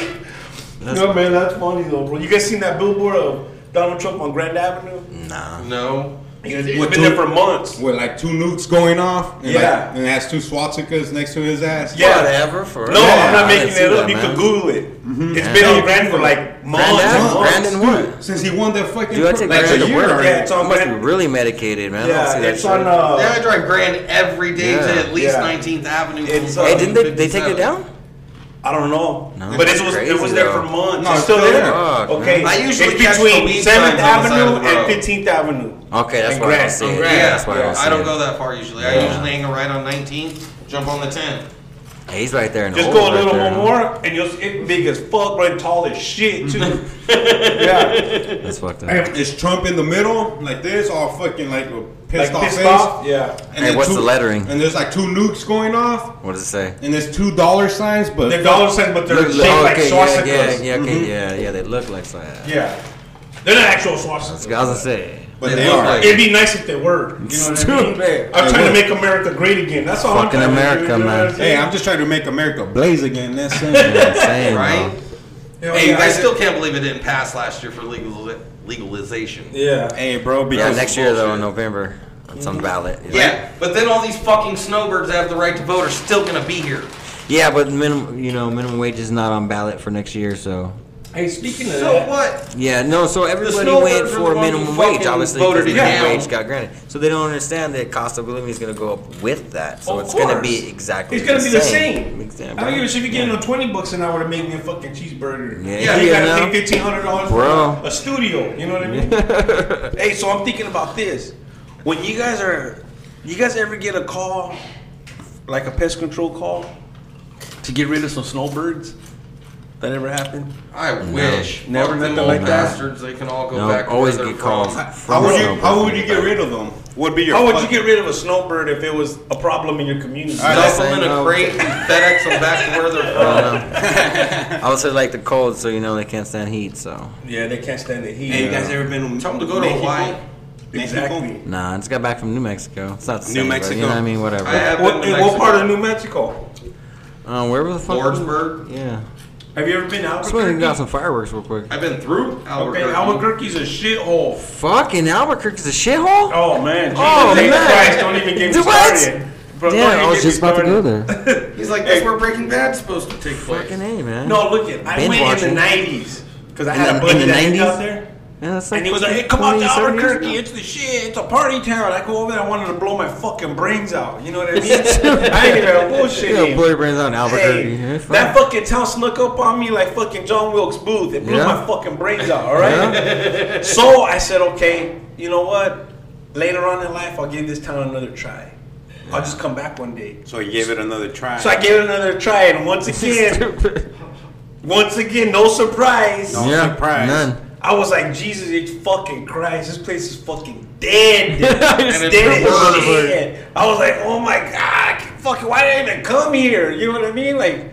Speaker 7: no man, that's funny though, bro. You guys seen that billboard of Donald Trump on Grand Avenue?
Speaker 5: Nah.
Speaker 6: No.
Speaker 7: He's he's
Speaker 3: What
Speaker 7: been there
Speaker 3: dude?
Speaker 7: for months.
Speaker 3: With like two nukes going off. And
Speaker 7: Yeah.
Speaker 3: Like, and has two swastikas next to his ass.
Speaker 7: Yeah.
Speaker 5: Whatever. For
Speaker 7: No, I'm not making
Speaker 5: it
Speaker 7: that up. you could Google it. It's been on Grand for like months.
Speaker 5: Grand
Speaker 7: and
Speaker 5: Ave-
Speaker 7: months.
Speaker 5: Grand and what?
Speaker 3: Since he won that fucking
Speaker 5: Dude, I
Speaker 3: pro-
Speaker 5: take
Speaker 3: like
Speaker 5: Grand
Speaker 3: a
Speaker 5: to
Speaker 3: year
Speaker 5: work.
Speaker 3: already.
Speaker 7: Yeah, it's on
Speaker 5: Must be
Speaker 7: Grand.
Speaker 5: really medicated, man. I don't
Speaker 7: Yeah,
Speaker 5: see that
Speaker 7: it's
Speaker 5: shit.
Speaker 7: on. Uh,
Speaker 6: Yeah, I drive Grand every day to
Speaker 5: Yeah.
Speaker 6: at least
Speaker 7: Yeah.
Speaker 6: 19th Avenue.
Speaker 7: It's,
Speaker 6: from
Speaker 7: uh,
Speaker 5: hey, didn't they, they take
Speaker 6: 57.
Speaker 5: it down?
Speaker 7: I don't know,
Speaker 5: No.
Speaker 7: but it
Speaker 5: That's
Speaker 7: was it
Speaker 5: crazy,
Speaker 7: was there for
Speaker 5: though.
Speaker 7: months.
Speaker 3: No,
Speaker 7: it's still
Speaker 3: it's
Speaker 7: there.
Speaker 5: fuck, man.
Speaker 7: okay,
Speaker 6: I usually
Speaker 7: it's
Speaker 6: catch the
Speaker 7: between
Speaker 6: weed
Speaker 7: Seventh
Speaker 6: signs on the side of
Speaker 7: Avenue
Speaker 6: the
Speaker 7: and
Speaker 6: road.
Speaker 7: Fifteenth Avenue.
Speaker 5: Okay, that's
Speaker 7: And
Speaker 5: why I
Speaker 7: Grand.
Speaker 5: see
Speaker 7: And
Speaker 5: it.
Speaker 6: Grand.
Speaker 5: Yeah, that's why I
Speaker 6: I,
Speaker 5: see
Speaker 6: don't
Speaker 5: it.
Speaker 6: go that far usually. I
Speaker 5: Yeah.
Speaker 6: usually hang a right on 19th, jump on the 10.
Speaker 5: Hey, he's right there in the
Speaker 7: Just
Speaker 5: hole
Speaker 7: go a
Speaker 5: right
Speaker 7: little
Speaker 5: there,
Speaker 7: bit more, and you'll see it big as fuck, right? Tall as shit too. yeah,
Speaker 5: huh? That's fucked up.
Speaker 3: Damn, Is Trump in the middle like this, all fucking like with pissed
Speaker 7: like
Speaker 3: off
Speaker 7: pissed
Speaker 3: face?
Speaker 7: off. Yeah,
Speaker 3: And
Speaker 5: Hey,
Speaker 3: then
Speaker 5: what's the lettering?
Speaker 3: And there's like two nukes going off,
Speaker 5: What does it say?
Speaker 3: and there's two dollar signs, but
Speaker 7: they're dollar signs, but they're
Speaker 5: Look-
Speaker 7: shaped
Speaker 5: look-
Speaker 7: like
Speaker 5: okay, yeah,
Speaker 7: swastikas.
Speaker 5: yeah, yeah, okay, yeah, yeah, they look like that. Yeah.
Speaker 7: Yeah. they're not actual swastikas.
Speaker 5: That's what I was gonna say.
Speaker 3: but
Speaker 6: They
Speaker 3: they,
Speaker 6: look
Speaker 3: are.
Speaker 6: like-
Speaker 7: It'd be nice if they were. You know what I mean?
Speaker 3: Stupid.
Speaker 7: I'm
Speaker 3: They
Speaker 7: trying to
Speaker 3: would.
Speaker 7: make America great again. That's all
Speaker 5: Fucking
Speaker 7: I'm trying
Speaker 5: America,
Speaker 7: to do, you know
Speaker 5: man.
Speaker 7: what I'm
Speaker 3: Hey,
Speaker 7: saying?
Speaker 3: I'm just trying to make America blaze again. That's it.
Speaker 5: Insane,
Speaker 6: Right?
Speaker 5: bro.
Speaker 3: Hell
Speaker 6: Hey,
Speaker 3: yeah,
Speaker 6: I
Speaker 3: I
Speaker 6: still can't believe it didn't pass last year for legal legalization.
Speaker 3: Yeah.
Speaker 11: Hey, bro,
Speaker 5: Yeah,
Speaker 11: because
Speaker 5: next year though in November on some ballot. you know?
Speaker 6: Yeah, but then all these fucking snowbirds that have the right to vote are still gonna be here.
Speaker 5: Yeah, but minimum, you know, minimum wage is not on ballot for next year, so.
Speaker 7: Hey, speaking of
Speaker 6: So
Speaker 7: that,
Speaker 6: what?
Speaker 5: Yeah, no. So everybody
Speaker 6: snowbirds
Speaker 5: went
Speaker 6: are the
Speaker 5: for
Speaker 6: ones who
Speaker 5: minimum
Speaker 6: fucking
Speaker 5: wage, obviously.
Speaker 6: voted
Speaker 5: Voted
Speaker 6: it
Speaker 5: minimum
Speaker 6: down.
Speaker 5: wage got granted, so they don't understand that cost of living is going to go up with that. So
Speaker 7: Of
Speaker 5: it's going to be
Speaker 7: course.
Speaker 5: exactly.
Speaker 12: It's gonna be the same.
Speaker 5: Exactly.
Speaker 12: I don't give a shit if you're getting on twenty bucks an hour to make me a fucking cheeseburger.
Speaker 5: Yeah,
Speaker 12: Yeah, you
Speaker 5: you
Speaker 12: gotta
Speaker 5: know.
Speaker 12: pay fifteen hundred dollars
Speaker 5: Bro.
Speaker 12: for a studio. You know what I mean?
Speaker 13: Hey, so I'm thinking about this. When you guys are, you guys ever get a call, like a pest control call, to get rid of some snowbirds? That ever happened?
Speaker 6: I wish.
Speaker 13: Never
Speaker 6: Fuck them
Speaker 13: nothing
Speaker 6: old
Speaker 13: like that.
Speaker 6: bastards. They can all go
Speaker 5: No,
Speaker 6: back. to
Speaker 5: always
Speaker 6: where they're
Speaker 5: get called.
Speaker 6: from.
Speaker 3: How would you How would you get rid of them? Would be your
Speaker 4: How would
Speaker 3: fuck-
Speaker 4: you get rid of a snowbird if it was a problem in your community?
Speaker 3: All right,
Speaker 6: Dump them in a crate and FedEx them back to where they're from.
Speaker 4: Uh-huh.
Speaker 5: Also, like the cold, so you know they can't stand heat. So
Speaker 4: yeah, they can't stand the heat.
Speaker 13: Hey, you guys ever been?
Speaker 6: Tell them to go to Hawaii.
Speaker 3: Exactly.
Speaker 5: nah, it's got back from New Mexico. It's not the
Speaker 3: New
Speaker 5: same, but
Speaker 3: Mexico.
Speaker 5: You know what I mean? Whatever.
Speaker 6: I have
Speaker 4: What,
Speaker 6: been
Speaker 4: in
Speaker 6: to
Speaker 4: what part
Speaker 6: Mexico.
Speaker 4: of New Mexico?
Speaker 5: Uh, wherever the fuck.
Speaker 6: Lordsburg?
Speaker 5: Yeah.
Speaker 4: Have you ever been out?
Speaker 5: Somebody got some fireworks real quick.
Speaker 6: I've been through Albuquerque.
Speaker 4: Okay, Albuquerque's a shithole.
Speaker 5: Fucking Albuquerque's a shithole.
Speaker 4: Oh man, Jesus
Speaker 5: Oh, man.
Speaker 4: Christ, don't even get me
Speaker 5: Dude, what?
Speaker 4: started. Bro, don't
Speaker 5: Damn,
Speaker 4: even
Speaker 5: I was
Speaker 4: get me
Speaker 5: just about to
Speaker 4: started.
Speaker 5: go there.
Speaker 6: He's like, that's where Breaking Bad's supposed to take place.
Speaker 5: Fucking a man.
Speaker 4: No, look it. I
Speaker 5: Binge
Speaker 4: went
Speaker 5: watching.
Speaker 4: in the '90s because I
Speaker 5: In
Speaker 4: had
Speaker 5: the-
Speaker 4: a buddy
Speaker 5: in the
Speaker 4: that lived
Speaker 5: 90s?
Speaker 4: out there,
Speaker 5: Yeah, that's
Speaker 4: and he was like, "Hey, come on to Albuquerque. It's the shit. It's a party town." I go over there. I wanted to blow my fucking brains out. You know what I mean? I ain't even bullshit.
Speaker 5: Yeah, boy, brings out in Albuquerque.
Speaker 4: Hey,
Speaker 5: Yeah, fuck.
Speaker 4: that fucking town snuck up on me like fucking John Wilkes Booth. It blew
Speaker 5: Yeah.
Speaker 4: my fucking brains out, all right? So I said, okay, you know what? Later on in life, I'll give this town another try. I'll just come back one day.
Speaker 3: So you gave it another try.
Speaker 4: So I gave it another try, and once again, once again, no surprise.
Speaker 3: No
Speaker 5: yeah,
Speaker 3: surprise.
Speaker 5: none.
Speaker 4: I was like, Jesus, it's fucking Christ. This place is fucking dead. it's
Speaker 6: it's
Speaker 4: dead as
Speaker 6: deserted.
Speaker 4: shit. I was like, oh my God, fucking, why did I even come here? You know what I mean? Like,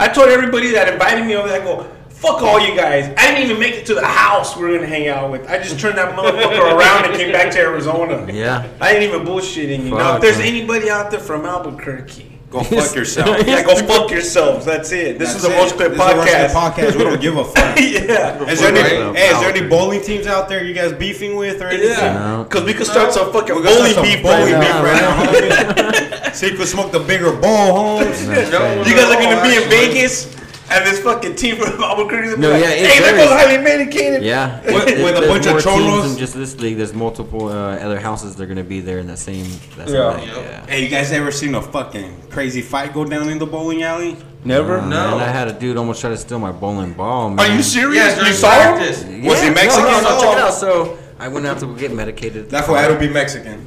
Speaker 4: I told everybody that invited me over there, I go, fuck all you guys. I didn't even make it to the house we were going to hang out with. I just turned that motherfucker around and came back to Arizona.
Speaker 5: Yeah.
Speaker 4: I ain't even bullshitting you. now, if
Speaker 5: Fuck,
Speaker 4: there's
Speaker 5: man.
Speaker 4: anybody out there from Albuquerque,
Speaker 3: Go fuck yourself.
Speaker 4: yeah, go fuck yourselves. That's it. This
Speaker 3: That's
Speaker 4: is a
Speaker 3: it.
Speaker 4: Roach Pit
Speaker 3: This is a Roach Pit
Speaker 4: podcast.
Speaker 3: podcast. We don't give a fuck.
Speaker 4: yeah.
Speaker 3: Is there
Speaker 6: Right.
Speaker 3: any, hey, is there any bowling teams out there you guys beefing with or anything?
Speaker 4: Yeah,
Speaker 5: No.
Speaker 4: because we could start some fucking
Speaker 3: We're
Speaker 4: bully
Speaker 3: gonna start some
Speaker 4: beef
Speaker 3: bowling
Speaker 4: right
Speaker 3: beef
Speaker 4: now.
Speaker 3: right now. homie. See if we smoke the bigger bowl, homes.
Speaker 6: No,
Speaker 4: You guys are gonna be in
Speaker 6: actually.
Speaker 4: Vegas, and this fucking team from Albuquerque.
Speaker 5: No,
Speaker 4: No, like,
Speaker 5: yeah, it
Speaker 4: hey, there
Speaker 5: varies.
Speaker 4: goes highly medicated.
Speaker 5: Yeah,
Speaker 3: With-
Speaker 5: There-
Speaker 3: with a
Speaker 5: there's
Speaker 3: bunch of
Speaker 5: more
Speaker 3: cholos?
Speaker 5: Teams than just this league, there's multiple uh, other houses that are gonna be there in that same. That same
Speaker 4: Yeah.
Speaker 5: night,
Speaker 6: Yep.
Speaker 5: yeah.
Speaker 3: Hey, you guys ever seen a fucking crazy fight go down in the bowling alley?
Speaker 4: Never.
Speaker 5: Uh,
Speaker 6: No.
Speaker 5: man, I had a dude almost try to steal my bowling ball. Man.
Speaker 4: Are you serious?
Speaker 6: Yeah, during
Speaker 4: you saw
Speaker 6: practice.
Speaker 4: him?
Speaker 5: Yeah,
Speaker 3: Was he
Speaker 5: no,
Speaker 3: Mexican?
Speaker 5: No, no, check it
Speaker 3: Oh.
Speaker 5: out. So I went out to get medicated.
Speaker 3: That's why I don't be Mexican.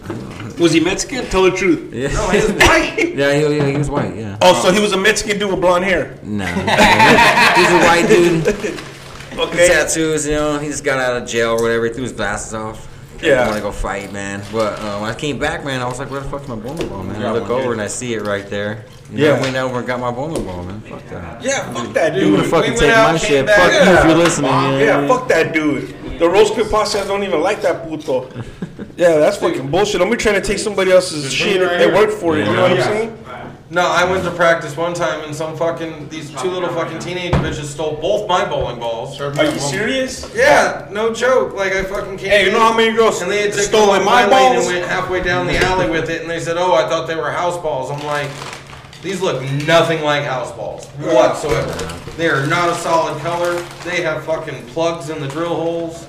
Speaker 13: Was he Mexican? Tell the truth.
Speaker 5: Yeah,
Speaker 6: No, he's white.
Speaker 5: yeah, he, yeah, he was white. Yeah,
Speaker 4: Oh, so he was a Mexican dude with blonde hair.
Speaker 5: no, he's a white dude.
Speaker 4: Okay.
Speaker 5: Tattoos, you know. He just got out of jail or whatever. He threw his glasses off.
Speaker 4: Yeah.
Speaker 5: I want to go fight, man. But uh, when I came back, man, I was like, where the fuck's my bowling ball, man? I
Speaker 3: got
Speaker 5: look
Speaker 3: one,
Speaker 5: over
Speaker 3: dude.
Speaker 5: and I see it right there. You know,
Speaker 4: Yeah.
Speaker 5: I went over and got my bowling ball, man. Fuck that.
Speaker 4: Yeah, fuck that
Speaker 5: You
Speaker 4: dude.
Speaker 5: would fucking
Speaker 6: went
Speaker 5: take
Speaker 6: out,
Speaker 5: my
Speaker 6: came
Speaker 5: shit.
Speaker 6: back.
Speaker 5: Fuck you if
Speaker 4: Yeah.
Speaker 5: you're listening.
Speaker 4: Yeah,
Speaker 5: Yeah,
Speaker 4: fuck that dude. The roast pit podcast don't even like that puto. Yeah, that's fucking bullshit. Don't be trying to take somebody else's shit and work for it. You know what I'm saying?
Speaker 6: No, I went to practice one time and some fucking these two little fucking teenage bitches stole both my bowling balls.
Speaker 4: Are you serious?
Speaker 6: Yeah, no joke. Like I fucking came.
Speaker 3: Hey, you know how many girls
Speaker 6: And they had
Speaker 3: stole
Speaker 6: stolen
Speaker 3: my
Speaker 6: my lane and
Speaker 3: balls?
Speaker 6: went halfway down the alley with it, and they said, "Oh, I thought they were house balls." I'm like, these look nothing like house balls whatsoever. They are not a solid color. They have fucking plugs in the drill holes.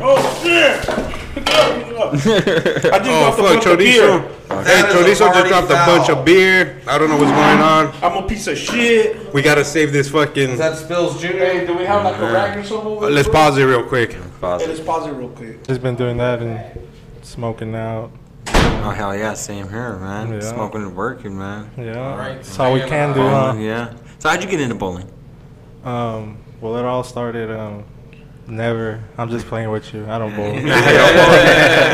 Speaker 4: Oh shit! I just
Speaker 3: Oh, fuck,
Speaker 4: got the bunch of
Speaker 3: Chorizo.
Speaker 4: beer.
Speaker 6: That
Speaker 3: Hey,
Speaker 6: is a
Speaker 3: Chorizo just
Speaker 6: party
Speaker 3: dropped
Speaker 6: foul.
Speaker 3: a bunch of beer. I don't know what's going on.
Speaker 4: I'm a piece of shit.
Speaker 3: We gotta save this fucking.
Speaker 6: That spills junior.
Speaker 12: Hey, do we have like a rack or something? over
Speaker 3: Let's
Speaker 12: there?
Speaker 3: pause it real quick.
Speaker 4: Hey, let's pause it real quick.
Speaker 14: Just been doing that and smoking out.
Speaker 5: Oh hell yeah, same here, man.
Speaker 14: Yeah.
Speaker 5: Smoking and working, man.
Speaker 14: Yeah,
Speaker 6: right,
Speaker 14: that's how we
Speaker 6: man,
Speaker 14: can do,
Speaker 5: Oh,
Speaker 14: huh?
Speaker 5: yeah. So how'd you get into bowling?
Speaker 14: Um, well, it all started. Um, never. I'm just playing with you. I don't bowl.
Speaker 3: He's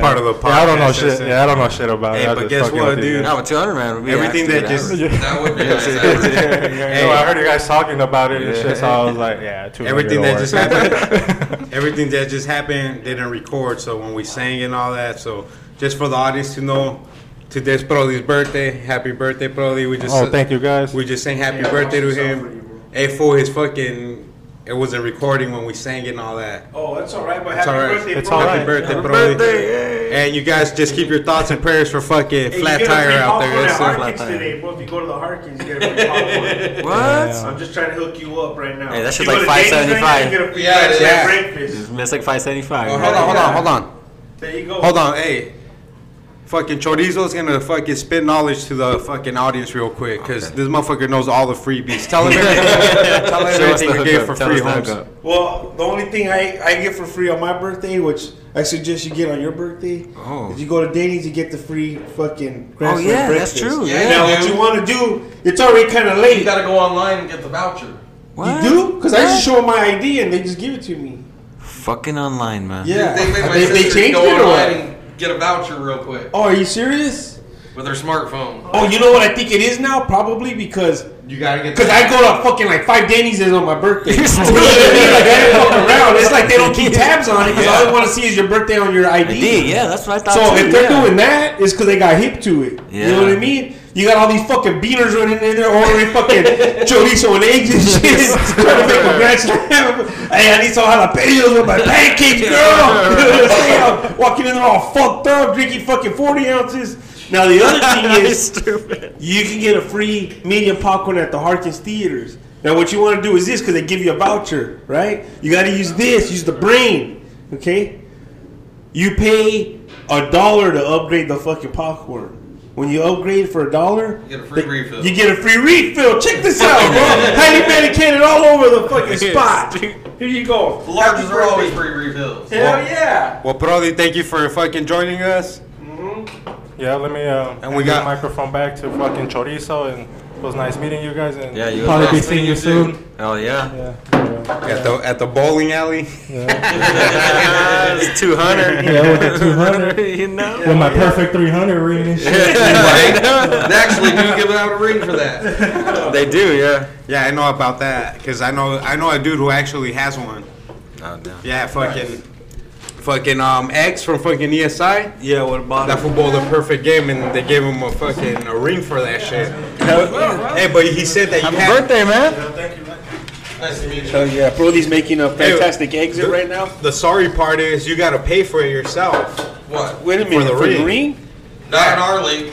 Speaker 3: part of the podcast.
Speaker 14: Yeah, I don't know
Speaker 3: that's
Speaker 14: shit.
Speaker 3: it.
Speaker 14: Yeah, I don't know shit about
Speaker 3: Hey,
Speaker 14: it. I
Speaker 3: but
Speaker 14: just
Speaker 3: guess
Speaker 14: fucking
Speaker 3: what,
Speaker 14: with you.
Speaker 3: dude?
Speaker 5: No, a 200 man. would be
Speaker 3: Everything
Speaker 5: actually
Speaker 3: that
Speaker 5: good.
Speaker 3: just-
Speaker 14: Yeah.
Speaker 6: That would be nice.
Speaker 14: No, I heard you guys talking about it and shit, so I was like, yeah, too
Speaker 3: Everything that just happened, everything that just happened didn't record. So when we sang and all that, so just for the audience to know, today's Brody's birthday. Happy birthday, Brody. We just
Speaker 14: Oh, thank you guys.
Speaker 3: We just sang happy birthday to him. Hey, for his fucking, it was a recording when we sang it and all that.
Speaker 7: Oh, that's all right, but
Speaker 3: It's
Speaker 7: happy
Speaker 3: all right.
Speaker 7: birthday,
Speaker 14: It's
Speaker 7: bro.
Speaker 14: all
Speaker 3: Happy
Speaker 14: right.
Speaker 3: birthday,
Speaker 7: Happy
Speaker 3: bro.
Speaker 7: birthday, yeah.
Speaker 3: And you guys just keep your thoughts and prayers for fucking
Speaker 7: Hey, you
Speaker 3: flat
Speaker 7: gotta
Speaker 3: tire
Speaker 7: bring
Speaker 3: out
Speaker 7: popcorn
Speaker 3: there.
Speaker 7: at
Speaker 3: That's it.
Speaker 7: Harkins
Speaker 14: Flat tire.
Speaker 7: today, bro. If you go to the Harkins, you gotta bring popcorn.
Speaker 14: Damn.
Speaker 7: I'm just trying to hook you up right now.
Speaker 5: Hey, that
Speaker 7: You
Speaker 5: shit's
Speaker 7: go
Speaker 5: like
Speaker 7: to Denny's right now,
Speaker 5: $5.75.
Speaker 7: you get a free
Speaker 6: Yeah, it
Speaker 7: lunch
Speaker 6: is.
Speaker 7: and
Speaker 3: Yeah.
Speaker 7: breakfast.
Speaker 5: It's like five seventy five.
Speaker 3: Oh, hold on, hold on, hold on.
Speaker 7: There you go.
Speaker 3: Hold on, hey. Fucking Chorizo's gonna fucking spit knowledge to the fucking audience real quick, cause this motherfucker knows all the freebies. Tell him everything, tell him everything you gave for free, homes.
Speaker 7: Well, the only thing I, I get for free on my birthday, which I suggest you get on your birthday,
Speaker 5: Oh.
Speaker 7: is you go to Denny's, you get the free fucking
Speaker 5: Oh
Speaker 7: breakfast.
Speaker 5: yeah, that's
Speaker 7: breakfast.
Speaker 5: true.
Speaker 6: Yeah.
Speaker 5: Yeah.
Speaker 7: Now, what you want to do, it's already kind of late.
Speaker 6: You gotta go online and get the voucher.
Speaker 5: What?
Speaker 7: You do? Because I
Speaker 5: What?
Speaker 7: just show them my ID and they just give it to me.
Speaker 5: Fucking online, man.
Speaker 7: Yeah.
Speaker 6: They made my
Speaker 7: They- they
Speaker 6: sister
Speaker 7: changed
Speaker 6: go
Speaker 7: it or
Speaker 6: online
Speaker 7: what?
Speaker 6: and get a voucher real quick
Speaker 7: Oh, are you serious?
Speaker 6: with her smartphone.
Speaker 7: Oh, you know what I think it is now? Probably because
Speaker 6: You gotta get
Speaker 7: because I go to fucking like five Denny's on my birthday.
Speaker 5: You're
Speaker 7: like,
Speaker 5: stupid.
Speaker 7: I didn't fuck around. It's like they don't keep tabs on it because all they want to see is your birthday on your ID.
Speaker 5: Indeed, yeah, that's what I thought.
Speaker 7: So
Speaker 5: too,
Speaker 7: if they're
Speaker 5: yeah.
Speaker 7: doing that, it's because they got hip to it. You know what
Speaker 5: Yeah.
Speaker 7: I mean? You got all these fucking beaters running in there ordering fucking chorizo and eggs and shit, trying to make a grand slam. Hey, I need some jalapenos with my pancakes, girl. You know what I'm saying? I'm walking in there all fucked up, drinking fucking forty ounces. Now the other thing
Speaker 5: You're
Speaker 7: is,
Speaker 5: stupid.
Speaker 7: you can get a free medium popcorn at the Harkins Theaters. Now, what you want to do is this because they give you a voucher, right? You got to use this, use the brain, okay? You pay a dollar to upgrade the fucking popcorn. When you upgrade for a dollar,
Speaker 6: You get a free
Speaker 7: they-
Speaker 6: refill.
Speaker 7: You get a free refill. Check this out, bro. Highly medicated all over the fucking spot. Here you go.
Speaker 6: The larges are always free refills.
Speaker 7: Hell yeah.
Speaker 3: Well, Brody, thank you for fucking joining us.
Speaker 14: Yeah, let me um,
Speaker 3: And we
Speaker 14: give
Speaker 3: got-
Speaker 14: the microphone back to fucking Chorizo, and it was nice meeting you guys, and
Speaker 5: Yeah, you
Speaker 14: probably
Speaker 5: as
Speaker 14: be
Speaker 5: well.
Speaker 14: seeing you
Speaker 6: Seeing you
Speaker 14: soon.
Speaker 5: Hell yeah.
Speaker 14: Yeah,
Speaker 3: At the at the bowling alley.
Speaker 5: It's 200.
Speaker 14: yeah, with the 200,
Speaker 5: you know?
Speaker 14: with my perfect 300 ring and shit.
Speaker 6: Right? they actually do give out a ring for that.
Speaker 5: They do, yeah.
Speaker 3: Yeah, I know about that, cause I know I know a dude who actually has one.
Speaker 5: Oh, no.
Speaker 3: Yeah, fucking, fucking um X from fucking ESI.
Speaker 7: Yeah, what about
Speaker 3: That football the perfect game, and they gave him a fucking a ring for that shit. hey, but he said that you
Speaker 5: Happy
Speaker 3: had
Speaker 5: birthday, man.
Speaker 6: Nice to meet you.
Speaker 7: Oh, yeah. Brody's making a fantastic exit right now.
Speaker 3: The sorry part is you gotta pay for it yourself.
Speaker 6: What?
Speaker 7: Wait a minute.
Speaker 3: the
Speaker 7: For the
Speaker 3: ring.
Speaker 7: ring?
Speaker 6: Not in our league.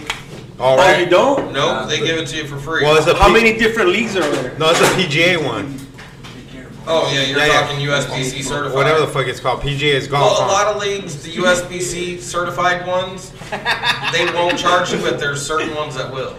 Speaker 3: All
Speaker 7: Oh, you
Speaker 3: right.
Speaker 7: don't?
Speaker 6: Nope, they give it to you for free.
Speaker 3: Well, it's a
Speaker 7: How
Speaker 3: P-
Speaker 7: many different leagues are there?
Speaker 3: No, it's a PGA one.
Speaker 6: Oh yeah, you're
Speaker 3: Yeah, yeah.
Speaker 6: talking USPC certified.
Speaker 3: Whatever the fuck it's called. PGA is
Speaker 6: Well,
Speaker 3: golf.
Speaker 6: a
Speaker 7: Oh,
Speaker 3: huh?
Speaker 6: lot of leagues, the USPC certified ones, they won't charge you, but there's certain ones that will.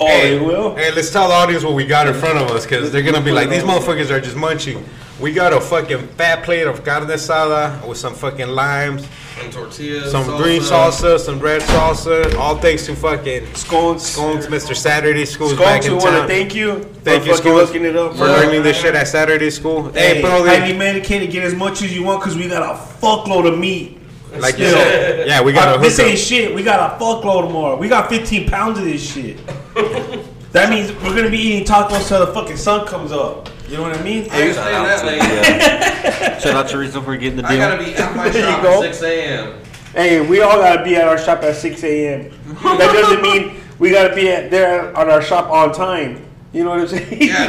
Speaker 7: Oh,
Speaker 3: hey,
Speaker 7: they will.
Speaker 3: Hey, let's tell the audience what we got in front of us, cause they're gonna be like, these motherfuckers are just munching. We got a fucking fat plate of carne asada with some fucking limes,
Speaker 6: And tortillas,
Speaker 3: some green salsa, some red salsa, all thanks to fucking
Speaker 7: Scones.
Speaker 3: Scones, Mr. Saturday School's back
Speaker 7: Scones, we
Speaker 3: in
Speaker 7: want to
Speaker 3: town.
Speaker 7: thank you
Speaker 3: Thank
Speaker 7: for
Speaker 3: you,
Speaker 7: fucking
Speaker 3: Scones,
Speaker 7: looking it up.
Speaker 3: for
Speaker 7: bro.
Speaker 3: learning this shit at Saturday School. Hey,
Speaker 7: Hey,
Speaker 3: bro,
Speaker 7: highly medicated. Get as much as you want because we got a fuckload of meat. Uh,
Speaker 3: like you said, yeah, we got a
Speaker 7: this ain't
Speaker 3: hookup.
Speaker 7: shit. We got a fuckload more. We got 15 pounds of this shit. that means we're gonna be eating tacos till the fucking sun comes up. You know what I mean?
Speaker 6: I understand that, lady.
Speaker 5: Shout out to Rizzo for getting the
Speaker 6: I
Speaker 5: deal.
Speaker 6: gotta be at my
Speaker 7: There you
Speaker 6: shop at
Speaker 7: go.
Speaker 6: 6 a.m.
Speaker 7: Hey, we all gotta be at our shop at 6 a.m. That doesn't mean we gotta be at there on our shop on time. You know what I'm saying?
Speaker 6: Yeah,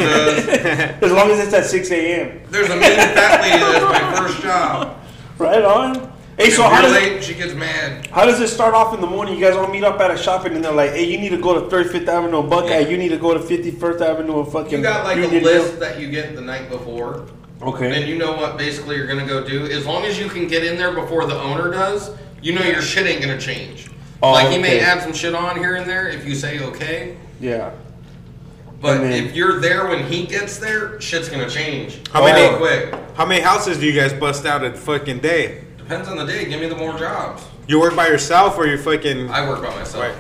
Speaker 6: it
Speaker 7: as long as it's at 6 a.m.
Speaker 6: There's a mean fat lady that's my first job.
Speaker 7: Right on. Hey,
Speaker 6: If
Speaker 7: so
Speaker 6: you're
Speaker 7: how does
Speaker 6: late, she gets mad.
Speaker 7: how does it start off in the morning? You guys all meet up at a shopping, and they're like, "Hey, you need to go to 35th Avenue and Buckeye. You need to go to 51st Avenue and fucking."
Speaker 6: You got like a
Speaker 7: Union
Speaker 6: list that you get the night before.
Speaker 7: Hill." Okay.
Speaker 6: And you know what basically you're gonna go do? As long as you can get in there before the owner does, you know your shit ain't gonna change.
Speaker 7: Oh,
Speaker 6: like he may
Speaker 7: okay.
Speaker 6: add some shit on here and there if you say okay.
Speaker 7: Yeah.
Speaker 6: But
Speaker 7: And then-
Speaker 6: if you're there when he gets there, shit's gonna change.
Speaker 3: How
Speaker 6: Real
Speaker 3: many-
Speaker 6: quick.
Speaker 3: How many houses do you guys bust out a fucking day?
Speaker 6: Depends on the day. Give me the more jobs.
Speaker 3: You work by yourself or you fucking?
Speaker 6: I work by myself.
Speaker 3: Right.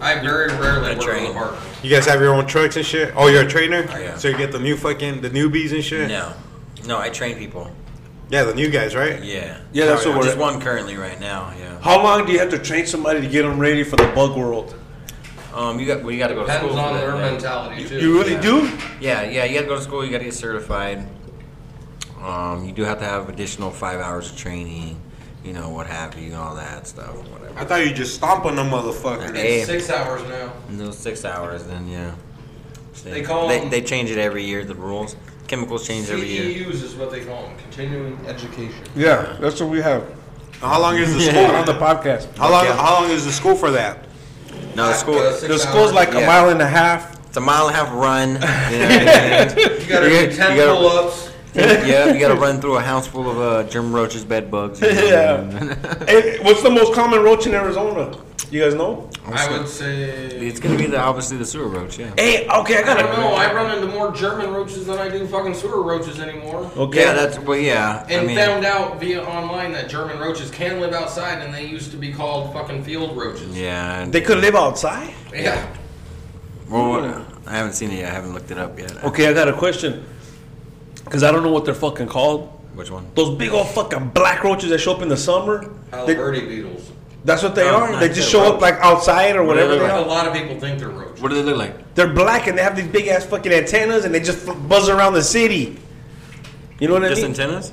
Speaker 6: I very rarely work
Speaker 5: train.
Speaker 6: on the park.
Speaker 3: You guys have your own trucks and shit. Oh, you're a trainer.
Speaker 5: Oh, yeah.
Speaker 3: So you get the new fucking the newbies and shit.
Speaker 5: No. No, I train people.
Speaker 3: Yeah, the new guys, right?
Speaker 5: Yeah.
Speaker 7: Yeah, that's what
Speaker 5: Just
Speaker 7: we're.
Speaker 5: one currently right now, yeah.
Speaker 7: How long do you have to train somebody to get them ready for the bug world?
Speaker 5: Um, you got, well, you got to go to
Speaker 6: Depends
Speaker 5: school.
Speaker 6: on
Speaker 5: for that,
Speaker 6: their
Speaker 5: yeah.
Speaker 6: mentality too.
Speaker 7: You really do?
Speaker 5: Yeah, yeah, you got to go to school. You got to get certified. Um, you do have to have additional five hours of training. You know what have you, all that stuff,
Speaker 3: I
Speaker 5: whatever.
Speaker 3: thought you just stomp on them motherfuckers.
Speaker 5: Hey,
Speaker 6: Six hours now.
Speaker 5: those six hours, then yeah.
Speaker 6: They call
Speaker 5: they,
Speaker 6: them-
Speaker 5: they change it every year. The rules, chemicals change every year.
Speaker 6: CEUs E is what they call them, continuing education.
Speaker 7: Yeah, that's what we have
Speaker 3: How long is the school?
Speaker 7: on the podcast.
Speaker 3: How long? How long is the school for that?
Speaker 5: No, the school,
Speaker 6: Uh, six
Speaker 7: The school's
Speaker 6: hours.
Speaker 7: like a
Speaker 5: Yeah.
Speaker 7: mile and a half.
Speaker 5: it's a mile and a half run. You know,
Speaker 6: You gotta
Speaker 5: You
Speaker 6: do
Speaker 5: gotta-
Speaker 6: ten
Speaker 5: you gotta-
Speaker 6: pull-ups.
Speaker 5: yeah, you got to run through a house full of uh, germ roaches, bed bugs.
Speaker 7: Yeah. Hey, what's the most common roach in Arizona? You guys know?
Speaker 6: I would say.
Speaker 5: It's gonna be the obviously the sewer roach. Yeah.
Speaker 7: Hey, okay, I
Speaker 6: I don't know. I run into more German roaches than I do fucking sewer roaches anymore.
Speaker 7: Okay,
Speaker 5: Yeah, that's well, yeah.
Speaker 6: And
Speaker 5: I mean,
Speaker 6: found out via online that German roaches can live outside, and they used to be called fucking field roaches.
Speaker 5: yeah. and-
Speaker 7: they could live outside.
Speaker 6: Yeah.
Speaker 5: Well, I haven't seen it yet. I haven't looked it up yet.
Speaker 7: Okay, I got a question. Cause I don't know what they're fucking called.
Speaker 5: Which one?
Speaker 7: Those big old fucking black roaches that show up in the summer. They,
Speaker 6: Alberti beetles.
Speaker 7: that's what they
Speaker 5: No,
Speaker 7: are.
Speaker 5: not
Speaker 7: They just
Speaker 5: the
Speaker 7: show up
Speaker 5: roach.
Speaker 7: like outside or whatever
Speaker 5: they
Speaker 7: they
Speaker 5: look
Speaker 6: A
Speaker 7: are.
Speaker 6: lot of people think they're roaches.
Speaker 5: What do they look like?
Speaker 7: They're black and they have these big ass fucking antennas and they just f- buzz around the city. You know what I
Speaker 5: Just
Speaker 7: mean?
Speaker 5: antennas?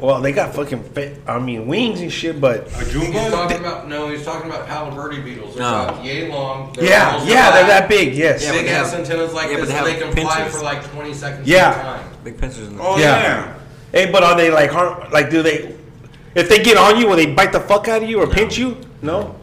Speaker 7: well, they got fucking fa I mean wings and shit, but
Speaker 3: A
Speaker 6: He's
Speaker 3: jungle?
Speaker 6: talking about no. He's talking about Halliburti beetles. They're
Speaker 5: No.
Speaker 6: about yay long. They're
Speaker 7: yeah,
Speaker 6: almost
Speaker 7: yeah, they're
Speaker 6: black.
Speaker 7: that big. Yes.
Speaker 5: Yeah, but
Speaker 6: Big
Speaker 5: they
Speaker 6: ass
Speaker 5: have-
Speaker 6: antennas like
Speaker 5: yeah, but
Speaker 6: this,
Speaker 5: they
Speaker 6: so they
Speaker 5: have
Speaker 6: can fly
Speaker 5: pincers.
Speaker 6: for like 20 seconds
Speaker 7: Yeah.
Speaker 6: at a time.
Speaker 5: Big pincers in the.
Speaker 3: Oh
Speaker 7: Yeah.
Speaker 3: yeah.
Speaker 7: Hey, but are they like harm? Like, do they? If they get on you, will they bite the fuck out of you or pinch you? No.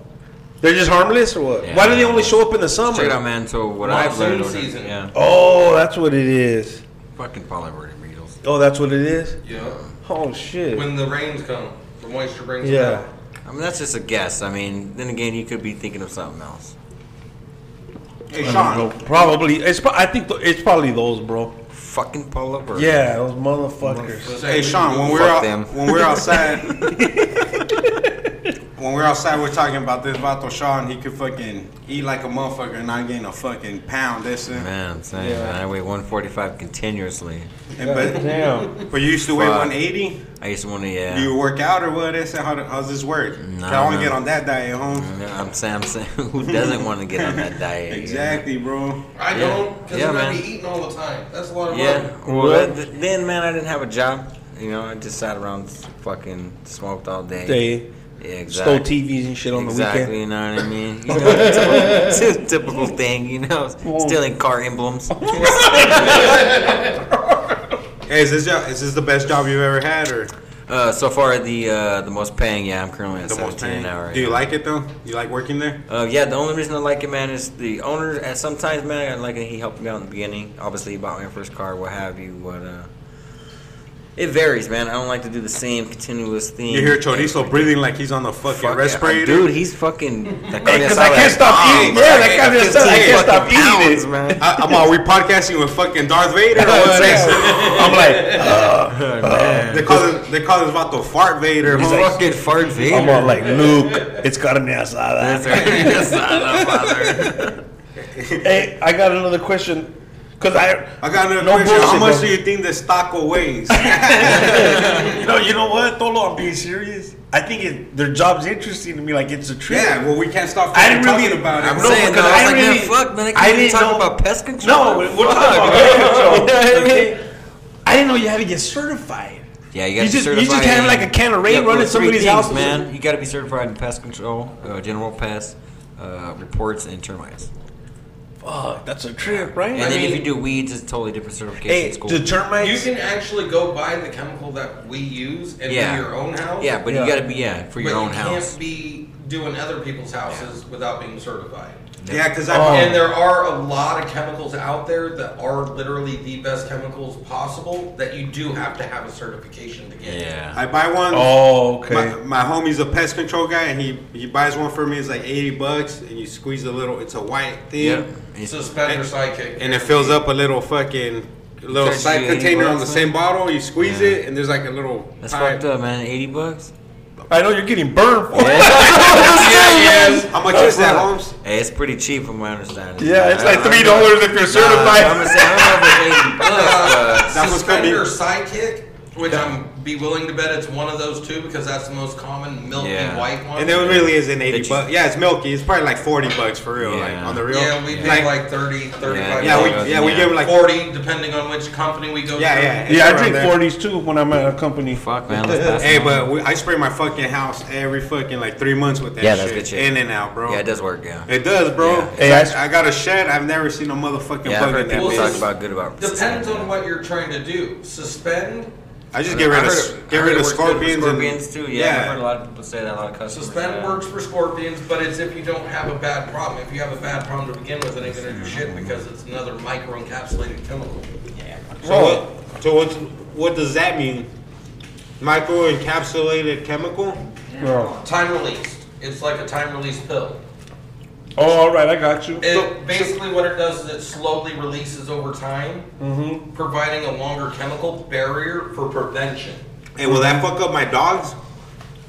Speaker 7: They're just harmless or what?
Speaker 5: Yeah.
Speaker 7: Why do they only show up in the summer?
Speaker 5: Check it out, man. So what I've
Speaker 6: Monsoon
Speaker 5: learned, over-
Speaker 6: season.
Speaker 5: yeah,
Speaker 7: Oh, that's what it is.
Speaker 5: fucking polyverted beetles.
Speaker 7: Oh, that's what it is.
Speaker 6: Yeah.
Speaker 7: Oh shit.
Speaker 6: When the rains come, the moisture brings it
Speaker 7: yeah.
Speaker 6: out.
Speaker 5: I mean, that's just a guess. I mean, then again, you could be thinking of something else.
Speaker 3: Hey Sean,
Speaker 7: Probably. It's. pro- I think th- it's probably those, bro.
Speaker 5: Fucking polyverted.
Speaker 7: Yeah, those motherfuckers.
Speaker 3: hey Sean, when
Speaker 5: Fuck
Speaker 3: we're out,
Speaker 5: them.
Speaker 3: when we're outside, when we're outside, we're talking about this Vato Sean. He could fucking eat like a motherfucker and not gain a fucking pound. That's it.
Speaker 5: Man, I'm saying, man, I weigh 145 continuously.
Speaker 3: And, but
Speaker 7: Damn.
Speaker 3: but you used to weigh
Speaker 5: Fuck.
Speaker 3: 180.
Speaker 5: I used to want to, yeah.
Speaker 3: Do you work out or what? That's it. How, do- how's this work?
Speaker 5: Nah,
Speaker 3: I want to
Speaker 5: man.
Speaker 3: get on that diet, home.
Speaker 5: Yeah, I'm saying, I'm saying, who doesn't want to get on that diet? you know?
Speaker 3: Exactly, bro.
Speaker 6: I
Speaker 5: Yeah.
Speaker 6: don't, because
Speaker 5: Yeah,
Speaker 6: I'm
Speaker 5: man.
Speaker 6: gonna be eating all the time. That's a lot of money.
Speaker 5: Yeah. Well, that, th- then, man, I didn't have a job. You know, I just sat around, fucking smoked all day.
Speaker 7: They
Speaker 5: Yeah,
Speaker 7: stole
Speaker 5: exactly.
Speaker 7: TVs and shit on
Speaker 5: Exactly, you know what I mean? You know, it's a typical thing, you know, stealing car emblems.
Speaker 3: Hey, is this your, is this the best job you've ever had, or
Speaker 5: Uh, so far, the uh, the most paying, yeah, I'm currently at
Speaker 3: the
Speaker 5: 17
Speaker 3: most paying?
Speaker 5: an hour.
Speaker 3: Do you
Speaker 5: yeah.
Speaker 3: like it though? You like working there?
Speaker 5: Uh, yeah, the only reason I like it, man, is the owner. And sometimes, man, I like it. He helped me out in the beginning. Obviously, he bought my first car, what have you. But uh, it varies, man. I don't like to do the same continuous thing.
Speaker 3: You hear Chorizo breathing like he's on the fucking
Speaker 5: Mm, Fuck yeah.
Speaker 3: respirator.
Speaker 5: dude. He's fucking. That carne
Speaker 7: Because
Speaker 5: asada
Speaker 7: I can't
Speaker 5: is
Speaker 7: stop
Speaker 5: bomb,
Speaker 7: eating.
Speaker 5: bro.
Speaker 7: Yeah, that kind of stuff. I can't stop
Speaker 5: fucking
Speaker 7: eating
Speaker 5: pounds,
Speaker 7: it.
Speaker 5: man.
Speaker 3: I, I'm all, we podcasting with fucking Darth Vader. Or what?
Speaker 7: I'm like, "Uh,
Speaker 3: They call this, they call this vato fart Vader.
Speaker 5: He's
Speaker 3: homie.
Speaker 5: fucking fart Vader.
Speaker 7: I'm all like, Luke, it's got an asada.
Speaker 5: That's carne asada, father.
Speaker 7: Hey, I got another question. Cause I,
Speaker 3: I got another
Speaker 7: No
Speaker 3: question. How
Speaker 7: bullshit,
Speaker 3: much
Speaker 7: bro.
Speaker 3: do you think this taco weighs?
Speaker 7: No, you know what, Tholo? I'm being serious. I think it, their job's interesting to me. Like it's a trip.
Speaker 3: yeah, well, we can't stop
Speaker 7: I didn't
Speaker 3: fucking
Speaker 7: really-
Speaker 3: talking about it.
Speaker 5: I'm
Speaker 3: bro.
Speaker 7: No,
Speaker 5: saying,
Speaker 7: because
Speaker 5: no, I was
Speaker 7: I
Speaker 5: like,
Speaker 7: really-
Speaker 5: man, fuck, man, I
Speaker 7: I
Speaker 5: can't even
Speaker 7: didn't
Speaker 5: talk
Speaker 7: know-
Speaker 5: about pest control.
Speaker 7: No, we're talking about
Speaker 5: Yeah, I mean-
Speaker 7: Okay. I didn't know you had to get certified.
Speaker 5: Yeah, you
Speaker 7: You
Speaker 5: got to
Speaker 7: just- you just can't have, like, a can of rain run at somebody's house.
Speaker 5: man. You got to be certified in pest control, uh, general pest uh, reports, and termites.
Speaker 7: Fuck, that's a trip, right?
Speaker 5: And then if
Speaker 6: mean-
Speaker 5: you do weeds, it's a totally different certification.
Speaker 7: hey,
Speaker 5: it's cool.
Speaker 7: the
Speaker 6: You
Speaker 7: termites.
Speaker 6: can actually go buy the chemical that we use and
Speaker 5: Yeah.
Speaker 6: do your own house.
Speaker 5: yeah, but
Speaker 7: Yeah.
Speaker 5: you got to be yeah for
Speaker 6: but
Speaker 5: your
Speaker 6: you
Speaker 5: own house.
Speaker 6: can't be doing other people's houses without being certified.
Speaker 3: yeah, because
Speaker 5: Oh.
Speaker 6: And
Speaker 3: I
Speaker 6: there are a lot of chemicals out there that are literally the best chemicals possible that you do have to have a certification to get.
Speaker 5: Yeah.
Speaker 3: I buy one.
Speaker 7: Oh,
Speaker 3: My, my homie's a pest control guy, and he, he buys one for me. It's like eighty bucks, and you squeeze a little. It's a white thing,
Speaker 5: Yep.
Speaker 6: Suspend your sidekick.
Speaker 3: and it fills up a little fucking little
Speaker 5: Thirty
Speaker 3: side
Speaker 5: eighty
Speaker 3: container on the
Speaker 5: bucks,
Speaker 3: same bottle. You squeeze it, and there's like a little.
Speaker 5: That's
Speaker 3: pipe.
Speaker 5: fucked up, man. Eighty bucks.
Speaker 7: I know you're getting burned. For it.
Speaker 3: How much is that, Holmes?
Speaker 5: Hey, it's pretty cheap from my understanding.
Speaker 7: Yeah, it's like
Speaker 5: I-
Speaker 7: three
Speaker 5: I'm-
Speaker 7: dollars if you're
Speaker 5: Nah, I'm
Speaker 7: certified.
Speaker 5: gonna say I don't know if it's eighty bucks,
Speaker 6: Uh,
Speaker 3: That was gonna
Speaker 6: suspend
Speaker 3: be-
Speaker 6: your sidekick. Which I'm be willing to bet it's one of those two because that's the most common milky
Speaker 5: Yeah.
Speaker 6: white one.
Speaker 3: And it really is an
Speaker 5: That
Speaker 3: eighty
Speaker 5: you-
Speaker 3: bucks. Yeah, it's milky. It's probably like forty bucks for real, like
Speaker 5: Yeah.
Speaker 3: on the real.
Speaker 6: yeah, we pay
Speaker 3: like,
Speaker 6: like, 30, 35
Speaker 3: yeah, we
Speaker 5: $40.
Speaker 3: yeah we
Speaker 5: Yeah.
Speaker 3: give like
Speaker 6: 40 depending on which company we go
Speaker 3: yeah
Speaker 6: to.
Speaker 3: yeah. it's
Speaker 7: Yeah, I
Speaker 3: around
Speaker 7: drink
Speaker 3: there.
Speaker 7: 40s too when I'm at a company.
Speaker 5: Fuck, man. Let's pass
Speaker 3: Hey,
Speaker 5: it on.
Speaker 3: but we, I spray my fucking house every fucking like three months with that.
Speaker 5: Yeah,
Speaker 3: shit.
Speaker 5: that's good shit.
Speaker 3: In and out, bro.
Speaker 5: yeah, it does work. Yeah.
Speaker 3: It does, bro.
Speaker 5: Yeah.
Speaker 7: Hey, I s-
Speaker 3: I, got a shed. I've never seen a motherfucking
Speaker 5: Yeah, I've
Speaker 3: bug in
Speaker 5: heard
Speaker 3: that
Speaker 5: people talk
Speaker 3: bitch.
Speaker 5: about good about.
Speaker 6: Depends on what you're trying to do. Suspend,
Speaker 3: I just get rid
Speaker 5: I
Speaker 3: of
Speaker 5: heard
Speaker 3: s-
Speaker 5: it-
Speaker 3: get
Speaker 5: I
Speaker 3: rid
Speaker 5: heard
Speaker 3: of
Speaker 5: it works good for
Speaker 3: scorpions. and-
Speaker 5: Scorpions too. Yeah, I've heard a
Speaker 3: Yeah.
Speaker 5: lot of people say that. A lot of customers.
Speaker 6: suspend
Speaker 5: yeah.
Speaker 6: works for scorpions, but it's if you don't have a bad problem. If you have a bad problem to begin with, it ain't gonna do shit because it's another microencapsulated chemical.
Speaker 3: So what? So what's, what does that mean? Micro encapsulated chemical.
Speaker 7: Bro.
Speaker 6: Time released. It's like a time release pill.
Speaker 7: Oh, all right, I got you.
Speaker 6: It basically what it does is it slowly releases over time,
Speaker 3: Mm-hmm.
Speaker 6: providing a longer chemical barrier for prevention.
Speaker 3: Hey, will that fuck up my dogs?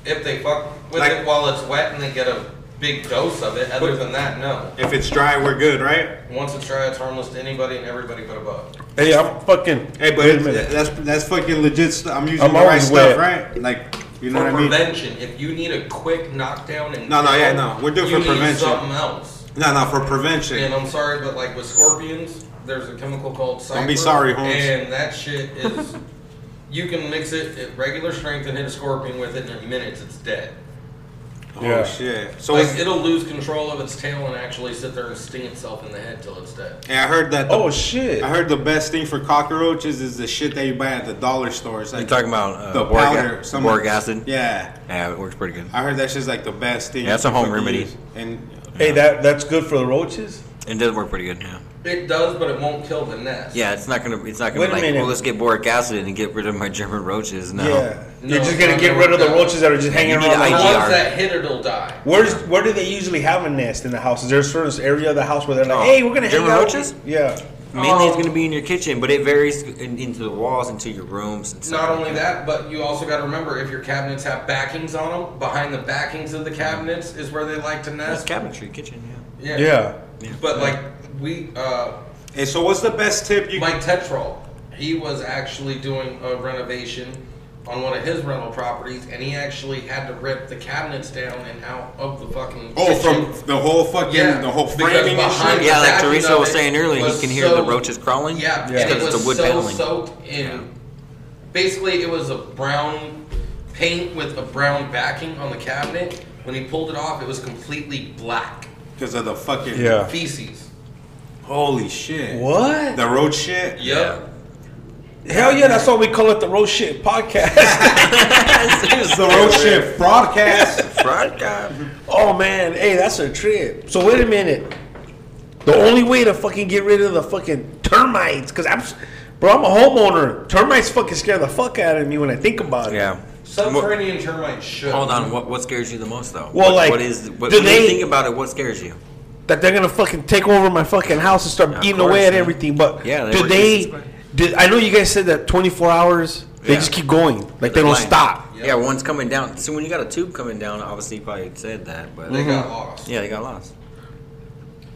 Speaker 6: If they fuck with
Speaker 3: Like-
Speaker 6: it while it's wet and they get a big dose of it, other than that, no.
Speaker 3: If it's dry, we're good, right?
Speaker 6: Once it's dry, it's harmless to anybody and everybody but a bug.
Speaker 7: Hey, I'm fucking.
Speaker 3: Hey, but
Speaker 7: Wait a
Speaker 3: it's,
Speaker 7: minute.
Speaker 3: that's that's fucking legit. Stu- I'm using
Speaker 7: I'm
Speaker 3: the right
Speaker 7: always
Speaker 3: stuff,
Speaker 7: wet.
Speaker 3: right? Like you know
Speaker 6: for
Speaker 3: what I mean?
Speaker 6: prevention, if you need a quick knockdown and
Speaker 3: No, no, yeah, no. We're doing
Speaker 6: you
Speaker 3: for
Speaker 6: need
Speaker 3: prevention.
Speaker 6: Something else.
Speaker 3: No, no, for prevention.
Speaker 6: And I'm sorry, but like with scorpions, there's a chemical called cyper,
Speaker 3: Don't be sorry, Holmes.
Speaker 6: And that shit is, you can mix it at regular strength and hit a scorpion with it and in minutes. It's dead.
Speaker 7: Yeah.
Speaker 3: Oh shit. So
Speaker 6: Like
Speaker 3: it's-
Speaker 6: it'll lose control of its tail and actually sit there and sting itself in the head till it's dead.
Speaker 3: Hey, I heard that. The,
Speaker 7: Oh, shit.
Speaker 3: I heard the best thing for cockroaches is the shit that you buy at the dollar store. It's
Speaker 5: You're
Speaker 3: like
Speaker 5: talking about uh,
Speaker 3: the
Speaker 5: boric ac-
Speaker 3: powder, some-
Speaker 5: boric acid.
Speaker 3: Yeah,
Speaker 5: Yeah, it works pretty good.
Speaker 3: I heard that shit's like the best thing.
Speaker 5: Yeah, it's a home
Speaker 3: you can
Speaker 5: remedy.
Speaker 3: use. And
Speaker 7: Hey, that that's good for the roaches.
Speaker 5: It does work pretty good. Yeah.
Speaker 6: It does, but it won't kill the nest.
Speaker 5: Yeah, it's not gonna. It's not
Speaker 7: Wait
Speaker 5: gonna
Speaker 7: a
Speaker 5: be like.
Speaker 7: minute.
Speaker 5: Well, let's get boric acid and get rid of my German roaches. No.
Speaker 7: Yeah,
Speaker 6: No,
Speaker 7: you're
Speaker 6: it's
Speaker 7: just gonna
Speaker 6: not
Speaker 7: get
Speaker 6: gonna
Speaker 7: rid of
Speaker 6: work
Speaker 7: the
Speaker 6: out.
Speaker 7: roaches that are just hanging
Speaker 5: you need
Speaker 7: around.
Speaker 5: an
Speaker 6: The
Speaker 5: ID.
Speaker 7: the house.
Speaker 6: ones
Speaker 5: IDR.
Speaker 6: that hit it'll die.
Speaker 7: Where's where do they usually have a nest in the house? Is there a certain area of the house where they're like,
Speaker 5: Oh,
Speaker 7: "Hey, we're gonna
Speaker 5: German
Speaker 7: hang out"?
Speaker 5: roaches?
Speaker 7: Yeah.
Speaker 5: Mainly,
Speaker 6: Um,
Speaker 5: it's gonna be in your kitchen, but it varies in, into the walls, into your rooms, and stuff.
Speaker 6: Not only that, but you also got to remember if your cabinets have backings on them, behind the backings of the cabinets is where they like to
Speaker 5: That's
Speaker 6: nest.
Speaker 5: cabinetry, kitchen. Yeah.
Speaker 6: Yeah.
Speaker 7: Yeah.
Speaker 6: But like we, uh,
Speaker 3: hey, so what's the best tip you?
Speaker 6: Mike Tetral, he was actually doing a renovation on one of his rental properties, and he actually had to rip the cabinets down and out of the fucking.
Speaker 3: oh,
Speaker 6: kitchen.
Speaker 3: from the whole fucking
Speaker 6: Yeah,
Speaker 3: the whole
Speaker 6: because
Speaker 3: framing and
Speaker 6: behind-
Speaker 3: shit.
Speaker 5: Yeah, like
Speaker 6: backing
Speaker 5: Teresa
Speaker 6: of
Speaker 5: was
Speaker 6: it
Speaker 5: saying earlier, you
Speaker 6: was
Speaker 5: can hear the
Speaker 6: so-
Speaker 5: roaches crawling.
Speaker 6: Yeah,
Speaker 5: It's
Speaker 6: and it
Speaker 5: because it's
Speaker 6: was
Speaker 5: the wood
Speaker 6: so
Speaker 5: paneling.
Speaker 6: soaked in. Basically, it was a brown paint with a brown backing on the cabinet. When he pulled it off, it was completely black
Speaker 3: because of the fucking
Speaker 7: Yeah.
Speaker 6: feces.
Speaker 3: Holy shit!
Speaker 7: What?
Speaker 3: The road shit.
Speaker 6: Yep.
Speaker 7: Hell yeah, that's why we call it the Road Shit Podcast.
Speaker 3: The road shit broadcast.
Speaker 7: oh man, hey, that's a trip. So wait a minute. The only way to fucking get rid of the fucking termites, cause I'm, s- bro, I'm a homeowner. Termites fucking scare the fuck out of me when I think about it.
Speaker 5: Yeah. What-
Speaker 6: Subterranean termites should.
Speaker 5: Hold on. What what scares you the most though?
Speaker 7: Well,
Speaker 5: What-
Speaker 7: like,
Speaker 5: what is what,
Speaker 7: do
Speaker 5: when
Speaker 7: they-
Speaker 5: you think about it? What scares you?
Speaker 7: that they're gonna fucking take over my fucking house and start
Speaker 5: Yeah, of
Speaker 7: eating
Speaker 5: course,
Speaker 7: away at
Speaker 5: yeah.
Speaker 7: everything. But
Speaker 5: Yeah, they
Speaker 7: do
Speaker 5: were
Speaker 7: they?
Speaker 5: just as
Speaker 7: Did, I know you guys said that 24 hours. They
Speaker 5: Yeah.
Speaker 7: just keep going, like they don't
Speaker 5: Line.
Speaker 7: stop.
Speaker 5: Yeah. one's coming down. So when you got a tube coming down, obviously you probably said that, but
Speaker 6: They
Speaker 7: Mm-hmm.
Speaker 6: got lost.
Speaker 5: yeah, they got lost.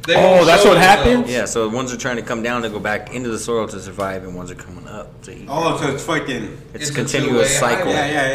Speaker 6: They
Speaker 7: Oh,
Speaker 6: won't
Speaker 7: that's
Speaker 6: show
Speaker 7: what
Speaker 6: themselves.
Speaker 7: happened?
Speaker 5: Yeah, so ones are trying to come down to go back into the soil to survive, and ones are coming up to eat.
Speaker 3: Oh, so it's fucking
Speaker 5: it's,
Speaker 6: It's
Speaker 5: a
Speaker 6: a
Speaker 5: continuous
Speaker 6: two-way
Speaker 5: cycle.
Speaker 3: yeah, yeah,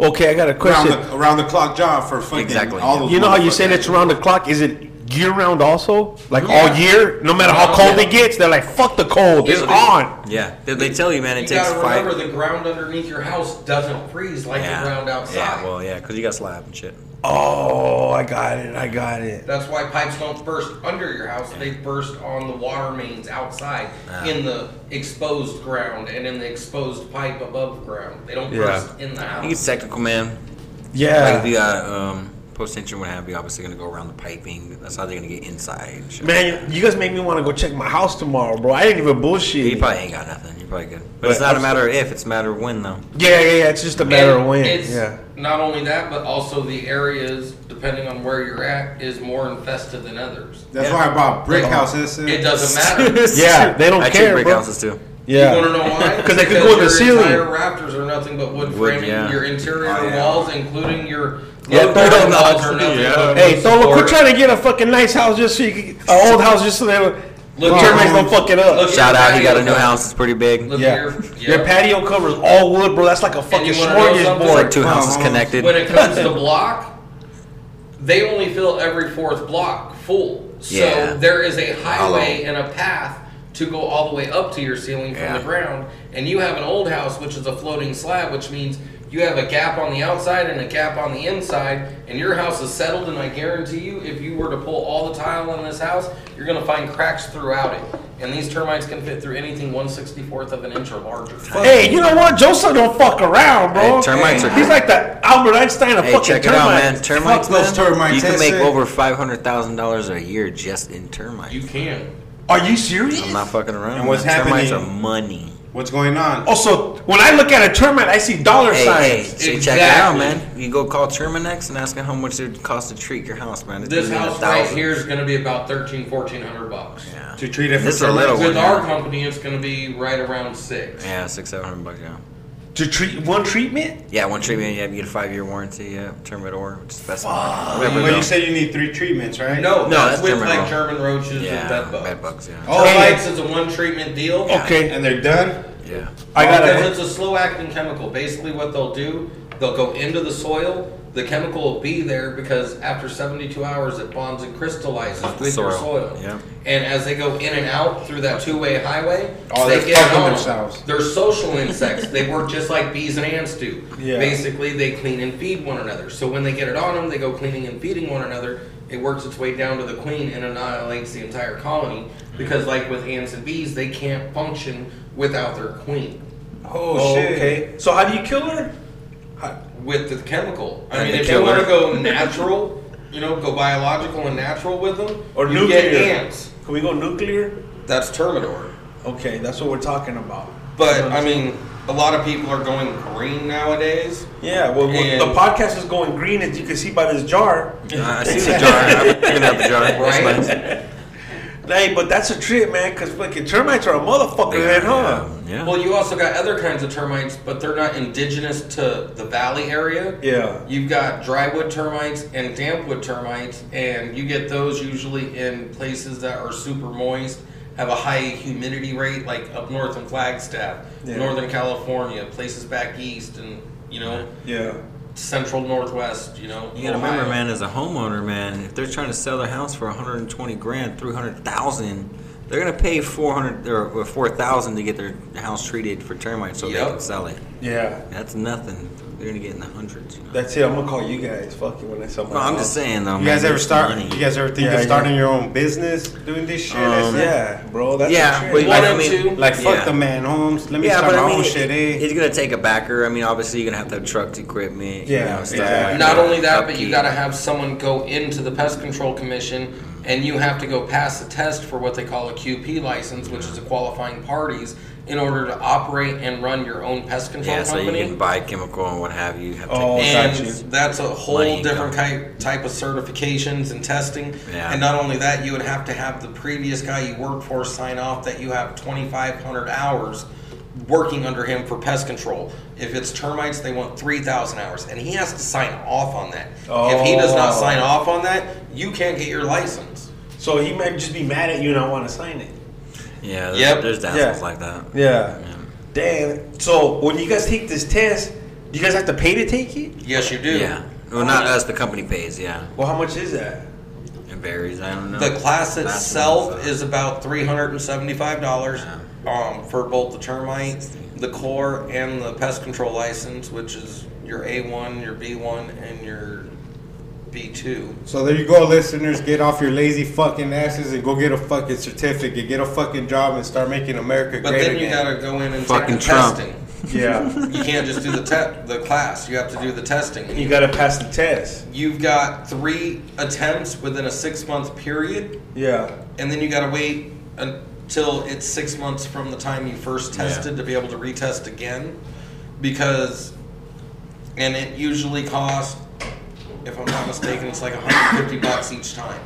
Speaker 3: yeah.
Speaker 7: Okay, I got a
Speaker 3: Around
Speaker 7: question.
Speaker 3: the, around the clock job for fucking
Speaker 5: Exactly.
Speaker 3: all those.
Speaker 7: you know how you
Speaker 3: motherfuckers.
Speaker 7: said it's around the clock? Is it year round also? Like all year, no matter how cold it gets, they're like, "Fuck the cold, it's
Speaker 5: So they-
Speaker 7: on."
Speaker 5: Yeah, they, they tell you, man, it
Speaker 6: You
Speaker 5: takes
Speaker 6: gotta
Speaker 5: five.
Speaker 6: remember the ground underneath your house doesn't freeze like
Speaker 5: yeah.
Speaker 6: the ground outside.
Speaker 5: Yeah, well, yeah, because you got slab and shit.
Speaker 7: Oh, I got it. I got it.
Speaker 6: That's why pipes don't burst under your house. They burst on the water mains outside in the exposed ground and in the exposed pipe above ground. They don't burst in the
Speaker 5: I think it's
Speaker 6: house.
Speaker 5: technical, man. Like
Speaker 7: Yeah,
Speaker 5: the uh, um, post tension, what have you, obviously going to go around the piping. That's how they're going to get inside. and shit.
Speaker 7: man, you guys make me want to go check my house tomorrow, bro. I didn't even bullshit.
Speaker 5: You
Speaker 7: Yeah,
Speaker 5: probably ain't got nothing. You're probably good. But,
Speaker 7: But
Speaker 5: it's not a
Speaker 7: I'm-
Speaker 5: matter of if, it's a matter of when, though.
Speaker 7: yeah, yeah. It's just a matter of
Speaker 6: And
Speaker 7: when.
Speaker 6: It's
Speaker 7: Yeah.
Speaker 6: Not only that, but also the areas, depending on where you're at, is more infested than others.
Speaker 3: That's why I bought brick
Speaker 7: Uh-huh.
Speaker 3: houses.
Speaker 6: It doesn't matter.
Speaker 7: Yeah, they don't
Speaker 5: I
Speaker 7: care,
Speaker 5: treat brick
Speaker 7: bro.
Speaker 5: houses, too.
Speaker 7: Yeah.
Speaker 6: You want to know why?
Speaker 7: 'Cause they could go in the
Speaker 6: your
Speaker 7: ceiling.
Speaker 6: Entire rafters are nothing but wood,
Speaker 5: Wood,
Speaker 6: framing.
Speaker 5: yeah.
Speaker 6: Your interior
Speaker 3: Oh, yeah.
Speaker 6: walls, including your
Speaker 7: Yeah,
Speaker 6: low down
Speaker 7: throw them
Speaker 6: walls,
Speaker 5: out.
Speaker 6: are nothing
Speaker 5: Yeah.
Speaker 6: but
Speaker 7: Hey,
Speaker 6: wood
Speaker 7: Tholo,
Speaker 6: support.
Speaker 7: quit trying to get a fucking nice house just so you can, an old house just so they would.
Speaker 6: Look,
Speaker 4: Termites
Speaker 6: here,
Speaker 4: don't fuck it up.
Speaker 6: look
Speaker 5: Shout
Speaker 6: here,
Speaker 5: out, he got a
Speaker 6: patio
Speaker 5: new
Speaker 6: cover.
Speaker 5: house. It's pretty big.
Speaker 6: Look
Speaker 4: Yeah.
Speaker 6: here,
Speaker 4: Your
Speaker 6: yeah.
Speaker 4: patio cover is all wood, bro. That's like a fucking
Speaker 6: you wanna know
Speaker 4: smorgasbord.
Speaker 6: something?
Speaker 5: It's like two
Speaker 6: Um,
Speaker 5: houses connected.
Speaker 6: When it comes to block, they only fill every fourth block full. So
Speaker 5: Yeah.
Speaker 6: there is a highway and a path to go all the way up to your ceiling from
Speaker 5: Yeah.
Speaker 6: the ground. And you have an old house, which is a floating slab, which means you have a gap on the outside and a gap on the inside. And your house is settled. And I guarantee you, if you were to pull all the tile in this house, you're going to find cracks throughout it. And these termites can fit through anything 164th of an inch or larger.
Speaker 4: Hey, you know what? Joseph don't fuck around, bro.
Speaker 5: Hey, termites are
Speaker 4: He's
Speaker 5: good.
Speaker 4: like the Albert Einstein of
Speaker 5: Hey,
Speaker 4: fucking
Speaker 5: check it
Speaker 4: termites.
Speaker 5: out, man.
Speaker 3: Fuck
Speaker 5: Termites,
Speaker 3: those
Speaker 5: man,
Speaker 3: termites,
Speaker 5: You can
Speaker 3: that's
Speaker 5: make
Speaker 3: it.
Speaker 5: over five hundred thousand dollars a year just in termites.
Speaker 6: You can.
Speaker 4: Are you serious?
Speaker 5: I'm not fucking around.
Speaker 3: And what's
Speaker 5: man. Termites
Speaker 3: happening-
Speaker 5: are money.
Speaker 3: What's going on?
Speaker 4: Also, when I look at a termite, I see dollar
Speaker 5: Hey, hey,
Speaker 4: signs.
Speaker 5: so check it out,
Speaker 6: Exactly.
Speaker 5: man. You go call Terminex and ask them how much it would cost to treat your house, man. It's
Speaker 6: This
Speaker 5: gonna be
Speaker 6: house
Speaker 5: a
Speaker 6: right
Speaker 5: thousand.
Speaker 6: here is going to be about thirteen, fourteen hundred bucks.
Speaker 5: Yeah.
Speaker 3: To treat it for
Speaker 5: This is a little
Speaker 6: With
Speaker 5: one.
Speaker 6: our
Speaker 5: yeah.
Speaker 6: company, it's going to be right around six.
Speaker 5: Yeah, six, seven hundred bucks. Yeah.
Speaker 4: To treat one treatment?
Speaker 5: Yeah, one treatment. Yeah, you get a five-year warranty. Yeah, termite or which is the best. one. Remember
Speaker 3: Well, you
Speaker 5: though.
Speaker 3: said you need three treatments, right?
Speaker 6: No,
Speaker 5: that's
Speaker 6: that's, with
Speaker 5: German
Speaker 6: like
Speaker 5: roll.
Speaker 6: German roaches
Speaker 5: yeah,
Speaker 6: and bed bugs.
Speaker 5: bed bugs. Yeah.
Speaker 3: Oh,
Speaker 6: Termites
Speaker 3: like-
Speaker 6: is a one treatment deal.
Speaker 4: Okay,
Speaker 3: And they're done?
Speaker 5: Yeah.
Speaker 4: I got
Speaker 6: because
Speaker 4: it.
Speaker 6: it's a slow acting chemical. Basically, what they'll do, they'll go into the soil. The chemical will be there because after 72 hours, it bonds and crystallizes with your
Speaker 5: soil,
Speaker 6: soil.
Speaker 5: yeah.
Speaker 6: And as they go in and out through that two way highway,
Speaker 3: Oh,
Speaker 6: they
Speaker 3: they're
Speaker 6: get
Speaker 3: fucking
Speaker 6: on.
Speaker 3: themselves.
Speaker 6: They're social insects. they work just like bees and ants do.
Speaker 3: Yeah.
Speaker 6: Basically, they clean and feed one another. So when they get it on them, they go cleaning and feeding one another. It works its way down to the queen and annihilates the entire colony because, like with ants and bees, they can't function without their queen.
Speaker 3: Oh, shit.
Speaker 4: Okay, so how do you kill her?
Speaker 6: with the chemical. I
Speaker 5: And
Speaker 6: mean,
Speaker 5: the
Speaker 6: if you want to
Speaker 5: killer.
Speaker 6: go natural, you know, go biological and natural with them,
Speaker 4: Or
Speaker 6: you
Speaker 4: nuclear.
Speaker 6: get ants.
Speaker 4: Can we go nuclear?
Speaker 6: That's Termidor.
Speaker 4: Okay, that's what we're talking about.
Speaker 6: But I mean, a lot of people are going green nowadays.
Speaker 4: Yeah, well, well,
Speaker 6: And-
Speaker 4: the podcast is going green, as you can see by this jar.
Speaker 5: Uh, I see the jar. I'm picking out the jar. That's
Speaker 6: Right?
Speaker 5: nice.
Speaker 4: Hey, but that's a trip, man, because fucking termites are a motherfucker,
Speaker 5: Yeah,
Speaker 4: then, huh?
Speaker 5: Yeah.
Speaker 6: Well, you also got other kinds of termites, but they're not indigenous to the valley area.
Speaker 4: Yeah.
Speaker 6: You've got drywood termites and dampwood termites, and you get those usually in places that are super moist, have a high humidity rate, like up north in Flagstaff,
Speaker 4: Yeah.
Speaker 6: Northern California, places back east, and you know,
Speaker 4: Yeah.
Speaker 6: central northwest. You know,
Speaker 5: You gotta
Speaker 6: Ohio.
Speaker 5: remember, man, as a homeowner, man, if they're trying to sell their house for 120 grand, 300,000, they're gonna pay 400 or or 4,000 to get their house treated for termites so they
Speaker 6: Yep.
Speaker 5: can sell it.
Speaker 4: Yeah.
Speaker 5: That's nothing. They're gonna get in the hundreds. You know?
Speaker 4: That's it. I'm going to call you guys. Fuck you when I sell my
Speaker 5: no, I'm
Speaker 4: house.
Speaker 5: just saying though.
Speaker 15: You guys ever start?
Speaker 5: Money.
Speaker 15: You guys ever think
Speaker 4: Yeah,
Speaker 15: of
Speaker 4: yeah.
Speaker 15: starting your own business, doing this shit?
Speaker 5: Um,
Speaker 15: That's it.
Speaker 4: Yeah, bro. That's
Speaker 5: yeah,
Speaker 4: a
Speaker 5: but
Speaker 4: trip.
Speaker 6: One
Speaker 5: I
Speaker 6: or
Speaker 5: mean,
Speaker 6: two.
Speaker 15: Like fuck
Speaker 5: yeah.
Speaker 15: the man, Holmes. Let me
Speaker 5: Yeah,
Speaker 15: start
Speaker 5: but
Speaker 15: my
Speaker 5: I
Speaker 15: own
Speaker 5: mean,
Speaker 15: shit, eh?
Speaker 5: it, it's gonna take a backer. I mean, obviously, you're gonna have to have trucks, equipment.
Speaker 4: Yeah,
Speaker 5: you know, stuff
Speaker 4: exactly.
Speaker 5: like
Speaker 6: Not only that, but you
Speaker 5: Upkeep.
Speaker 6: got to have someone go into the pest control commission, and you have to go pass the test for what they call a QP license, which is a qualifying parties, in order to operate and run your own pest control
Speaker 5: Yeah, so you
Speaker 6: company.
Speaker 5: can buy chemical and what have you. Have
Speaker 4: Oh,
Speaker 5: technicians.
Speaker 4: Gotcha.
Speaker 6: and that's a whole
Speaker 5: Money
Speaker 6: different
Speaker 5: income.
Speaker 6: type, type of certifications and testing.
Speaker 5: Yeah.
Speaker 6: And not only that, you would have to have the previous guy you work for sign off that you have 2,500 hours working under him for pest control. If it's termites, they want 3,000 hours, and he has to sign off on that. If he does not
Speaker 4: Oh.
Speaker 6: sign off on that, you can't get your license.
Speaker 4: So he might just be mad at you and I want to sign it.
Speaker 5: yeah, there's,
Speaker 6: Yep.
Speaker 5: there's
Speaker 4: Yeah.
Speaker 5: dazzles like that.
Speaker 4: Yeah.
Speaker 5: Yeah.
Speaker 4: Damn. So when you guys take this test, do you guys have to pay to take it?
Speaker 6: Yes, you do.
Speaker 5: Yeah. Well,
Speaker 6: Uh,
Speaker 5: not us. The company pays. Yeah,
Speaker 4: Well, how much is that?
Speaker 5: it varies. I don't know.
Speaker 6: The class
Speaker 5: one,
Speaker 6: itself
Speaker 5: so-
Speaker 6: is about three hundred and seventy-five dollars um, for both the termite, the core, and the pest control license, which is your A one, your B one, and your B two.
Speaker 15: So there you go, listeners. Get off your lazy fucking asses and go get a fucking certificate. Get a fucking job and start making America
Speaker 6: But
Speaker 15: great
Speaker 6: then you
Speaker 15: again.
Speaker 6: gotta go in and
Speaker 5: Fucking
Speaker 6: take the
Speaker 5: Trump.
Speaker 6: testing.
Speaker 4: Yeah.
Speaker 6: You can't just do the te- the class. You have to do the testing.
Speaker 4: you got to pass the test.
Speaker 6: You've got three attempts within a six-month period,
Speaker 4: Yeah.
Speaker 6: and then you gotta wait until it's six months from the time you first tested to be able to retest again because and it usually costs if i'm not mistaken it's like 150 bucks each time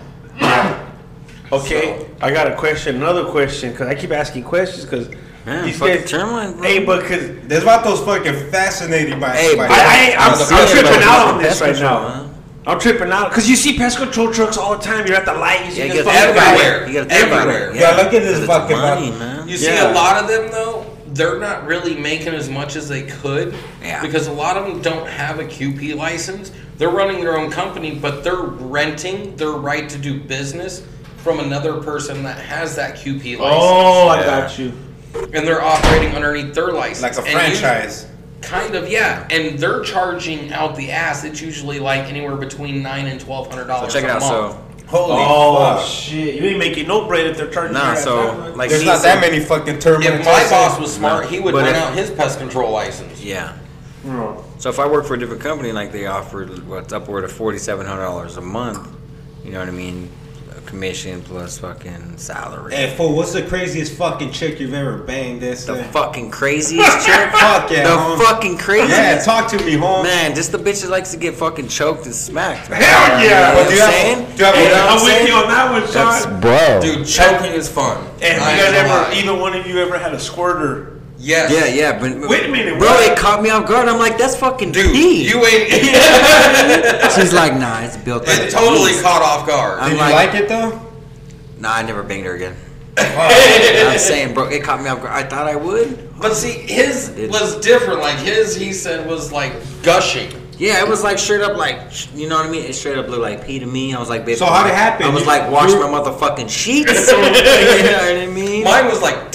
Speaker 4: Okay, I got a question. Another question, because I keep asking questions, because
Speaker 5: Man,
Speaker 4: these
Speaker 5: fucking
Speaker 4: guys.
Speaker 5: termite, bro.
Speaker 4: hey, but because
Speaker 15: There's about those fucking fascinated by.
Speaker 5: Hey,
Speaker 15: by
Speaker 5: bro.
Speaker 4: I, I, I'm,
Speaker 5: I'm
Speaker 4: I'm
Speaker 5: serious
Speaker 4: tripping
Speaker 5: about
Speaker 4: out
Speaker 5: the
Speaker 4: on this
Speaker 5: pest
Speaker 4: right
Speaker 5: control,
Speaker 4: now.
Speaker 5: huh?
Speaker 4: I'm tripping out because you see pest control trucks all the time. You're at the light. You see
Speaker 5: Yeah, you
Speaker 4: this
Speaker 5: get
Speaker 4: fucking guy.
Speaker 6: everywhere.
Speaker 5: You gotta think about it.
Speaker 6: Everywhere.
Speaker 5: Yeah,
Speaker 7: Yeah, look at this
Speaker 5: it's
Speaker 7: fucking
Speaker 5: money,
Speaker 7: fuck-
Speaker 5: man.
Speaker 6: You see,
Speaker 4: Yeah.
Speaker 6: a lot of them though, they're not really making as much as they could
Speaker 5: Yeah.
Speaker 6: because a lot of them don't have a QP license. They're running their own company, but they're renting their right to do business from another person that has that QP license,
Speaker 8: Oh, I got you.
Speaker 6: and they're operating underneath their license,
Speaker 3: Like a
Speaker 6: And you-
Speaker 3: franchise.
Speaker 6: kind of, yeah. And they're charging out the ass. It's usually like anywhere between nine and twelve hundred dollars.
Speaker 5: Check it
Speaker 6: a
Speaker 5: out.
Speaker 6: Month.
Speaker 5: So
Speaker 3: Holy
Speaker 4: Oh
Speaker 3: fuck.
Speaker 4: shit! You ain't making no bread if they're charging.
Speaker 5: nah,
Speaker 4: you.
Speaker 5: so like
Speaker 3: There's
Speaker 5: me,
Speaker 3: not
Speaker 5: so-
Speaker 3: that many fucking terminals.
Speaker 6: if my boss was smart, he would
Speaker 5: But
Speaker 6: rent
Speaker 5: if-
Speaker 6: out his pest control license.
Speaker 5: Yeah.
Speaker 8: No.
Speaker 5: So if I work for a different company, like they offer what's upward of forty seven hundred dollars a month, you know what I mean? A commission plus fucking salary.
Speaker 3: Hey, fool, what's the craziest fucking chick you've ever banged? That's
Speaker 5: the
Speaker 3: the
Speaker 5: fucking craziest chick.
Speaker 3: fuck yeah,
Speaker 5: the
Speaker 3: home.
Speaker 5: fucking craziest.
Speaker 3: Yeah, talk to me, home.
Speaker 5: Man, just the bitch that likes to get fucking choked and smacked. Man.
Speaker 4: Hell yeah!
Speaker 5: You know
Speaker 3: do
Speaker 5: what I'm
Speaker 3: you have-
Speaker 5: saying?
Speaker 3: do you have-
Speaker 5: You know what
Speaker 4: I'm
Speaker 5: I'm
Speaker 4: with
Speaker 5: saying?
Speaker 4: you on that one, Sean.
Speaker 14: Bro.
Speaker 6: Dude, choking is fun.
Speaker 4: Oh. And
Speaker 6: I
Speaker 4: you guys
Speaker 6: ain't gonna
Speaker 4: ever,
Speaker 6: lie.
Speaker 4: either one of you ever had a squirter?
Speaker 6: Yes.
Speaker 5: Yeah, yeah, but
Speaker 4: Wait a minute,
Speaker 5: bro,
Speaker 4: what?
Speaker 5: it caught me off guard. I'm like, that's fucking
Speaker 6: Dude,
Speaker 5: pee.
Speaker 6: you ain't.
Speaker 5: She's like, nah, it's built. up
Speaker 6: it
Speaker 5: of
Speaker 6: totally
Speaker 5: peas."
Speaker 6: caught off guard.
Speaker 5: I'm
Speaker 3: Did you
Speaker 5: like,
Speaker 3: like it though?
Speaker 5: nah, I never banged her again. I'm saying, bro, it caught me off guard. I thought I would.
Speaker 6: but see, his
Speaker 5: Did-
Speaker 6: was different. Like his, he said, was like gushing.
Speaker 5: Yeah, it was like straight up, like sh- you know what I mean. It straight up looked like pee to me. I was like, baby.
Speaker 3: So how'd it happen?
Speaker 5: I was
Speaker 3: You-
Speaker 5: like, wash
Speaker 3: you-
Speaker 5: my motherfucking sheets. you know what I mean?
Speaker 6: Mine was like,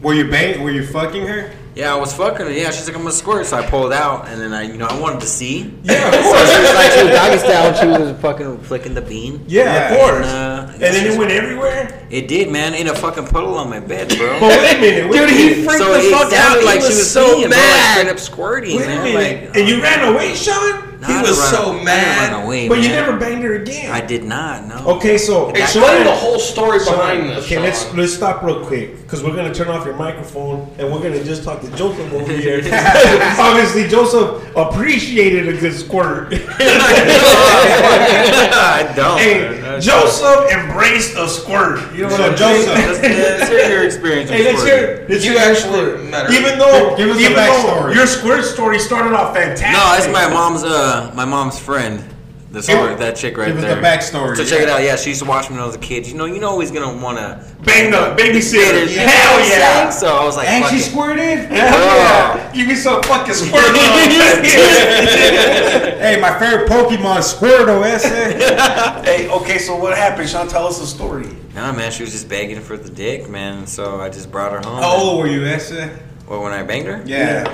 Speaker 3: Were you bang? Were you fucking her?
Speaker 5: Yeah, I was fucking her. Yeah, she's like, I'm gonna squirt. So I pulled out, and then I, you know, I wanted to see.
Speaker 3: Yeah, of
Speaker 5: So she was like, she was doggy style, and she was fucking flicking the bean.
Speaker 3: Yeah, of course.
Speaker 5: And, uh,
Speaker 4: And then it went everywhere.
Speaker 5: It did, man. In a fucking puddle on my bed, bro.
Speaker 4: But wait a minute, wait a minute.
Speaker 5: so it sounded like she was so peeing, bro, like straight up squirting,
Speaker 4: Wait a
Speaker 5: man.
Speaker 4: minute,
Speaker 5: Like, uh,
Speaker 4: and you ran away, Sean.
Speaker 5: nah, I run-
Speaker 6: was so
Speaker 5: I didn't
Speaker 6: mad.
Speaker 5: run away,
Speaker 4: But you
Speaker 5: man.
Speaker 4: never banged her again.
Speaker 5: I did not. No.
Speaker 8: Okay, so
Speaker 6: explain the whole story
Speaker 8: Sean,
Speaker 6: behind this.
Speaker 8: okay, let's
Speaker 6: Sean.
Speaker 8: let's stop real quick because we're gonna turn off your microphone and we're gonna just talk to Joseph over here. Obviously, Joseph appreciated a good squirt.
Speaker 5: I don't.
Speaker 8: hey, Joseph embraced a squirt. You know what
Speaker 3: So
Speaker 8: I'm
Speaker 3: Joseph,
Speaker 5: Let's, let's hear your experience.
Speaker 8: Hey,
Speaker 5: with
Speaker 8: let's
Speaker 5: squirting.
Speaker 8: hear. Let's
Speaker 6: You
Speaker 8: hear your
Speaker 6: actually
Speaker 8: squirt.
Speaker 6: met her.
Speaker 8: Even though,
Speaker 3: Give us the
Speaker 8: even though
Speaker 3: backstory.
Speaker 8: Oh, your squirt story started off fantastic.
Speaker 5: No, it's my mom's. Uh, my mom's friend. The story, that chick right
Speaker 3: Give us
Speaker 5: there.
Speaker 3: the backstory.
Speaker 5: So check it out. Yeah, she used to watch me when I was a kid. You know, you know, always gonna wanna
Speaker 8: bang the babysitter.
Speaker 5: You know
Speaker 8: Hell
Speaker 5: what I'm saying?
Speaker 8: yeah!
Speaker 5: So I was like,
Speaker 3: And
Speaker 5: fuck
Speaker 3: she
Speaker 5: it.
Speaker 3: squirted.
Speaker 8: Hell yeah! You be so fucking squirt.
Speaker 3: Hey, my favorite Pokemon Squirtle. That's it.
Speaker 4: Hey, okay, so what happened, Sean? Tell us the story.
Speaker 5: Nah, man, she was just begging for the dick, man. So I just brought her home.
Speaker 3: How old were you? That's it.
Speaker 5: Well, when I banged her,
Speaker 3: Yeah.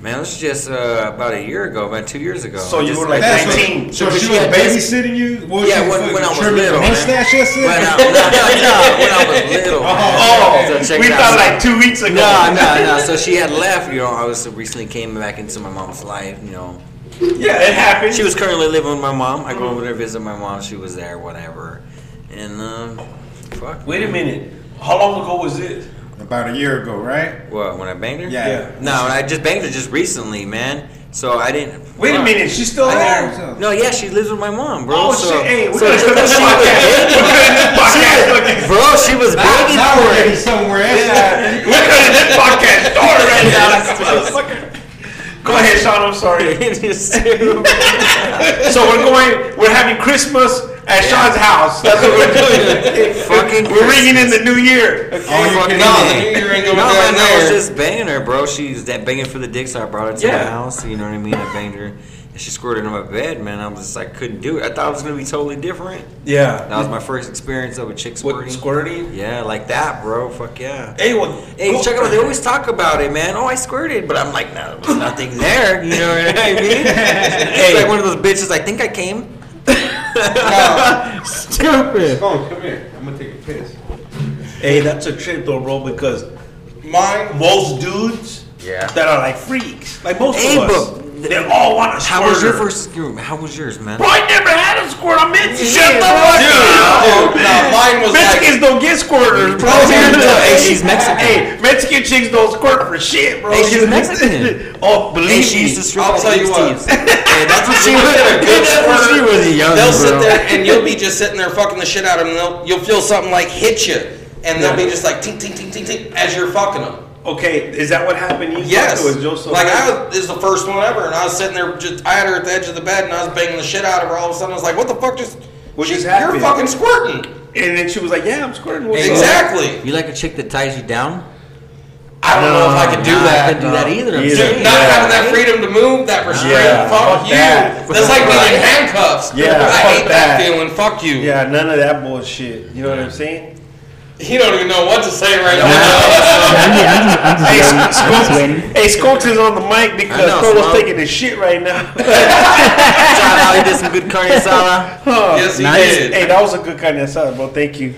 Speaker 5: man, this was just uh, about a year ago, about two years ago.
Speaker 4: So
Speaker 5: I
Speaker 4: you
Speaker 5: just,
Speaker 4: were like
Speaker 3: That's what-
Speaker 4: 19.
Speaker 3: So
Speaker 5: But
Speaker 3: she
Speaker 5: she
Speaker 3: was
Speaker 5: had just-
Speaker 3: babysitting you. What
Speaker 5: Yeah,
Speaker 3: she
Speaker 5: when-
Speaker 3: fucking
Speaker 5: when I was
Speaker 3: trimming
Speaker 5: little,
Speaker 3: the
Speaker 5: man.
Speaker 3: Mustache. That's it.
Speaker 5: When I, no, no, when I was little.
Speaker 4: Oh,
Speaker 5: man. So check
Speaker 4: we
Speaker 5: it out.
Speaker 4: thought
Speaker 5: So-
Speaker 4: like two weeks ago.
Speaker 5: No, no, no. So she had left. You know, I was recently came back into my mom's life. You know,
Speaker 4: Yeah, it happened.
Speaker 5: she was currently living with my mom. I go over there visit my mom. She was there, whatever. And um, fuck.
Speaker 4: Wait a minute. How long ago was this?
Speaker 3: About a year ago, right?
Speaker 5: What? When I banged her?
Speaker 3: Yeah.
Speaker 5: No, I just banged her just recently, man. So I didn't.
Speaker 4: Wait a
Speaker 5: fuck.
Speaker 4: minute, she's still there.
Speaker 3: So-
Speaker 5: No, yeah, she lives with my mom, bro.
Speaker 4: Oh
Speaker 5: so,
Speaker 4: shit! Hey, we're
Speaker 5: so
Speaker 4: gonna do this podcast. We're gonna do this podcast. fucking-
Speaker 5: bro, she was begging
Speaker 3: Now
Speaker 5: for
Speaker 3: we're
Speaker 5: it.
Speaker 3: heading somewhere else.
Speaker 4: We're gonna do this podcast door right now. Like a motherfucker. Go ahead, Sean. I'm sorry. So we're going. We're having Christmas at Sean's house. That's what we're doing.
Speaker 5: Fucking
Speaker 4: We're ringing in the new year.
Speaker 5: Oh,
Speaker 3: All you can
Speaker 5: Fucking no,
Speaker 3: eat.
Speaker 5: the-
Speaker 6: You're ain't
Speaker 5: no
Speaker 6: going
Speaker 5: man,
Speaker 6: down
Speaker 5: I was
Speaker 6: there.
Speaker 5: just banging her, bro. She's that banging for the dick, so I brought her to my
Speaker 4: Yeah.
Speaker 5: house. You know what I mean? I banged her, and she squirted on my bed, man. I was just like, couldn't do it. I thought it was gonna be totally different.
Speaker 4: Yeah.
Speaker 5: That was my first experience of a chick
Speaker 4: What
Speaker 5: squirting.
Speaker 4: squirting?
Speaker 5: Yeah, like that, bro. Fuck yeah.
Speaker 4: Hey, what?
Speaker 5: Hey, check it out. They always talk about it, man. Oh, I squirted, but I'm like, no, there's nothing there. You know what I mean? It's like one of those bitches. I think I came.
Speaker 3: Come on, come here. I'm gonna take a piss.
Speaker 4: Hey, that's a trip though, bro. Because
Speaker 6: Mine.
Speaker 4: most dudes
Speaker 5: Yeah.
Speaker 4: that are like freaks, like most
Speaker 5: Hey,
Speaker 4: of us,
Speaker 5: but-
Speaker 4: they all want a squirter.
Speaker 5: How was your first? squir- How was yours, man?
Speaker 4: Bro, I never had a squirt. I'm in.
Speaker 5: Yeah,
Speaker 4: Shut the
Speaker 5: bro.
Speaker 4: fuck
Speaker 5: Dude,
Speaker 4: up.
Speaker 6: dude, no, mine was
Speaker 4: Mexicans
Speaker 6: like-
Speaker 4: don't get squirters, bro.
Speaker 5: Hey, she's Mexican.
Speaker 4: Hey, Mexican chicks don't squirt for shit, bro.
Speaker 5: Hey, she's Mexican.
Speaker 4: oh, believe
Speaker 5: Hey, she
Speaker 4: me.
Speaker 5: used to strip
Speaker 6: I'll
Speaker 5: at
Speaker 6: tell you what.
Speaker 5: Steve's. Hey, that's what she was. that's what she was young,
Speaker 6: They'll
Speaker 5: bro.
Speaker 6: sit there and you'll be just sitting there fucking the shit out of them. They'll, you'll feel something like hit you, and they'll be just like tink tink tink tink tink as you're fucking them.
Speaker 4: Okay, is that what happened? You
Speaker 6: Yes.
Speaker 4: talked to us, Joe, so-
Speaker 6: like I was, this is the first one ever, and I was sitting there just I had her at the edge of the bed, and I was banging the shit out of her. All of a sudden, I was like, "What the fuck just?
Speaker 4: What
Speaker 6: she,
Speaker 4: just happened?"
Speaker 6: You're fucking squirting."
Speaker 4: and then she was like, "Yeah, I'm squirting." What's up?
Speaker 6: Exactly.
Speaker 5: You like a chick that ties you down?
Speaker 6: I don't know if I could do that.
Speaker 5: I could do that either. I'm
Speaker 4: Either.
Speaker 5: saying.
Speaker 6: Dude, not having that freedom to move, that restraint,
Speaker 4: Uh, Yeah,
Speaker 6: fuck,
Speaker 4: fuck
Speaker 6: you.
Speaker 4: that.
Speaker 6: That's like being in handcuffs.
Speaker 4: Yeah,
Speaker 6: I
Speaker 4: fuck
Speaker 6: hate that.
Speaker 4: that.
Speaker 6: feeling. Fuck you.
Speaker 4: Yeah, none of that bullshit. You know what I'm saying?
Speaker 6: He don't even know what to say right now.
Speaker 16: I'm just, I'm just, I'm just waiting. I'm just waiting.
Speaker 4: Hey, Skulks is on the mic because
Speaker 5: know,
Speaker 4: Colo's
Speaker 5: Smoke.
Speaker 4: taking his shit right now.
Speaker 5: Shout out, he did some good carne asada.
Speaker 6: yes, he did.
Speaker 4: hey, that was a good kind of aside, bro. Thank you.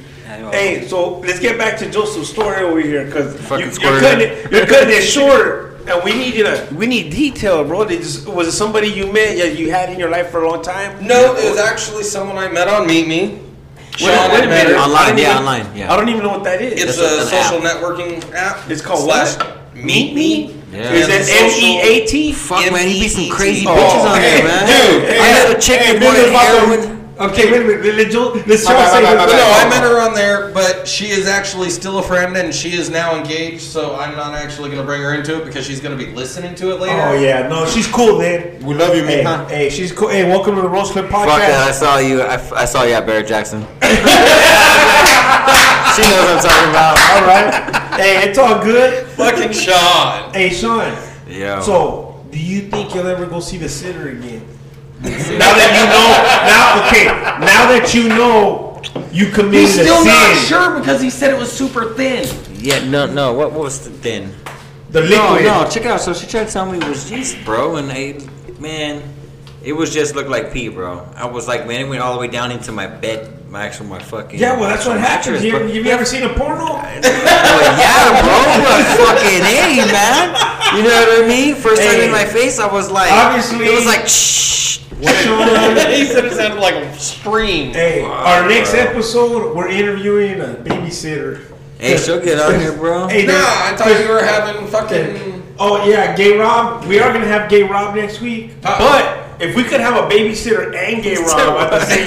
Speaker 4: Hey, so let's get back to Joseph's story over here because
Speaker 5: Fucking
Speaker 4: you, are
Speaker 5: squirted.
Speaker 4: cutting it, you're cutting it short, and we need you to we need detail, bro. Did you, was it somebody you met that you had in your life for a long time?
Speaker 6: No, it was actually someone I met on Meet Me. Sean
Speaker 4: Wait, wait a
Speaker 6: had met
Speaker 4: minute.
Speaker 6: her.
Speaker 5: Online,
Speaker 4: I didn't
Speaker 5: yeah,
Speaker 4: even-
Speaker 5: online, yeah.
Speaker 4: I don't even know what that is.
Speaker 6: It's
Speaker 5: That's
Speaker 6: a
Speaker 5: an
Speaker 6: social networking app.
Speaker 4: It's called
Speaker 6: slash
Speaker 4: Meet Me.
Speaker 5: Yeah.
Speaker 4: Is
Speaker 6: Yeah,
Speaker 4: that
Speaker 6: social-
Speaker 4: M E A T?
Speaker 5: Fuck, man, he be some crazy
Speaker 6: Oh,
Speaker 5: bitches on
Speaker 6: hey,
Speaker 5: there, man.
Speaker 6: dude,
Speaker 5: I met a chick that wanted heroin.
Speaker 8: Okay, wait a minute. Let Joe, let's
Speaker 3: bye,
Speaker 8: Charles
Speaker 3: bye,
Speaker 8: say
Speaker 3: bye,
Speaker 8: his-
Speaker 3: bye,
Speaker 6: But
Speaker 3: bye.
Speaker 6: no, Oh, I met her on there, but she is actually still a friend, and she is now engaged. So I'm not actually going to bring her into it because she's going to be listening to it later.
Speaker 8: Oh yeah, no, she's cool, man.
Speaker 3: We love you,
Speaker 8: Hey,
Speaker 3: man.
Speaker 8: hey, she's cool. Hey, welcome to the Roast Clip
Speaker 5: Fuck that, I
Speaker 8: Podcast.
Speaker 5: saw you. I, f- I saw you at Barrett Jackson. she knows what I'm talking about.
Speaker 8: All right. hey, it's all good.
Speaker 6: Fucking Sean.
Speaker 8: Hey, Sean.
Speaker 5: Yeah.
Speaker 8: So, do you think you'll ever go see the sinner again?
Speaker 4: Now that
Speaker 8: Now, okay. Now that you know you committed
Speaker 6: He's
Speaker 8: a
Speaker 6: still not
Speaker 8: sin,
Speaker 6: sure because he said it was super thin.
Speaker 5: Yeah, no, no. What, what was the then?
Speaker 8: the
Speaker 5: No,
Speaker 8: liquid.
Speaker 5: no. Check it out. So she tried to tell me it was yeast, bro, and I, man, it was just looked like pee, bro. I was like, man, it went all the way down into my bed, my actual, my fucking.
Speaker 8: Yeah, well, that's what happens.
Speaker 5: mattress,
Speaker 8: You,
Speaker 5: bro.
Speaker 8: have you ever seen a porno?
Speaker 5: Like, yeah, bro, but fucking hey, man. You know what I mean? First time in my face, I was like,
Speaker 8: Obviously-
Speaker 5: it was like, shh.
Speaker 8: Sean,
Speaker 6: he said it sounded like a stream.
Speaker 8: hey, our next episode, we're interviewing a babysitter.
Speaker 5: Hey, she'll get on here, bro.
Speaker 8: Hey,
Speaker 6: Nah,
Speaker 8: there's-
Speaker 6: I thought you were having fucking.
Speaker 8: Oh yeah, Gay Rob. We are gonna have Gay Rob next week.
Speaker 4: But if we could have a babysitter and gay Rob at the same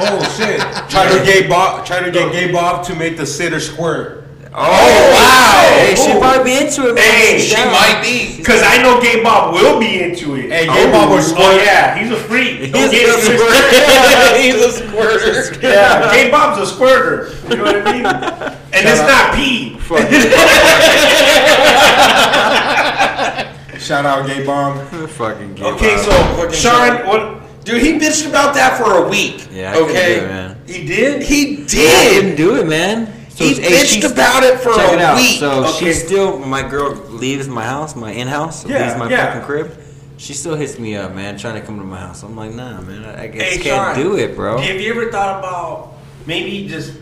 Speaker 4: show,
Speaker 3: Oh shit! Try to get Bob. Try to get Gay Bob to make the sitter squirt.
Speaker 5: Oh, Hey, she'd probably be into it, man.
Speaker 4: Hey,
Speaker 5: She's
Speaker 4: she
Speaker 5: down.
Speaker 6: might be.
Speaker 4: because I know gay Bob will be into it.
Speaker 3: Hey, Gay Bob was
Speaker 4: Oh yeah, he's a freak. Don't
Speaker 5: He's
Speaker 4: get
Speaker 5: a
Speaker 4: it twisted.
Speaker 6: He's a squirter.
Speaker 4: Yeah, gay Bob's a squirter. You know what I mean? And it's not pee.
Speaker 3: Shout out Gay Bomb.
Speaker 5: fucking gay.
Speaker 4: Okay, so
Speaker 6: Fucking
Speaker 4: Sean, what
Speaker 6: Dude, he bitched about that for a week.
Speaker 5: Yeah, I couldn't
Speaker 6: okay.
Speaker 5: do it, man.
Speaker 4: he did?
Speaker 6: He
Speaker 5: I
Speaker 6: did.
Speaker 5: didn't do it, man. So
Speaker 6: he
Speaker 5: it's- hey,
Speaker 6: bitched
Speaker 5: she's-
Speaker 6: about it for
Speaker 5: Check
Speaker 6: a
Speaker 5: it out.
Speaker 6: week.
Speaker 5: So
Speaker 4: Okay.
Speaker 5: she still, my girl leaves my house, my in house,
Speaker 4: Yeah,
Speaker 5: leaves my
Speaker 4: yeah.
Speaker 5: fucking crib. She still hits me up, man, trying to come to my house. I'm like, nah, man, I, I guess
Speaker 4: Hey,
Speaker 5: can't
Speaker 4: Sean.
Speaker 5: do it, bro.
Speaker 4: Have you ever thought about maybe just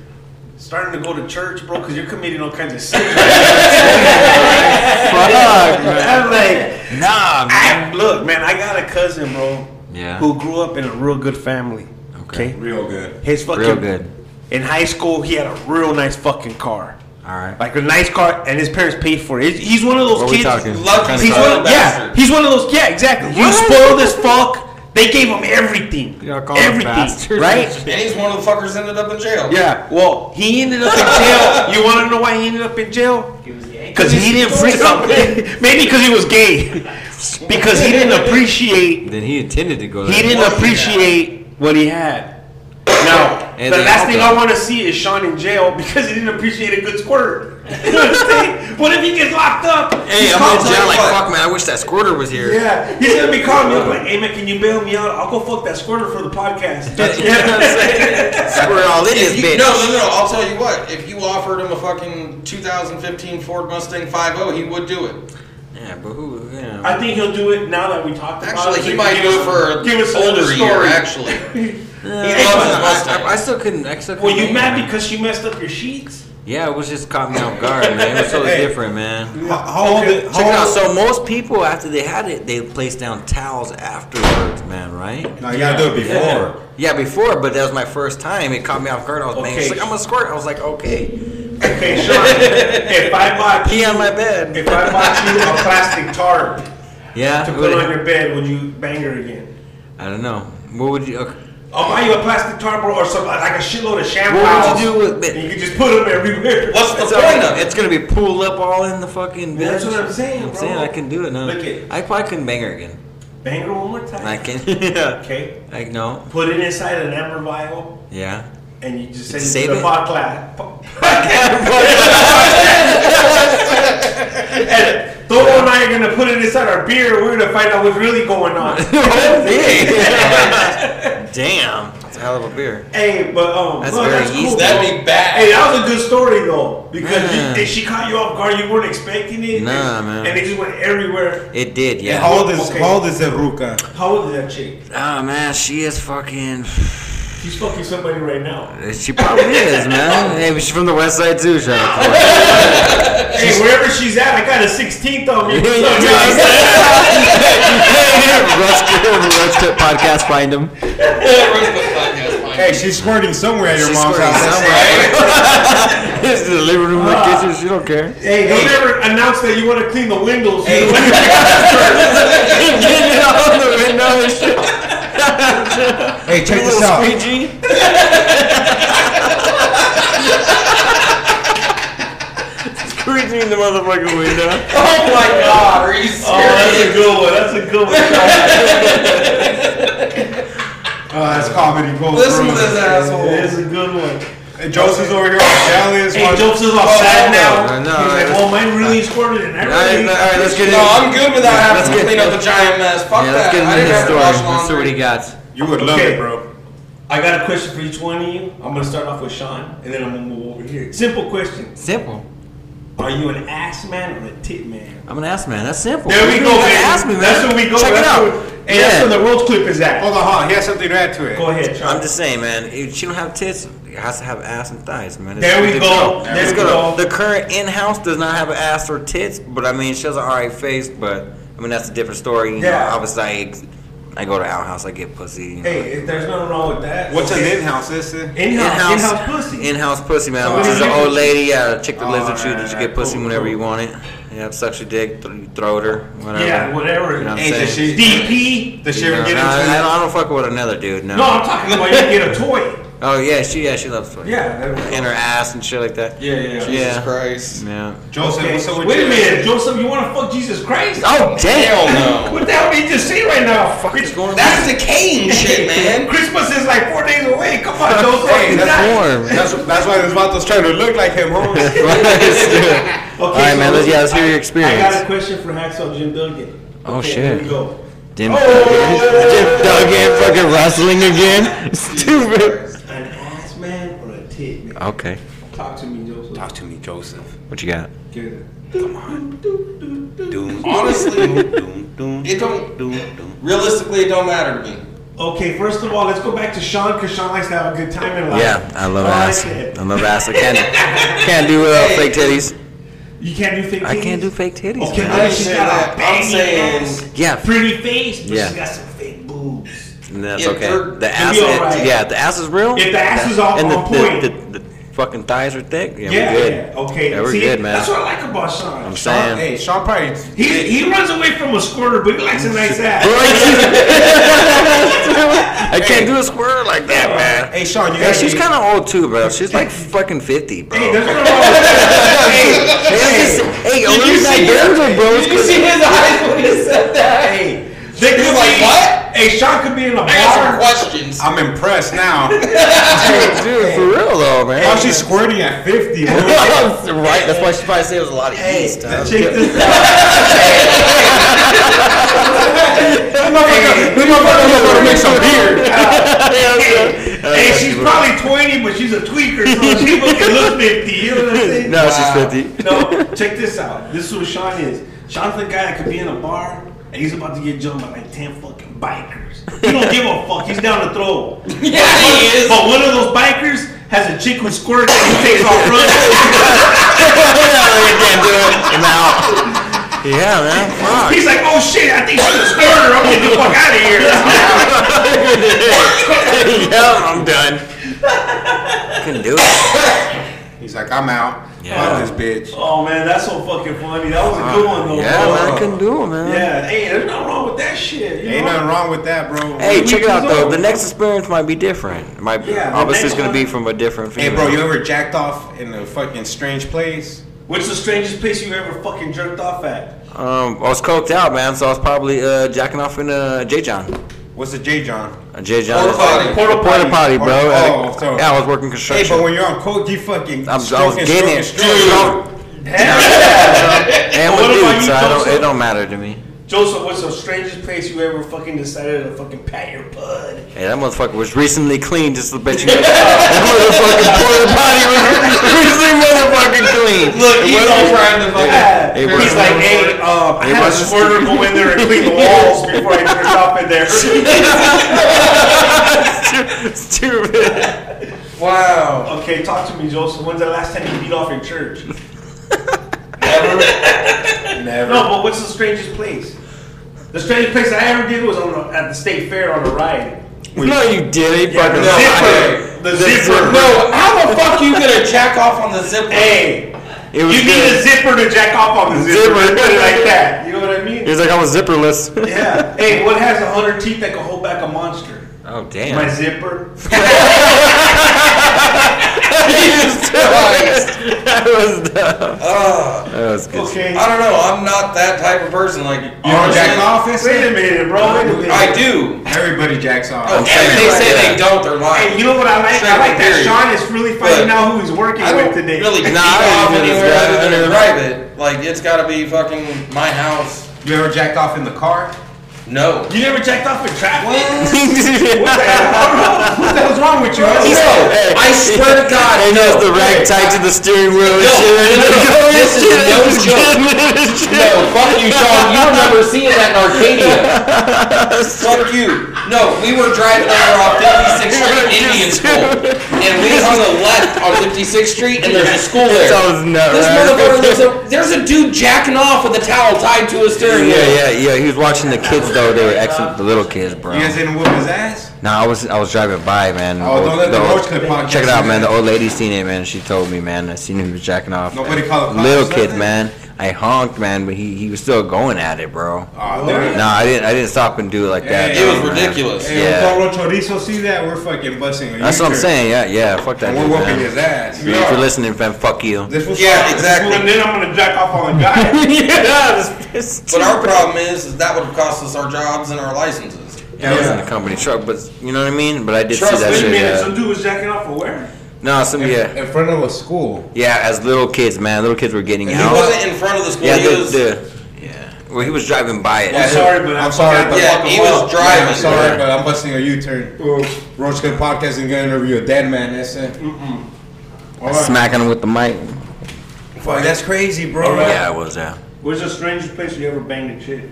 Speaker 4: starting to go to church, bro? Because you're committing all kinds of sins.
Speaker 5: Fuck,
Speaker 4: I'm like,
Speaker 5: nah, man.
Speaker 4: I, look, man, I got a cousin, bro,
Speaker 5: Yeah.
Speaker 4: who grew up in a real good family.
Speaker 5: Okay.
Speaker 4: Okay,
Speaker 3: Real good.
Speaker 4: his fucking
Speaker 5: Real good.
Speaker 4: In high school, he had a real nice fucking car.
Speaker 5: All right.
Speaker 4: Like a nice car, and his parents paid for it. He's one of those
Speaker 5: What we
Speaker 4: kids.
Speaker 5: talking?
Speaker 6: Lucky
Speaker 5: Kinda
Speaker 4: He's
Speaker 6: Spoiled
Speaker 4: one, yeah,
Speaker 6: bastard.
Speaker 4: he's one of those. Yeah, exactly. You spoiled as fuck. They gave him everything.
Speaker 5: Yeah, call him
Speaker 4: everything,
Speaker 5: bastards.
Speaker 4: right?
Speaker 6: And he's one of the fuckers ended up in jail.
Speaker 4: Yeah. Well, he ended up in jail. You want to know why he ended up in jail? Because he didn't free Maybe because he was gay. because he didn't appreciate.
Speaker 5: Then he intended to go.
Speaker 4: He
Speaker 5: there.
Speaker 4: didn't appreciate what he had. Now,
Speaker 5: And
Speaker 4: the
Speaker 5: they
Speaker 4: last
Speaker 5: all
Speaker 4: thing
Speaker 5: got
Speaker 4: I
Speaker 5: it.
Speaker 4: want to see is Sean in jail because he didn't appreciate a good squirt. You know what I'm saying? what if he gets locked up?
Speaker 5: Hey,
Speaker 4: He's
Speaker 5: I'm in
Speaker 4: called
Speaker 5: jail. Like,
Speaker 6: what?
Speaker 5: fuck, man. I wish that squirter was here.
Speaker 4: Yeah, he's gonna be calling me up like, "Hey man, can you bail me out? I'll go fuck that squirter for the podcast."
Speaker 5: You know what I'm saying? Squirt all in
Speaker 6: If
Speaker 5: this
Speaker 6: you-
Speaker 5: bitch.
Speaker 6: no, no, no. I'll tell you what. If you offered him a fucking 2015 Ford Mustang 5.0, he would do it.
Speaker 5: Yeah, but who? Yeah.
Speaker 4: I think he'll do it now that we talked about it.
Speaker 6: Actually, he
Speaker 4: Give
Speaker 6: might do
Speaker 4: us-
Speaker 6: it for
Speaker 4: give us
Speaker 6: an
Speaker 4: another
Speaker 6: older year,
Speaker 4: story.
Speaker 6: actually. he
Speaker 5: Hey,
Speaker 6: loves his
Speaker 5: I-
Speaker 6: Mustang.
Speaker 5: I, I still couldn't. I still
Speaker 4: Were
Speaker 5: couldn't
Speaker 4: you
Speaker 5: make
Speaker 4: mad
Speaker 5: it.
Speaker 4: because you messed up your sheets?
Speaker 5: Yeah, it was just caught me off guard, man. It was totally different, man.
Speaker 3: How, how old? Is,
Speaker 5: Check it
Speaker 3: how
Speaker 5: out.
Speaker 3: old?
Speaker 5: So most people, after they had it, they placed down towels afterwards, man. Right?
Speaker 3: No, you gotta do it
Speaker 5: Yeah.
Speaker 3: before.
Speaker 5: Yeah, before, but that was my first time. It caught me off guard. I was okay.
Speaker 4: Okay.
Speaker 5: like, I'm a squirt. I was like, okay.
Speaker 4: Okay, Sean. if I bought
Speaker 5: Pee
Speaker 4: you,
Speaker 5: on my bed.
Speaker 4: if I bought you a plastic tarp
Speaker 5: Yeah.
Speaker 4: to
Speaker 5: would-
Speaker 4: put on your bed, would you bang her again?
Speaker 5: I don't know. What would you? Okay.
Speaker 7: I'll buy Oh, you a plastic tarp or some like a shitload of shampoos.
Speaker 5: What would you do with
Speaker 7: And
Speaker 5: it?
Speaker 7: you can just put them everywhere.
Speaker 4: What's the
Speaker 5: It's,
Speaker 4: point of it?
Speaker 5: it's gonna be pulled up all in the fucking.
Speaker 7: Yeah, that's
Speaker 5: bitch.
Speaker 7: what I'm saying,
Speaker 5: I'm
Speaker 7: bro.
Speaker 5: saying I can do it now.
Speaker 7: Look it.
Speaker 5: I probably couldn't bang her again.
Speaker 7: Bang her one more time.
Speaker 5: I can. yeah.
Speaker 7: Okay.
Speaker 5: Like no.
Speaker 7: Put it inside an amber vial
Speaker 5: Yeah.
Speaker 7: and you just send
Speaker 5: Save
Speaker 7: it to
Speaker 5: it?
Speaker 7: the podcast. and Thor and I are gonna put it inside our beer. and We're gonna find out what's really going on.
Speaker 5: Oh, Damn. It's a hell of a beer.
Speaker 7: hey, but um,
Speaker 5: That's
Speaker 7: no,
Speaker 5: very
Speaker 7: that's cool.
Speaker 5: yeasty.
Speaker 4: That'd be bad.
Speaker 7: Hey, that was a good story though, because
Speaker 5: Nah.
Speaker 7: you, if she caught you off guard, you weren't expecting it.
Speaker 5: Nah,
Speaker 7: and,
Speaker 5: man.
Speaker 7: And it just went everywhere.
Speaker 5: It did, yeah.
Speaker 3: How old is
Speaker 7: Okay.
Speaker 3: how old is that Ruka?
Speaker 7: How old is that chick?
Speaker 5: Oh man, she is fucking.
Speaker 7: She's fucking somebody right now.
Speaker 5: She probably is, man. Hey, but she's from the West Side too, shout out to her.
Speaker 7: Hey, wherever she's at, I got a 16th on
Speaker 5: You
Speaker 7: me.
Speaker 5: know what I'm saying?
Speaker 17: Roach Clip, Roach Clip podcast, find him.
Speaker 3: Hey, she's squirting somewhere at your
Speaker 5: She's
Speaker 3: mom's
Speaker 5: squirting
Speaker 3: house.
Speaker 5: somewhere. It's the living room, the kitchen. She don't care.
Speaker 7: Hey, don't ever announce that you want to clean the windows. you know?
Speaker 5: Getting it out the window and shit.
Speaker 3: Hey, check this
Speaker 5: Little
Speaker 3: out.
Speaker 5: squeegee. Squeegee in the motherfucking window.
Speaker 4: Oh my god, are you serious?
Speaker 7: a good one. Oh, That's a good one.
Speaker 3: Oh, that's comedy. Goes
Speaker 4: Listen to
Speaker 3: through.
Speaker 4: this asshole.
Speaker 7: It is a good one.
Speaker 3: Hey, Joseph's over here on Dallas.
Speaker 7: Hey,
Speaker 3: watching-
Speaker 7: Jokes is all
Speaker 3: Oh,
Speaker 7: sad
Speaker 5: I
Speaker 7: now.
Speaker 5: know,
Speaker 7: He's like,
Speaker 5: I-
Speaker 7: well, mine really squirted and
Speaker 5: All right, all
Speaker 7: everything.
Speaker 5: right, let's get
Speaker 4: No, Oh, I'm
Speaker 5: in.
Speaker 4: good without
Speaker 5: Let's
Speaker 4: having to
Speaker 5: get-
Speaker 4: clean up a giant mess. Fuck
Speaker 5: Yeah, let's
Speaker 4: that.
Speaker 5: get
Speaker 4: I didn't
Speaker 5: into his
Speaker 4: have to
Speaker 5: story.
Speaker 4: wash
Speaker 5: Let's see what
Speaker 4: laundry.
Speaker 5: he got.
Speaker 3: You would love
Speaker 7: Okay.
Speaker 3: it, bro.
Speaker 7: I got a question for each one of you. I'm gonna start off with Sean, and then I'm gonna move over here. Simple question:
Speaker 5: Simple.
Speaker 7: Are you an ass man or a tit man?
Speaker 5: I'm an ass man. That's simple.
Speaker 7: There we
Speaker 5: You
Speaker 7: go,
Speaker 5: gotta
Speaker 7: baby.
Speaker 5: Ask me, man.
Speaker 7: That's where we go.
Speaker 5: Check
Speaker 7: that's
Speaker 5: it out.
Speaker 7: Where, hey, that's where the road clip is at.
Speaker 3: Hold on, hold on. He has something to add to it.
Speaker 7: Go ahead, Sean.
Speaker 5: I'm just saying, man. If she don't have tits, it has to have ass and thighs, man.
Speaker 7: There we go. There
Speaker 5: Let's
Speaker 7: we
Speaker 5: go.
Speaker 7: go.
Speaker 5: The current in-house does not have an ass or tits, but I mean, she has an alright face. But I mean, that's a different story. You
Speaker 7: Yeah.
Speaker 5: Know, obviously, I, ex- I go to outhouse, I get pussy. you know.
Speaker 7: hey, if there's nothing wrong with that.
Speaker 3: What's an
Speaker 7: okay.
Speaker 3: in-house, sister?
Speaker 7: In-house,
Speaker 5: In-house,
Speaker 7: in-house pussy.
Speaker 5: in-house pussy, man.
Speaker 7: Oh,
Speaker 5: which is
Speaker 7: yeah.
Speaker 5: an old lady, yeah, a chick that lives with you
Speaker 3: Alright,
Speaker 5: that you get pussy
Speaker 3: cool,
Speaker 5: whenever
Speaker 3: cool.
Speaker 5: you want it. Yeah, sucks your dick, th- you throw it her, whatever.
Speaker 7: yeah,
Speaker 5: You know
Speaker 7: whatever.
Speaker 5: what I'm
Speaker 3: Hey, does
Speaker 5: saying?
Speaker 3: she,
Speaker 7: DP.
Speaker 3: does she
Speaker 5: No,
Speaker 3: ever get into
Speaker 5: I, I don't, I don't fuck with another dude. No.
Speaker 7: No, I'm talking about you get a toy.
Speaker 5: Oh yeah, she yeah she loves pussy.
Speaker 7: Yeah. That was
Speaker 5: And her ass and shit like that.
Speaker 7: yeah, yeah.
Speaker 4: Jesus
Speaker 5: Yeah.
Speaker 4: Christ.
Speaker 5: Yeah.
Speaker 3: Joseph,
Speaker 7: Okay,
Speaker 3: what's up with
Speaker 7: Wait
Speaker 3: you?
Speaker 7: a minute, Joseph, you want to fuck Jesus Christ?
Speaker 5: Oh
Speaker 4: Hell
Speaker 5: damn!
Speaker 4: no.
Speaker 7: What the hell did you just say right now?
Speaker 5: What's going on?
Speaker 4: That's the Kane shit, man.
Speaker 7: Christmas is like four days away. Come on, Joseph.
Speaker 3: Hey,
Speaker 7: It's
Speaker 3: that's
Speaker 7: not-
Speaker 5: warm.
Speaker 3: That's, that's why this Vatos trying to look like him, homie.
Speaker 7: Okay,
Speaker 5: All right, man. Let's, yeah, let's hear your
Speaker 7: I got a
Speaker 5: experience.
Speaker 7: question for Hacksaw Jim Duggan.
Speaker 5: Oh,
Speaker 7: Okay,
Speaker 5: shit.
Speaker 7: Here we go.
Speaker 5: Jim, Jim Duggan fucking wrestling again. Stupid.
Speaker 7: An ass man or a tit man?
Speaker 5: Okay.
Speaker 7: Talk to me, Joseph.
Speaker 18: Talk to me, Joseph.
Speaker 5: What you got?
Speaker 18: Doom,
Speaker 4: Honestly,
Speaker 18: doom, doom,
Speaker 4: it don't.
Speaker 18: doom, doom.
Speaker 4: Realistically, it don't matter to me.
Speaker 7: Okay, first of all, let's go back to Sean because Sean likes to have a good time in life.
Speaker 5: Yeah, I love
Speaker 7: All right,
Speaker 5: ass.
Speaker 7: then.
Speaker 5: I love ass. I can't can't do without fake titties.
Speaker 7: You can't do fake.
Speaker 5: I can't do
Speaker 7: titties?
Speaker 5: fake titties.
Speaker 7: Okay,
Speaker 5: man.
Speaker 7: but
Speaker 4: ain't
Speaker 7: she's
Speaker 4: saying
Speaker 7: got
Speaker 4: that.
Speaker 7: a
Speaker 4: I'm
Speaker 7: banging
Speaker 4: saying-
Speaker 7: ass,
Speaker 5: Yeah,
Speaker 7: pretty face, but
Speaker 5: Yeah.
Speaker 7: she's got some fake boobs.
Speaker 5: that's
Speaker 4: Yeah,
Speaker 5: okay.
Speaker 4: they're-
Speaker 5: The ass,
Speaker 7: be alright.
Speaker 5: it, yeah, the ass is real.
Speaker 7: If the ass is all
Speaker 5: and the,
Speaker 7: on point.
Speaker 5: the, the, the, fucking thighs are thick. Yeah,
Speaker 7: Yeah,
Speaker 5: we're good.
Speaker 7: yeah, okay.
Speaker 5: Yeah, we're
Speaker 7: See,
Speaker 5: good, man.
Speaker 7: That's what I like about Sean.
Speaker 5: I'm
Speaker 7: Sean,
Speaker 5: saying.
Speaker 3: Hey, Sean probably.
Speaker 7: He, he runs away from a squirter, but he likes a nice ass.
Speaker 5: I can't do a squirrel like that, man.
Speaker 3: Hey, Sean, you
Speaker 5: Yeah,
Speaker 3: got
Speaker 5: she's kind of old too, bro. She's like fucking fifty, bro.
Speaker 7: Hey, there's nothing wrong with that.
Speaker 5: Hey, hey,
Speaker 4: Did
Speaker 5: older
Speaker 4: you
Speaker 5: than
Speaker 4: see
Speaker 5: that Denver, bro. It's
Speaker 4: Did you
Speaker 5: good-
Speaker 4: see his eyes when he said that?
Speaker 7: Hey, they
Speaker 4: He's
Speaker 7: could
Speaker 4: like,
Speaker 7: be-
Speaker 4: what?
Speaker 7: Hey, Sean could be in a
Speaker 4: I got some
Speaker 7: bar.
Speaker 4: questions.
Speaker 3: I'm impressed now.
Speaker 5: Dude, for real though,
Speaker 3: How
Speaker 5: man.
Speaker 3: Oh, she's squirting at 50, homie.
Speaker 5: right, that's why she probably said it was a lot of yeast. huh?
Speaker 7: Check this out.
Speaker 3: This motherfucker gonna make some beer.
Speaker 5: Oh,
Speaker 7: Hey, she's probably 20, but she's a tweaker, so she fucking look 50. You know what I'm saying?
Speaker 5: No, she's fifty.
Speaker 7: No, check this out. This is what Sean is. Sean's the guy that could be in a bar and he's about to get jumped by like 10 fucking bikers. He don't give a fuck. He's down to throw.
Speaker 4: Yeah, he is.
Speaker 7: But one of those bikers has a chick who squirts and he takes off running.
Speaker 5: Yeah, man. Fuck.
Speaker 7: He's like, oh shit, I think she's a squirter. I'm getting the fuck out of here.
Speaker 5: yeah, I'm done. Couldn't do it.
Speaker 3: He's like, I'm out.
Speaker 5: Yeah.
Speaker 3: Fuck this bitch.
Speaker 7: Oh man, that's so fucking funny. That was a good one though.
Speaker 5: Yeah,
Speaker 7: bro.
Speaker 5: man, I couldn't do it, man.
Speaker 7: Yeah, hey, there's nothing wrong with that
Speaker 8: shit. You
Speaker 3: Ain't
Speaker 8: know?
Speaker 3: nothing wrong with that, bro.
Speaker 5: Hey,
Speaker 8: Weed
Speaker 5: check it
Speaker 8: is
Speaker 5: out though.
Speaker 8: old.
Speaker 5: The next experience might be different. My
Speaker 3: Yeah, the
Speaker 5: obviously
Speaker 3: next
Speaker 5: it's gonna
Speaker 3: one-
Speaker 5: be from a different.
Speaker 3: Hey,
Speaker 5: Female.
Speaker 3: bro, you ever jacked off in a fucking strange place?
Speaker 4: What's the strangest place you ever fucking jerked off at?
Speaker 5: Um, I was coked out, man, so I was probably uh, jacking off in a J John.
Speaker 3: What's a J John?
Speaker 5: A J John.
Speaker 6: Porta potty.
Speaker 5: Porta
Speaker 3: Porta
Speaker 5: potty,
Speaker 3: potty.
Speaker 5: bro.
Speaker 3: Oh,
Speaker 5: Uh,
Speaker 3: so-
Speaker 5: Yeah, I was working
Speaker 3: Hey,
Speaker 5: construction.
Speaker 3: but when you're on coke, you fucking
Speaker 5: I was- I was
Speaker 3: stroking,
Speaker 5: getting
Speaker 3: stroking,
Speaker 5: it.
Speaker 3: stroking.
Speaker 5: and
Speaker 4: What
Speaker 5: with
Speaker 4: about
Speaker 5: dudes,
Speaker 4: you,
Speaker 5: so I don't,
Speaker 4: Joseph?
Speaker 5: it don't matter to me.
Speaker 4: Joseph, what's the strangest place you ever fucking decided to fucking pat your bud?
Speaker 5: Hey, that motherfucker was recently clean, just to bet you. that motherfucking porta potty was recently motherfucking clean.
Speaker 6: Look, he's all trying to fucking.
Speaker 4: Yeah.
Speaker 5: It
Speaker 4: He's
Speaker 5: was-
Speaker 4: like, hey, um, I
Speaker 5: It
Speaker 4: had a
Speaker 5: was-
Speaker 4: squirter go in there and clean the walls before I jerked off in there.
Speaker 5: Stupid.
Speaker 6: Wow.
Speaker 4: okay, talk to me, Joseph. When's the last time you beat off in church?
Speaker 3: Never.
Speaker 4: No, but what's the strangest place? The strangest place I ever did was on a, at the state fair on a ride.
Speaker 5: No, you didn't. You fucking
Speaker 6: No,
Speaker 5: liar.
Speaker 6: I-
Speaker 4: The zipper.
Speaker 6: Bro, how the fuck you gonna jack off on the zipper?
Speaker 4: Hey,
Speaker 5: It was
Speaker 4: you need a
Speaker 5: good.
Speaker 4: zipper to jack off on the zipper.
Speaker 5: Zipper.
Speaker 4: Put it like that. You know what I mean?
Speaker 5: He was like, I was zipperless.
Speaker 4: Yeah. Hey, what has a hundred teeth that can hold back a monster?
Speaker 5: Oh
Speaker 4: My
Speaker 5: damn.
Speaker 4: zipper.
Speaker 5: Jesus Christ. That was dumb. That was good.
Speaker 4: Okay.
Speaker 6: I don't know. I'm not that type of person. Like, you
Speaker 3: You ever jacked off?
Speaker 4: Oh, Wait a
Speaker 3: Instant?
Speaker 4: minute, bro. Wait a minute.
Speaker 6: I do.
Speaker 3: Everybody jacks off.
Speaker 6: Oh,
Speaker 5: saying,
Speaker 6: they say
Speaker 5: yeah.
Speaker 6: they don't. They're lying.
Speaker 4: Hey, you know what I like? I like that
Speaker 6: Period.
Speaker 4: Sean is really finding
Speaker 6: But
Speaker 4: out who he's working
Speaker 6: I
Speaker 4: with
Speaker 6: don't
Speaker 4: today.
Speaker 6: really
Speaker 5: Nah,
Speaker 6: nah,
Speaker 5: I don't
Speaker 6: off
Speaker 5: do this,
Speaker 6: anywhere
Speaker 5: bro.
Speaker 6: other
Speaker 5: I
Speaker 6: than
Speaker 5: don't-
Speaker 6: private. Like, it's gotta be fucking my house.
Speaker 3: You ever jacked off in the car?
Speaker 6: No.
Speaker 4: You never checked off in traffic?
Speaker 3: What the hell's wrong with you?
Speaker 5: Hey.
Speaker 6: I swear to God,
Speaker 5: He knows
Speaker 6: no.
Speaker 5: the rag tied to the steering wheel and
Speaker 6: No,
Speaker 5: shit.
Speaker 6: no, no. This is
Speaker 5: Shit,
Speaker 6: no
Speaker 5: was
Speaker 6: joke.
Speaker 5: good.
Speaker 6: No, fuck you, Sean. You remember seeing that in Arcadia. fuck you. No, we were driving over off 56th Street Indian School. And we hung a left on 56th Street, and there's a school there.
Speaker 5: Sounds nut
Speaker 6: This
Speaker 5: right.
Speaker 6: motherfucker, there's a, there's a dude jacking off with a towel tied to his steering wheel.
Speaker 5: Yeah, yeah, yeah. He was watching the kids though. They were excellent. The little kids, bro.
Speaker 3: You guys didn't whoop his ass?
Speaker 5: Nah, I was I was driving by, man.
Speaker 3: Oh, don't let the
Speaker 5: old-
Speaker 3: roach clip podcast.
Speaker 5: Check it out, man. The old lady seen it, man. She told me, man. I seen him jacking off.
Speaker 3: Nobody called the cops
Speaker 5: Little
Speaker 3: or
Speaker 5: kid,
Speaker 3: nothing?
Speaker 5: man. I honked, man, but he, he was still going at it, bro.
Speaker 3: Oh, there
Speaker 5: Nah, I didn't I didn't stop and do it like that.
Speaker 3: Hey, it
Speaker 5: no, man.
Speaker 6: was ridiculous.
Speaker 3: Hey,
Speaker 5: yeah.
Speaker 3: yeah. Chorizo see that? We're fucking busting. a
Speaker 5: That's what I'm
Speaker 3: U-turn.
Speaker 5: saying. Yeah, yeah. Fuck that.
Speaker 3: And we're
Speaker 5: dude,
Speaker 3: whooping
Speaker 5: man.
Speaker 3: his ass.
Speaker 5: If you're listening, fam, fuck you.
Speaker 3: This was
Speaker 6: Yeah, exactly.
Speaker 4: And then I'm gonna jack off on a guy.
Speaker 6: But our problem is, is that would have cost us our jobs and our licenses.
Speaker 5: I was in the company truck, but you know what I mean. But I did
Speaker 6: Trust
Speaker 5: see that
Speaker 4: Wait
Speaker 6: me,
Speaker 4: a
Speaker 5: shit.
Speaker 4: minute, some
Speaker 5: Yeah.
Speaker 4: dude was jacking off for where?
Speaker 5: No, some yeah,
Speaker 3: In front of a school.
Speaker 5: yeah. As little kids, man, little kids were getting
Speaker 6: He
Speaker 5: out.
Speaker 6: wasn't in front of the school.
Speaker 5: yeah,
Speaker 6: he
Speaker 5: the,
Speaker 6: was,
Speaker 5: the, yeah. Well, he was driving by it.
Speaker 4: I'm sorry, but
Speaker 3: I'm sorry, but
Speaker 6: yeah, he was
Speaker 3: Yeah,
Speaker 6: driving.
Speaker 3: I'm sorry, but I'm busting a U-turn. Roach Clip Podcast is gonna interview a dead man. That's it.
Speaker 4: Mm,
Speaker 3: All right.
Speaker 5: Smacking him with the mic.
Speaker 3: Fuck, that's crazy, bro.
Speaker 5: Yeah, I was yeah.
Speaker 4: Where's the strangest place you ever banged a chick?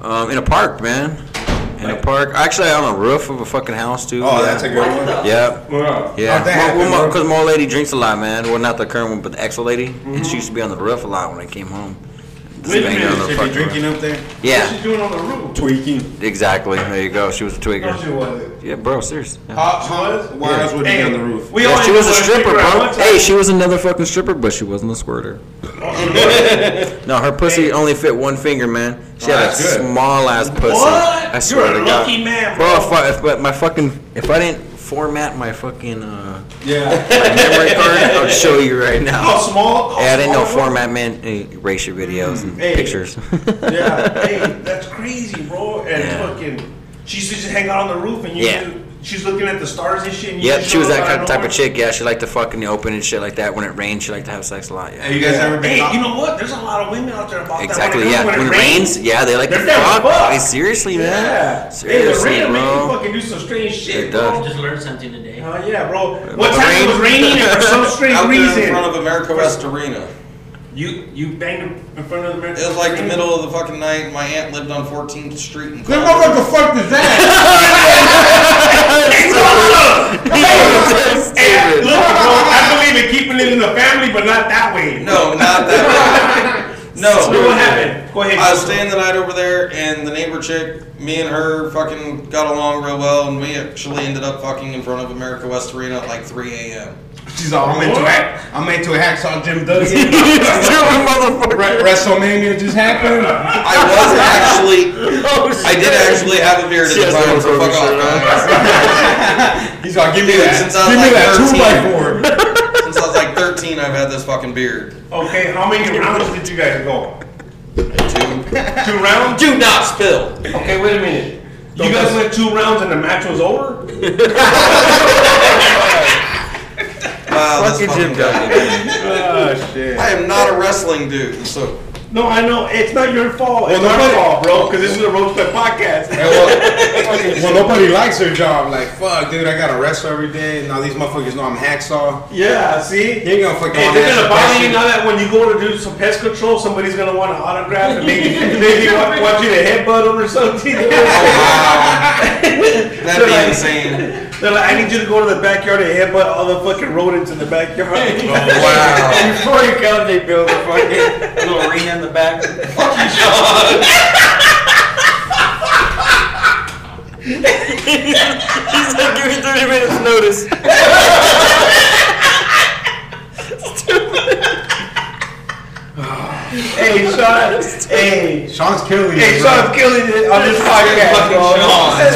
Speaker 5: Um, in a park, man. In a park. Actually, on a roof of a fucking house too.
Speaker 3: Oh,
Speaker 5: yeah.
Speaker 3: that's a good one.
Speaker 5: Yep.
Speaker 4: Well,
Speaker 5: Yeah,
Speaker 3: How'd that
Speaker 5: because
Speaker 3: happen,
Speaker 5: my,
Speaker 3: bro?
Speaker 5: 'cause my old lady drinks a lot, man. Well, not the current one, but the ex old lady, and she used to be on the roof a lot when I came home. Just
Speaker 4: Mm-hmm. Wait a
Speaker 5: banging
Speaker 4: minute,
Speaker 5: on the
Speaker 3: Should
Speaker 5: fucking
Speaker 3: be
Speaker 5: roof.
Speaker 3: drinking up there.
Speaker 5: Yeah,
Speaker 4: she's doing on the roof.
Speaker 3: Tweaking.
Speaker 5: exactly. There you go. She was a
Speaker 4: No, she
Speaker 5: twigger.
Speaker 4: wasn't.
Speaker 5: Yeah, bro, serious. Yeah.
Speaker 3: Hot, hot. Why else would he be on the roof?
Speaker 4: Oh, we
Speaker 5: Yeah,
Speaker 4: all
Speaker 5: she was
Speaker 4: ended
Speaker 5: a
Speaker 4: up
Speaker 5: stripper,
Speaker 4: sleeping around
Speaker 5: bro.
Speaker 4: one time.
Speaker 5: Hey, she was another fucking stripper, but she wasn't a squirter. no, her pussy only fit one finger, man. She
Speaker 3: Oh,
Speaker 5: had a
Speaker 3: that's good.
Speaker 5: small ass pussy.
Speaker 4: What?
Speaker 5: I swear
Speaker 4: You're a
Speaker 5: to God.
Speaker 4: lucky man,
Speaker 5: bro. If I, if, but my fucking, if I didn't format my fucking uh,
Speaker 3: Yeah.
Speaker 5: my memory card, I'll show you right now.
Speaker 4: How small? how
Speaker 5: Yeah, I didn't know
Speaker 4: small
Speaker 5: format meant uh, erase your videos and
Speaker 4: Hey.
Speaker 5: pictures.
Speaker 4: it was? Yeah, hey, that's crazy, bro. And
Speaker 5: Yeah.
Speaker 4: fucking, she used to just hang out on the roof and you.
Speaker 5: Yeah.
Speaker 4: She's looking at the stars and shit. And you
Speaker 5: yep,
Speaker 4: just
Speaker 5: she was
Speaker 4: showed
Speaker 5: that
Speaker 4: up
Speaker 5: kind
Speaker 4: out
Speaker 5: of type
Speaker 4: nowhere.
Speaker 5: of chick. Yeah, she liked to fuck in the open and shit like that. When it rained, she liked to have sex a lot. Yeah.
Speaker 3: Have you guys ever been?
Speaker 4: Hey, you know what? There's a lot of women out there about
Speaker 5: Exactly.
Speaker 4: that.
Speaker 5: Yeah. When, it rains, yeah, they like to
Speaker 4: they're down
Speaker 5: fuck.
Speaker 4: to fuck.
Speaker 5: Like, seriously, man.
Speaker 4: Yeah.
Speaker 5: Seriously,
Speaker 4: hey, the rain will make you
Speaker 5: bro.
Speaker 4: fucking do some strange shit,
Speaker 5: It
Speaker 4: bro.
Speaker 5: does.
Speaker 19: Just learned something today.
Speaker 7: Oh,
Speaker 4: Hell yeah, bro. What
Speaker 5: the
Speaker 4: time
Speaker 5: rain-
Speaker 4: it was raining and for some strange
Speaker 6: out there in
Speaker 4: reason.
Speaker 6: front of America West Arena.
Speaker 4: you you banged him in front of the
Speaker 6: It
Speaker 4: American.
Speaker 6: was like the middle of the fucking night. My aunt lived on 14th Street. In
Speaker 3: Then what
Speaker 6: Columbus.
Speaker 3: the fuck is that?
Speaker 4: Look, bro, I believe in keeping it in the family, but not that way.
Speaker 6: No, not that. way. no.
Speaker 4: So what happened? Go ahead.
Speaker 6: I was staying the night over there, and the neighbor chick, me and her, fucking got along real well, and we actually ended up fucking in front of America West Arena at like 3 a.m.
Speaker 3: She's all, I'm into hack. I'm into a hacksaw Jim Duggan.
Speaker 5: Stupid motherfucker.
Speaker 3: Re- WrestleMania just happened.
Speaker 6: I was actually.
Speaker 5: Oh
Speaker 6: I did actually have a beard at
Speaker 20: She
Speaker 6: the
Speaker 20: has
Speaker 6: time,
Speaker 20: no
Speaker 6: so fuck
Speaker 20: photo
Speaker 6: off,
Speaker 20: shit on.
Speaker 6: guys. He's like, give me that. Since I was
Speaker 3: Give me
Speaker 6: like
Speaker 3: that two by
Speaker 6: 13,
Speaker 3: four.
Speaker 6: Since I was like 13, I've had this fucking beard.
Speaker 3: Okay, how many rounds did you guys go?
Speaker 6: Two.
Speaker 3: Two rounds?
Speaker 6: Do not spill.
Speaker 7: Okay, wait a minute. You
Speaker 6: Don't
Speaker 7: guys
Speaker 6: mess-
Speaker 7: went two rounds and the match was over?
Speaker 6: Wow, this fucking guy.
Speaker 3: Oh shit.
Speaker 6: I am not a wrestling dude, so.
Speaker 7: No, I know. It's not your fault.
Speaker 3: Well,
Speaker 7: it's my
Speaker 3: nobody-
Speaker 7: fault, bro, because this is a Roach Clip podcast.
Speaker 3: well, nobody likes their job. Like, fuck, dude, I gotta wrestle every day. Now these motherfuckers know I'm hacksaw.
Speaker 7: yeah, see?
Speaker 3: You ain't gonna fucking
Speaker 7: Hey,
Speaker 3: wanna
Speaker 7: they're
Speaker 3: ask a
Speaker 7: gonna bother you
Speaker 3: question.
Speaker 7: now that when you go to do some pest control, somebody's gonna want an autograph and maybe, maybe want, want you to headbutt them or something.
Speaker 5: Oh,
Speaker 6: That'd be insane.
Speaker 7: They're like, I need you to go to the backyard and headbutt all the fucking rodents in the backyard.
Speaker 3: Oh,
Speaker 6: Wow.
Speaker 20: Before you come, they build a fucking little arena in the back. He's like, give me 30 minutes notice.
Speaker 7: hey, Sean. Hey.
Speaker 3: Sean's killing
Speaker 7: Hey,
Speaker 3: you,
Speaker 7: Sean's
Speaker 3: bro.
Speaker 7: killing it on this podcast,
Speaker 6: fucking
Speaker 7: bro.
Speaker 6: Sean.
Speaker 7: Hey,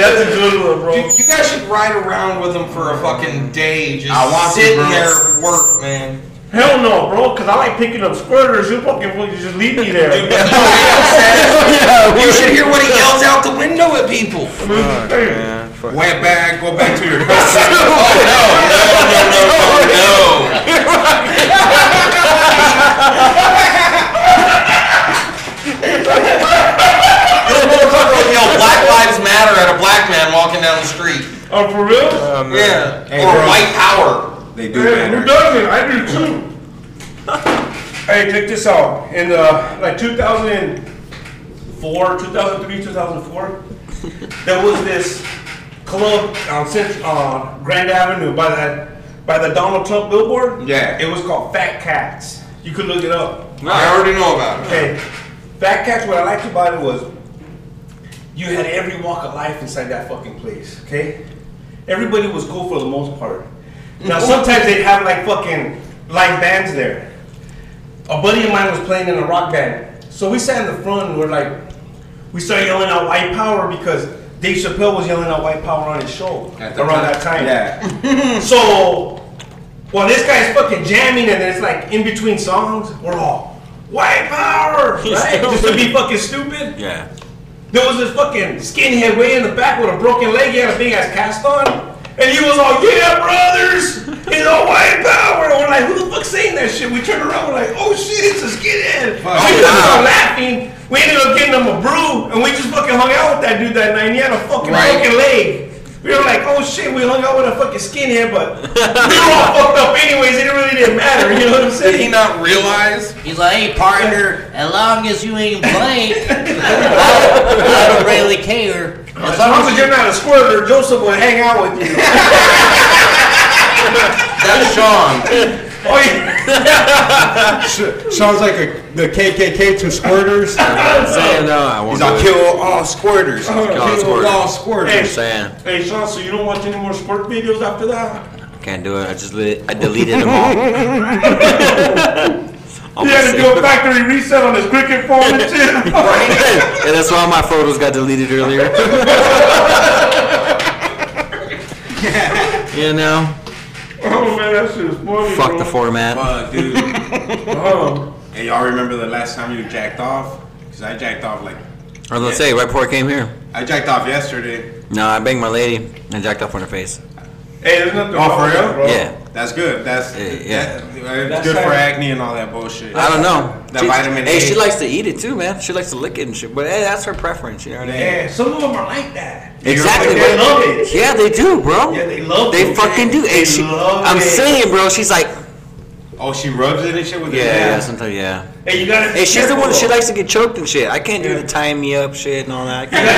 Speaker 7: that's a good one, bro.
Speaker 6: Dude, you guys should ride around with him for a fucking day. Just
Speaker 3: I want to,
Speaker 6: sit
Speaker 3: bro.
Speaker 6: there, work, man.
Speaker 7: Hell no, bro, because I like picking up squirters. You fucking you just leave me there.
Speaker 6: You should hear what he yells out the window at people.
Speaker 3: Went back, go back to your customer.
Speaker 6: Oh no! This motherfucker would yell Black Lives Matter at a black man walking down the street.
Speaker 7: Oh, for real?
Speaker 6: Yeah.
Speaker 3: Hey,
Speaker 6: or
Speaker 3: bro.
Speaker 6: white power.
Speaker 3: They do
Speaker 7: Yeah, who
Speaker 3: matter.
Speaker 7: doesn't? I do too. hey, check this out. In uh, like 2004, 2003, 2004, there was this club on Cent- uh, Grand Avenue by that by the Donald Trump billboard.
Speaker 3: Yeah.
Speaker 7: It was called Fat Cats. You could look it up.
Speaker 6: I already know about it.
Speaker 7: Okay, Fat Cats, what I liked about it was you had every walk of life inside that fucking place, okay? Everybody was cool for the most part. Now, sometimes they'd have like fucking live bands there. A buddy of mine was playing in a rock band. So we sat in the front and we're like, we started yelling out white power because Dave Chappelle was yelling out white power on his show
Speaker 3: At the
Speaker 7: around that time.
Speaker 3: Yeah.
Speaker 7: Mm, So, while this guy's fucking jamming and it's like in between songs, we're all white power, right? Just to be fucking stupid.
Speaker 5: Yeah.
Speaker 7: There was this fucking skinhead way in the back with a broken leg. He had a big ass cast on, and he was all, "Yeah, brothers, it's all white power." And we're like, "Who the fuck's saying that shit?" We turned around, we're like, "Oh shit, it's a skinhead."
Speaker 3: Fuck.
Speaker 7: we just started laughing. We ended up getting him a brew, and we just fucking hung out with that dude that night. And he had a fucking
Speaker 6: Right.
Speaker 7: broken leg. We were like, "Oh shit," we hung out with a fucking skinhead, but we were all fucked up anyways. It really didn't matter. You know what I'm saying?
Speaker 6: Did he not realize?
Speaker 21: He's like, hey, partner, as long as you ain't blank, I, I don't really care.
Speaker 7: As long as you're not a squirter, Joseph will hang out with you.
Speaker 6: That's Sean.
Speaker 7: oh yeah.
Speaker 3: Sean's like a, the KKK to squirters.
Speaker 5: I'm saying no, I won't.
Speaker 3: He's gonna
Speaker 5: do it.
Speaker 3: kill all squirters.
Speaker 7: Uh,
Speaker 5: all
Speaker 3: Kill
Speaker 5: squirters.
Speaker 3: all squirters.
Speaker 5: I'm saying
Speaker 7: Hey Sean, so you don't watch any more sport videos after that?
Speaker 5: can't do it. I just lit, I deleted them all.
Speaker 7: He had to do a factory reset on his cricket phone and shit.
Speaker 5: and that's why all my photos got deleted earlier. you know,
Speaker 7: oh man, that shit is funny.
Speaker 5: fuck
Speaker 7: bro.
Speaker 5: the format.
Speaker 3: Fuck, dude.
Speaker 7: Oh.
Speaker 3: Hey, y'all remember the last time you jacked off? Because I jacked off like
Speaker 5: I was gonna say right before I came here.
Speaker 3: I jacked off yesterday.
Speaker 5: No, I banged my lady and jacked off on her face.
Speaker 7: Hey, there's nothing
Speaker 3: Oh,
Speaker 7: wrong
Speaker 3: for
Speaker 7: with
Speaker 3: real?
Speaker 7: that, bro.
Speaker 5: Yeah,
Speaker 3: That's good. That's
Speaker 5: Yeah, yeah.
Speaker 3: that- it's good for acne and all that bullshit.
Speaker 5: I don't know.
Speaker 3: That
Speaker 5: She-
Speaker 3: vitamin
Speaker 5: Hey,
Speaker 3: A.
Speaker 5: she likes to eat it too, man. She likes to lick it and shit. But hey, that's her preference. You know what I mean?
Speaker 7: Yeah, some of them are like that.
Speaker 5: Exactly.
Speaker 7: They
Speaker 5: bro.
Speaker 7: love it.
Speaker 5: Yeah, they do, bro.
Speaker 7: Yeah, they love
Speaker 5: They
Speaker 7: it.
Speaker 5: fucking do.
Speaker 7: They
Speaker 5: And she,
Speaker 7: love
Speaker 5: I'm
Speaker 7: it.
Speaker 5: saying, bro. She's like,
Speaker 3: Oh, she rubs it and shit with
Speaker 5: yeah,
Speaker 3: her
Speaker 5: yeah,
Speaker 3: hands?
Speaker 5: sometimes, yeah.
Speaker 7: Hey, you gotta.
Speaker 5: Hey, she's the one. She
Speaker 7: like.
Speaker 5: likes to get choked and shit. I can't do
Speaker 7: Yeah.
Speaker 5: the tie me up shit and all that. I can't,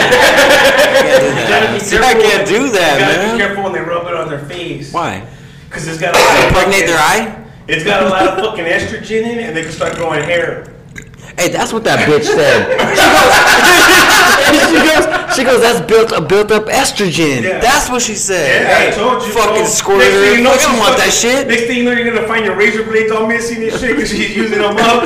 Speaker 5: I can't do that. I can't do
Speaker 7: You gotta
Speaker 5: that,
Speaker 7: be
Speaker 5: man.
Speaker 7: careful when they rub it on their face.
Speaker 5: Why?
Speaker 7: Because it's got a lot of
Speaker 5: Impregnate
Speaker 7: fucking-
Speaker 5: their eye?
Speaker 7: It's got a lot of fucking estrogen in it, and they can start growing hair.
Speaker 5: Hey, that's what that bitch said. she goes, she goes, that's built a built up estrogen.
Speaker 7: Yeah.
Speaker 5: That's what she said.
Speaker 7: Yeah, I told you.
Speaker 5: fucking
Speaker 7: bro.
Speaker 5: squirter.
Speaker 7: Next thing
Speaker 5: I don't
Speaker 7: she's
Speaker 5: want that
Speaker 7: fucking-
Speaker 5: shit.
Speaker 7: Next thing you know, you're gonna find your razor blades all missing and shit because she's using them up.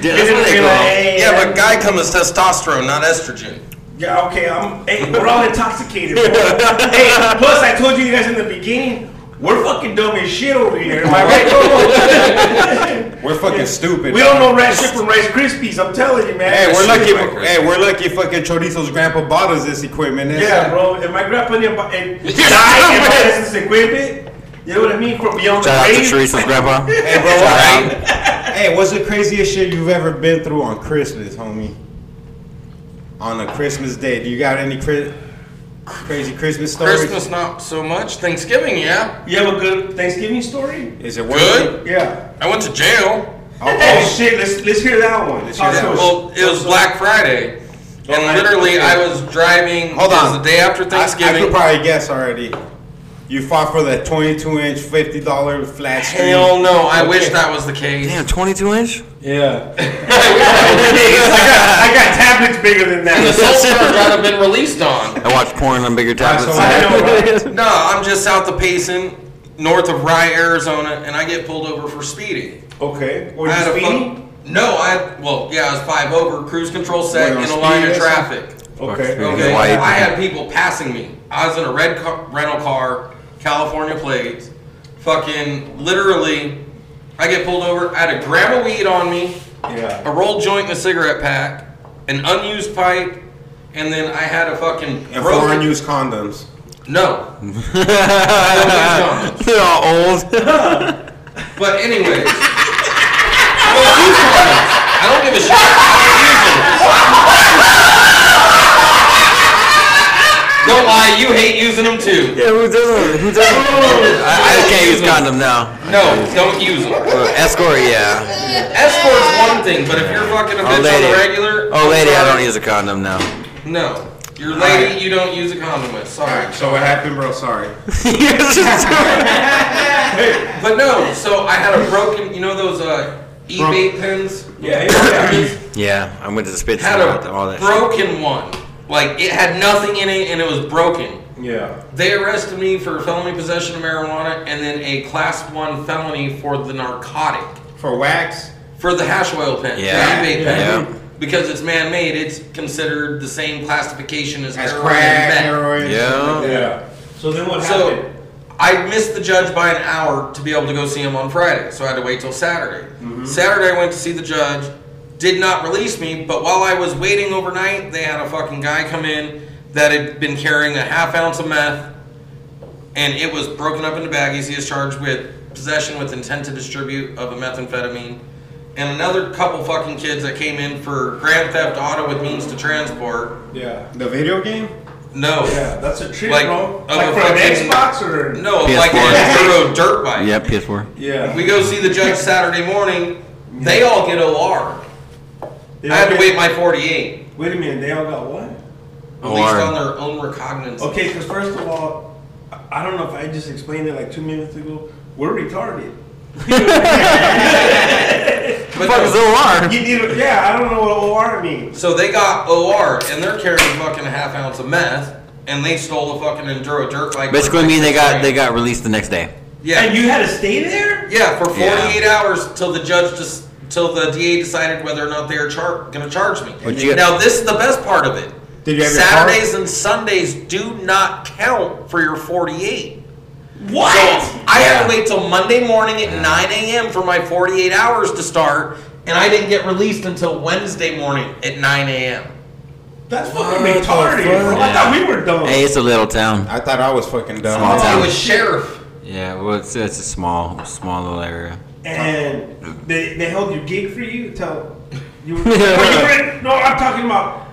Speaker 5: Yeah, that's what they
Speaker 6: yeah,
Speaker 5: call
Speaker 6: but-
Speaker 5: it.
Speaker 6: yeah, but guy comes testosterone, not estrogen.
Speaker 8: Yeah, okay, I'm. Hey, we're all intoxicated. bro. hey, plus I told you guys in the beginning, we're fucking dumb as shit over here. Am I right,
Speaker 3: We're fucking
Speaker 8: bro?
Speaker 3: stupid.
Speaker 8: we don't know rat shit from Rice Krispies. I'm telling you, man.
Speaker 3: Hey, we're lucky. Hey, we're lucky. Fucking Chorizo's grandpa bought us this equipment. It's-
Speaker 8: Yeah, bro. If my grandpa didn't buy, if died and buy us this equipment, you know what I mean? From beyond the grave.
Speaker 5: grandpa.
Speaker 3: Hey, bro. what- hey, what's the craziest shit you've ever been through on Christmas, homie? On a Christmas day, do you got any cra- crazy Christmas stories?
Speaker 6: Christmas, not so much. Thanksgiving, yeah.
Speaker 8: You have a good Thanksgiving story?
Speaker 3: Is it worth it?
Speaker 6: Good.
Speaker 8: Yeah.
Speaker 6: I went to jail.
Speaker 8: Oh shit, let's let's hear that one. Let's hear that one.
Speaker 6: Well, it was Black Friday. And literally, I was driving.
Speaker 3: Hold
Speaker 6: it was
Speaker 3: on.
Speaker 6: The day after
Speaker 3: I
Speaker 6: Thanksgiving.
Speaker 3: could probably guess already. You fought for that 22 inch, $50 flat screen.
Speaker 6: Hell no! I wish that was the case.
Speaker 5: Damn, 22 inch?
Speaker 3: Yeah.
Speaker 8: I got tablets bigger than
Speaker 6: The
Speaker 8: that.
Speaker 6: Soul Star got have been released on.
Speaker 5: I watch porn on bigger tablets.
Speaker 6: No, I'm just south of Payson, north of Rye, Arizona, and I get pulled over for speeding.
Speaker 8: Okay. Were
Speaker 6: I
Speaker 8: you
Speaker 6: had a fu-
Speaker 8: speeding?
Speaker 6: No, I had, well, yeah, I was five over, cruise control set,
Speaker 3: Wait, on
Speaker 6: in a
Speaker 3: speed
Speaker 6: line
Speaker 3: or
Speaker 6: of traffic.
Speaker 8: Okay.
Speaker 6: Okay,
Speaker 5: Why-
Speaker 6: I had people passing me. I was in a red car, rental car, California plates. Fucking literally, I get pulled over. I had a gram of weed on me,
Speaker 8: Yeah.
Speaker 6: a rolled joint and a cigarette pack, an unused pipe, and then I had a fucking
Speaker 3: And
Speaker 6: broken-
Speaker 3: foreign use condoms.
Speaker 6: No. No, no, no.
Speaker 5: They're all old.
Speaker 6: But anyways. I don't use condoms. I don't give a shit. I don't use them. Don't lie, you hate using them too.
Speaker 5: Yeah, who doesn't? Who doesn't?
Speaker 7: Oh.
Speaker 5: I, I can't use condom now.
Speaker 6: No, don't use them.
Speaker 5: Uh, escort, yeah.
Speaker 6: Escort's one thing, but if you're fucking a
Speaker 5: Oh,
Speaker 6: bitch on
Speaker 5: lady.
Speaker 6: the regular,
Speaker 5: Oh, lady, I don't use a condom now.
Speaker 6: no. You're lady, you don't use a condom with. Sorry.
Speaker 3: Alright, so what happened, bro? Sorry.
Speaker 6: But no, so I had a broken, you know those uh, e-vape pens?
Speaker 8: Yeah, yeah, yeah.
Speaker 5: yeah, I went to the spit
Speaker 6: had
Speaker 5: and
Speaker 6: a
Speaker 5: all that. shit.
Speaker 6: broken one. Like it had nothing in it and it was broken.
Speaker 8: Yeah.
Speaker 6: They arrested me for felony possession of marijuana and then a class one felony for the narcotic.
Speaker 3: For wax?
Speaker 6: For the hash oil pen.
Speaker 5: Yeah.
Speaker 6: The vape pen.
Speaker 5: Yeah.
Speaker 6: Because it's man made, it's considered the same classification as,
Speaker 3: As
Speaker 6: heroin
Speaker 3: crack,
Speaker 6: and meth.
Speaker 3: heroin.
Speaker 5: Yeah.
Speaker 8: Yeah. So then what
Speaker 6: So
Speaker 8: happened?
Speaker 6: I missed the judge by an hour to be able to go see him on Friday, so I had to wait till Saturday. Saturday I went to see the judge, did not release me, but while I was waiting overnight, they had a fucking guy come in that had been carrying a half ounce of meth and it was broken up into baggies. He is charged with possession with intent to distribute of a methamphetamine. And another couple fucking kids that came in for grand theft auto with means to transport.
Speaker 8: Yeah.
Speaker 3: The video game?
Speaker 6: No.
Speaker 8: Yeah, that's a trip,
Speaker 6: Like,
Speaker 8: bro.
Speaker 6: of
Speaker 8: Like
Speaker 6: a
Speaker 8: for an
Speaker 6: fucking-
Speaker 8: Xbox or
Speaker 6: No,
Speaker 5: PS4.
Speaker 6: like a Enduro dirt bike.
Speaker 5: Yeah, PS4.
Speaker 8: Yeah.
Speaker 6: We go see the judge Saturday morning. They all get OR. I had to wait my 48.
Speaker 8: Wait a minute. They all got what?
Speaker 6: Released
Speaker 5: OR.
Speaker 6: on their own recognizance.
Speaker 8: Okay, because first of all, I- I don't know if I just explained it like two minutes ago. We're retarded.
Speaker 6: But
Speaker 5: Fuck,
Speaker 6: no,
Speaker 5: it's
Speaker 8: You need, yeah, I don't know what OR means.
Speaker 6: so they got OR and they're carrying fucking a half ounce of meth and they stole a fucking Enduro dirt bike.
Speaker 5: Basically, I mean they got they got released the next day.
Speaker 6: Yeah.
Speaker 8: And you had to stay there?
Speaker 6: yeah, for 48
Speaker 5: Yeah.
Speaker 6: hours till the judge just till the DA decided whether or not they are char- going to charge me.
Speaker 5: But you-
Speaker 6: now this is the best part of it.
Speaker 3: Did you have your card?
Speaker 6: Saturdays and Sundays do not count for your 48.
Speaker 8: What?
Speaker 6: So I
Speaker 5: Yeah.
Speaker 6: had to wait till Monday morning at 9 a.m. for my 48 hours to start, and I didn't get released until Wednesday morning at 9 a.m.
Speaker 8: That's fucking retarded. bro. I thought we were dumb.
Speaker 5: Hey, it's a little town.
Speaker 3: I thought I was fucking dumb.
Speaker 5: Small
Speaker 6: I
Speaker 5: town.
Speaker 6: was sheriff.
Speaker 5: Yeah, well, it's, it's a small, small little area.
Speaker 8: And they, they held your gig for you till you were, when you were in, No, I'm talking about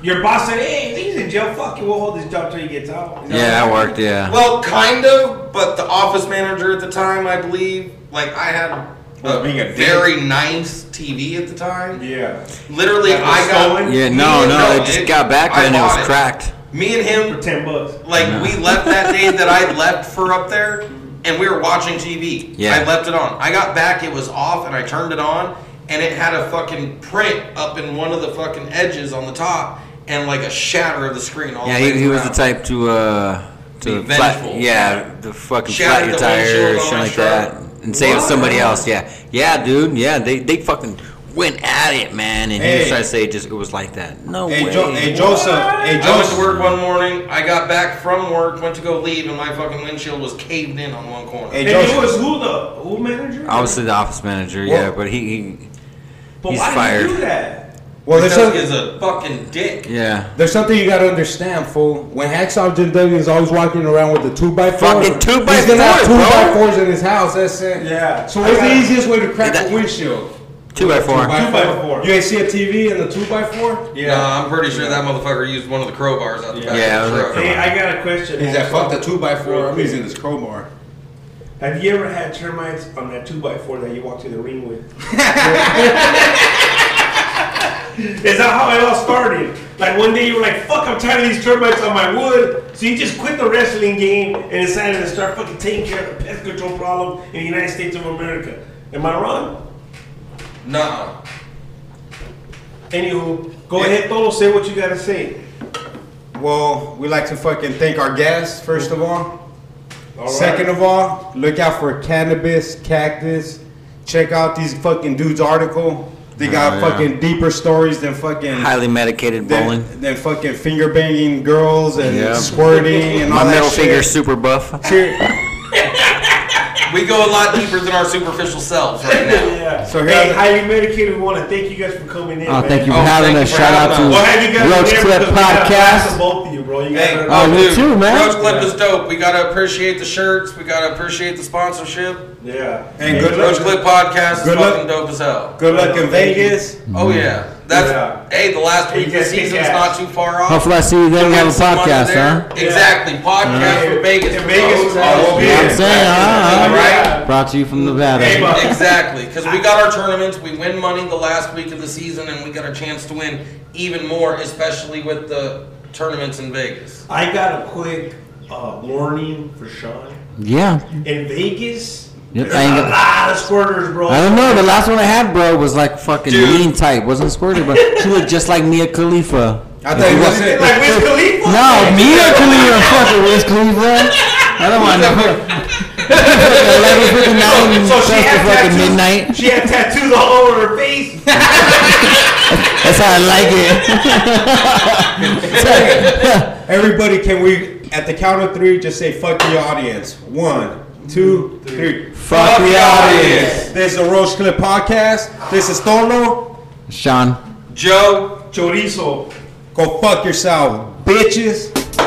Speaker 8: your boss said, hey, he's in jail. Fuck it. We'll hold this job till he gets out. Is that
Speaker 5: Yeah, I
Speaker 8: what
Speaker 5: worked. Yeah.
Speaker 6: Well, kind of, but the office manager at the time, I believe, like I had
Speaker 3: Was
Speaker 6: a,
Speaker 3: being a dick.
Speaker 6: very nice TV at the time.
Speaker 8: Yeah.
Speaker 6: Literally,
Speaker 8: That was
Speaker 6: I got
Speaker 8: stolen?
Speaker 5: Yeah,
Speaker 6: me
Speaker 5: no,
Speaker 6: and-
Speaker 5: no, it just got back
Speaker 6: I
Speaker 5: then. It was
Speaker 6: bought
Speaker 5: cracked.
Speaker 6: Me and him
Speaker 8: For 10 bucks.
Speaker 6: Like we left that day that I left for up there, and we were watching TV.
Speaker 5: Yeah.
Speaker 6: I left it on. I got back, it was off, and I turned it on, and it had a fucking print up in one of the fucking edges on the top, and like a shatter of the screen. All
Speaker 5: Yeah,
Speaker 6: the way
Speaker 5: he, he was the
Speaker 6: around.
Speaker 5: type to uh to
Speaker 6: Be
Speaker 5: flat,
Speaker 6: vengeful.
Speaker 5: yeah, the fucking
Speaker 6: Shattered
Speaker 5: flat your tire
Speaker 6: the windshield on
Speaker 5: or something
Speaker 6: my
Speaker 5: like
Speaker 6: truck.
Speaker 5: that, and save somebody else. Yeah, yeah, dude. Yeah, they they fucking
Speaker 22: went at it, man. And
Speaker 6: Hey.
Speaker 22: he tried to say just it was like that. No
Speaker 6: Hey,
Speaker 22: way.
Speaker 6: Jo- hey, Joseph.
Speaker 22: Hey,
Speaker 6: I went
Speaker 22: Joseph.
Speaker 6: to work one morning. I got back from work, went to go leave, and my fucking windshield was caved in on one corner.
Speaker 7: and it was who the who manager?
Speaker 22: Obviously, the office manager, yeah, but he, he
Speaker 7: But
Speaker 22: he's
Speaker 7: why did
Speaker 22: fired.
Speaker 7: you do that?
Speaker 3: Well, there's
Speaker 6: because
Speaker 3: some-
Speaker 6: he's a fucking dick.
Speaker 22: Yeah.
Speaker 3: There's something you gotta understand, fool. When Hacksaw Jim W is always walking around with a two by four,
Speaker 22: Fucking two by
Speaker 3: he's gonna have
Speaker 22: fours,
Speaker 3: two
Speaker 22: bro.
Speaker 3: by fours in his house. That's it.
Speaker 23: Yeah.
Speaker 3: So what's
Speaker 23: I
Speaker 3: the
Speaker 23: got-
Speaker 3: easiest way to crack a windshield?
Speaker 22: Two by four.
Speaker 3: Two by four.
Speaker 23: four.
Speaker 3: You ain't see a TV in the two by four?
Speaker 6: Yeah, I'm pretty sure that motherfucker used one of the crowbars out the back
Speaker 22: Yeah, I was
Speaker 6: of the
Speaker 22: like,
Speaker 6: truck.
Speaker 7: Hey, I got a question.
Speaker 3: He's that fuck the two by four. I'm using this Crowbar.
Speaker 7: Have you ever had termites on that two by four that you walked to the ring with? Is that how it all started? Like one day you were like, "Fuck, I'm tired of these termites on my wood," so you just quit the wrestling game and decided to start fucking taking care of the pest control problem in the United States of America. Am I wrong?
Speaker 6: Nah.
Speaker 7: Anywho, go ahead, Tolo, say what you gotta say.
Speaker 3: Well, we like to fucking thank our guests first of all.
Speaker 7: All right.
Speaker 3: Second of all, look out for cannabis, cactus. Check out these fucking dudes' article. They got
Speaker 22: Oh, yeah.
Speaker 3: fucking deeper stories than fucking
Speaker 22: highly medicated bowling.
Speaker 3: than, than fucking finger banging girls and
Speaker 22: Yeah.
Speaker 3: squirting and all
Speaker 22: My
Speaker 3: that
Speaker 22: middle
Speaker 3: shit.
Speaker 22: finger's super buff.
Speaker 6: We go a lot deeper than our superficial selves right now. Oh,
Speaker 7: Yeah.
Speaker 3: So
Speaker 7: hey,
Speaker 3: here-
Speaker 7: highly medicated. We want to thank you guys for coming in.
Speaker 5: Oh,
Speaker 7: man.
Speaker 5: thank you for
Speaker 6: Oh,
Speaker 5: having us.
Speaker 6: thank you for
Speaker 5: Shout out
Speaker 6: having
Speaker 5: to
Speaker 6: us.
Speaker 7: We'll have you guys
Speaker 5: Roach
Speaker 7: there
Speaker 5: Clip
Speaker 7: because we got a blast
Speaker 5: Podcast.
Speaker 7: of Both of you, bro. You
Speaker 6: Hey,
Speaker 7: gotta-
Speaker 5: Oh, me
Speaker 6: dude,
Speaker 5: too, man.
Speaker 6: Roach Clip is dope. We gotta appreciate the shirts. We gotta appreciate the sponsorship.
Speaker 7: Yeah.
Speaker 3: And good
Speaker 6: Roach
Speaker 3: luck.
Speaker 6: Clip podcast is
Speaker 3: Good luck.
Speaker 6: fucking dope as hell.
Speaker 3: Good luck in Vegas.
Speaker 6: Oh yeah, that's hey. The last week of the season's not too far off.
Speaker 5: Hopefully I see you there. We have a
Speaker 6: Win some money
Speaker 5: podcast,
Speaker 6: there.
Speaker 5: huh?
Speaker 6: Exactly, podcast from Vegas.
Speaker 7: In Vegas, uh,
Speaker 6: Oh,
Speaker 5: You know what I'm saying,
Speaker 6: All
Speaker 5: uh,
Speaker 6: right.
Speaker 5: uh, brought to you from Nevada.
Speaker 6: exactly, because we got our tournaments, we win money the last week of the season, and we got a chance to win even more, especially with the tournaments in Vegas.
Speaker 7: I got a quick uh, warning for Sean.
Speaker 5: Yeah.
Speaker 7: In Vegas,
Speaker 5: Yep,
Speaker 7: there's
Speaker 5: I ain't
Speaker 7: a
Speaker 5: got-
Speaker 7: lot of squirters, bro.
Speaker 5: I don't know. The last one I had, bro, was like fucking lean type. Wasn't squirted, but she looked just like Mia Khalifa.
Speaker 3: I thought you was
Speaker 7: Like Wiz Khalifa?
Speaker 5: No, Mia Khalifa, fucking Wiz Khalifa. I don't want to. Eleven freaking nine,
Speaker 7: So she
Speaker 5: to
Speaker 7: had
Speaker 5: fucking
Speaker 7: tattoos.
Speaker 5: midnight.
Speaker 7: She had tattoos all over her face.
Speaker 5: That's how I like it.
Speaker 3: Everybody, can we at the count of three just say "fuck the audience"? One, two, three.
Speaker 5: Fuck the audience.
Speaker 3: This is the Roach Clip Podcast. This is Thorno.
Speaker 5: Sean.
Speaker 6: Joe,
Speaker 7: Chorizo.
Speaker 3: Go fuck yourself, bitches.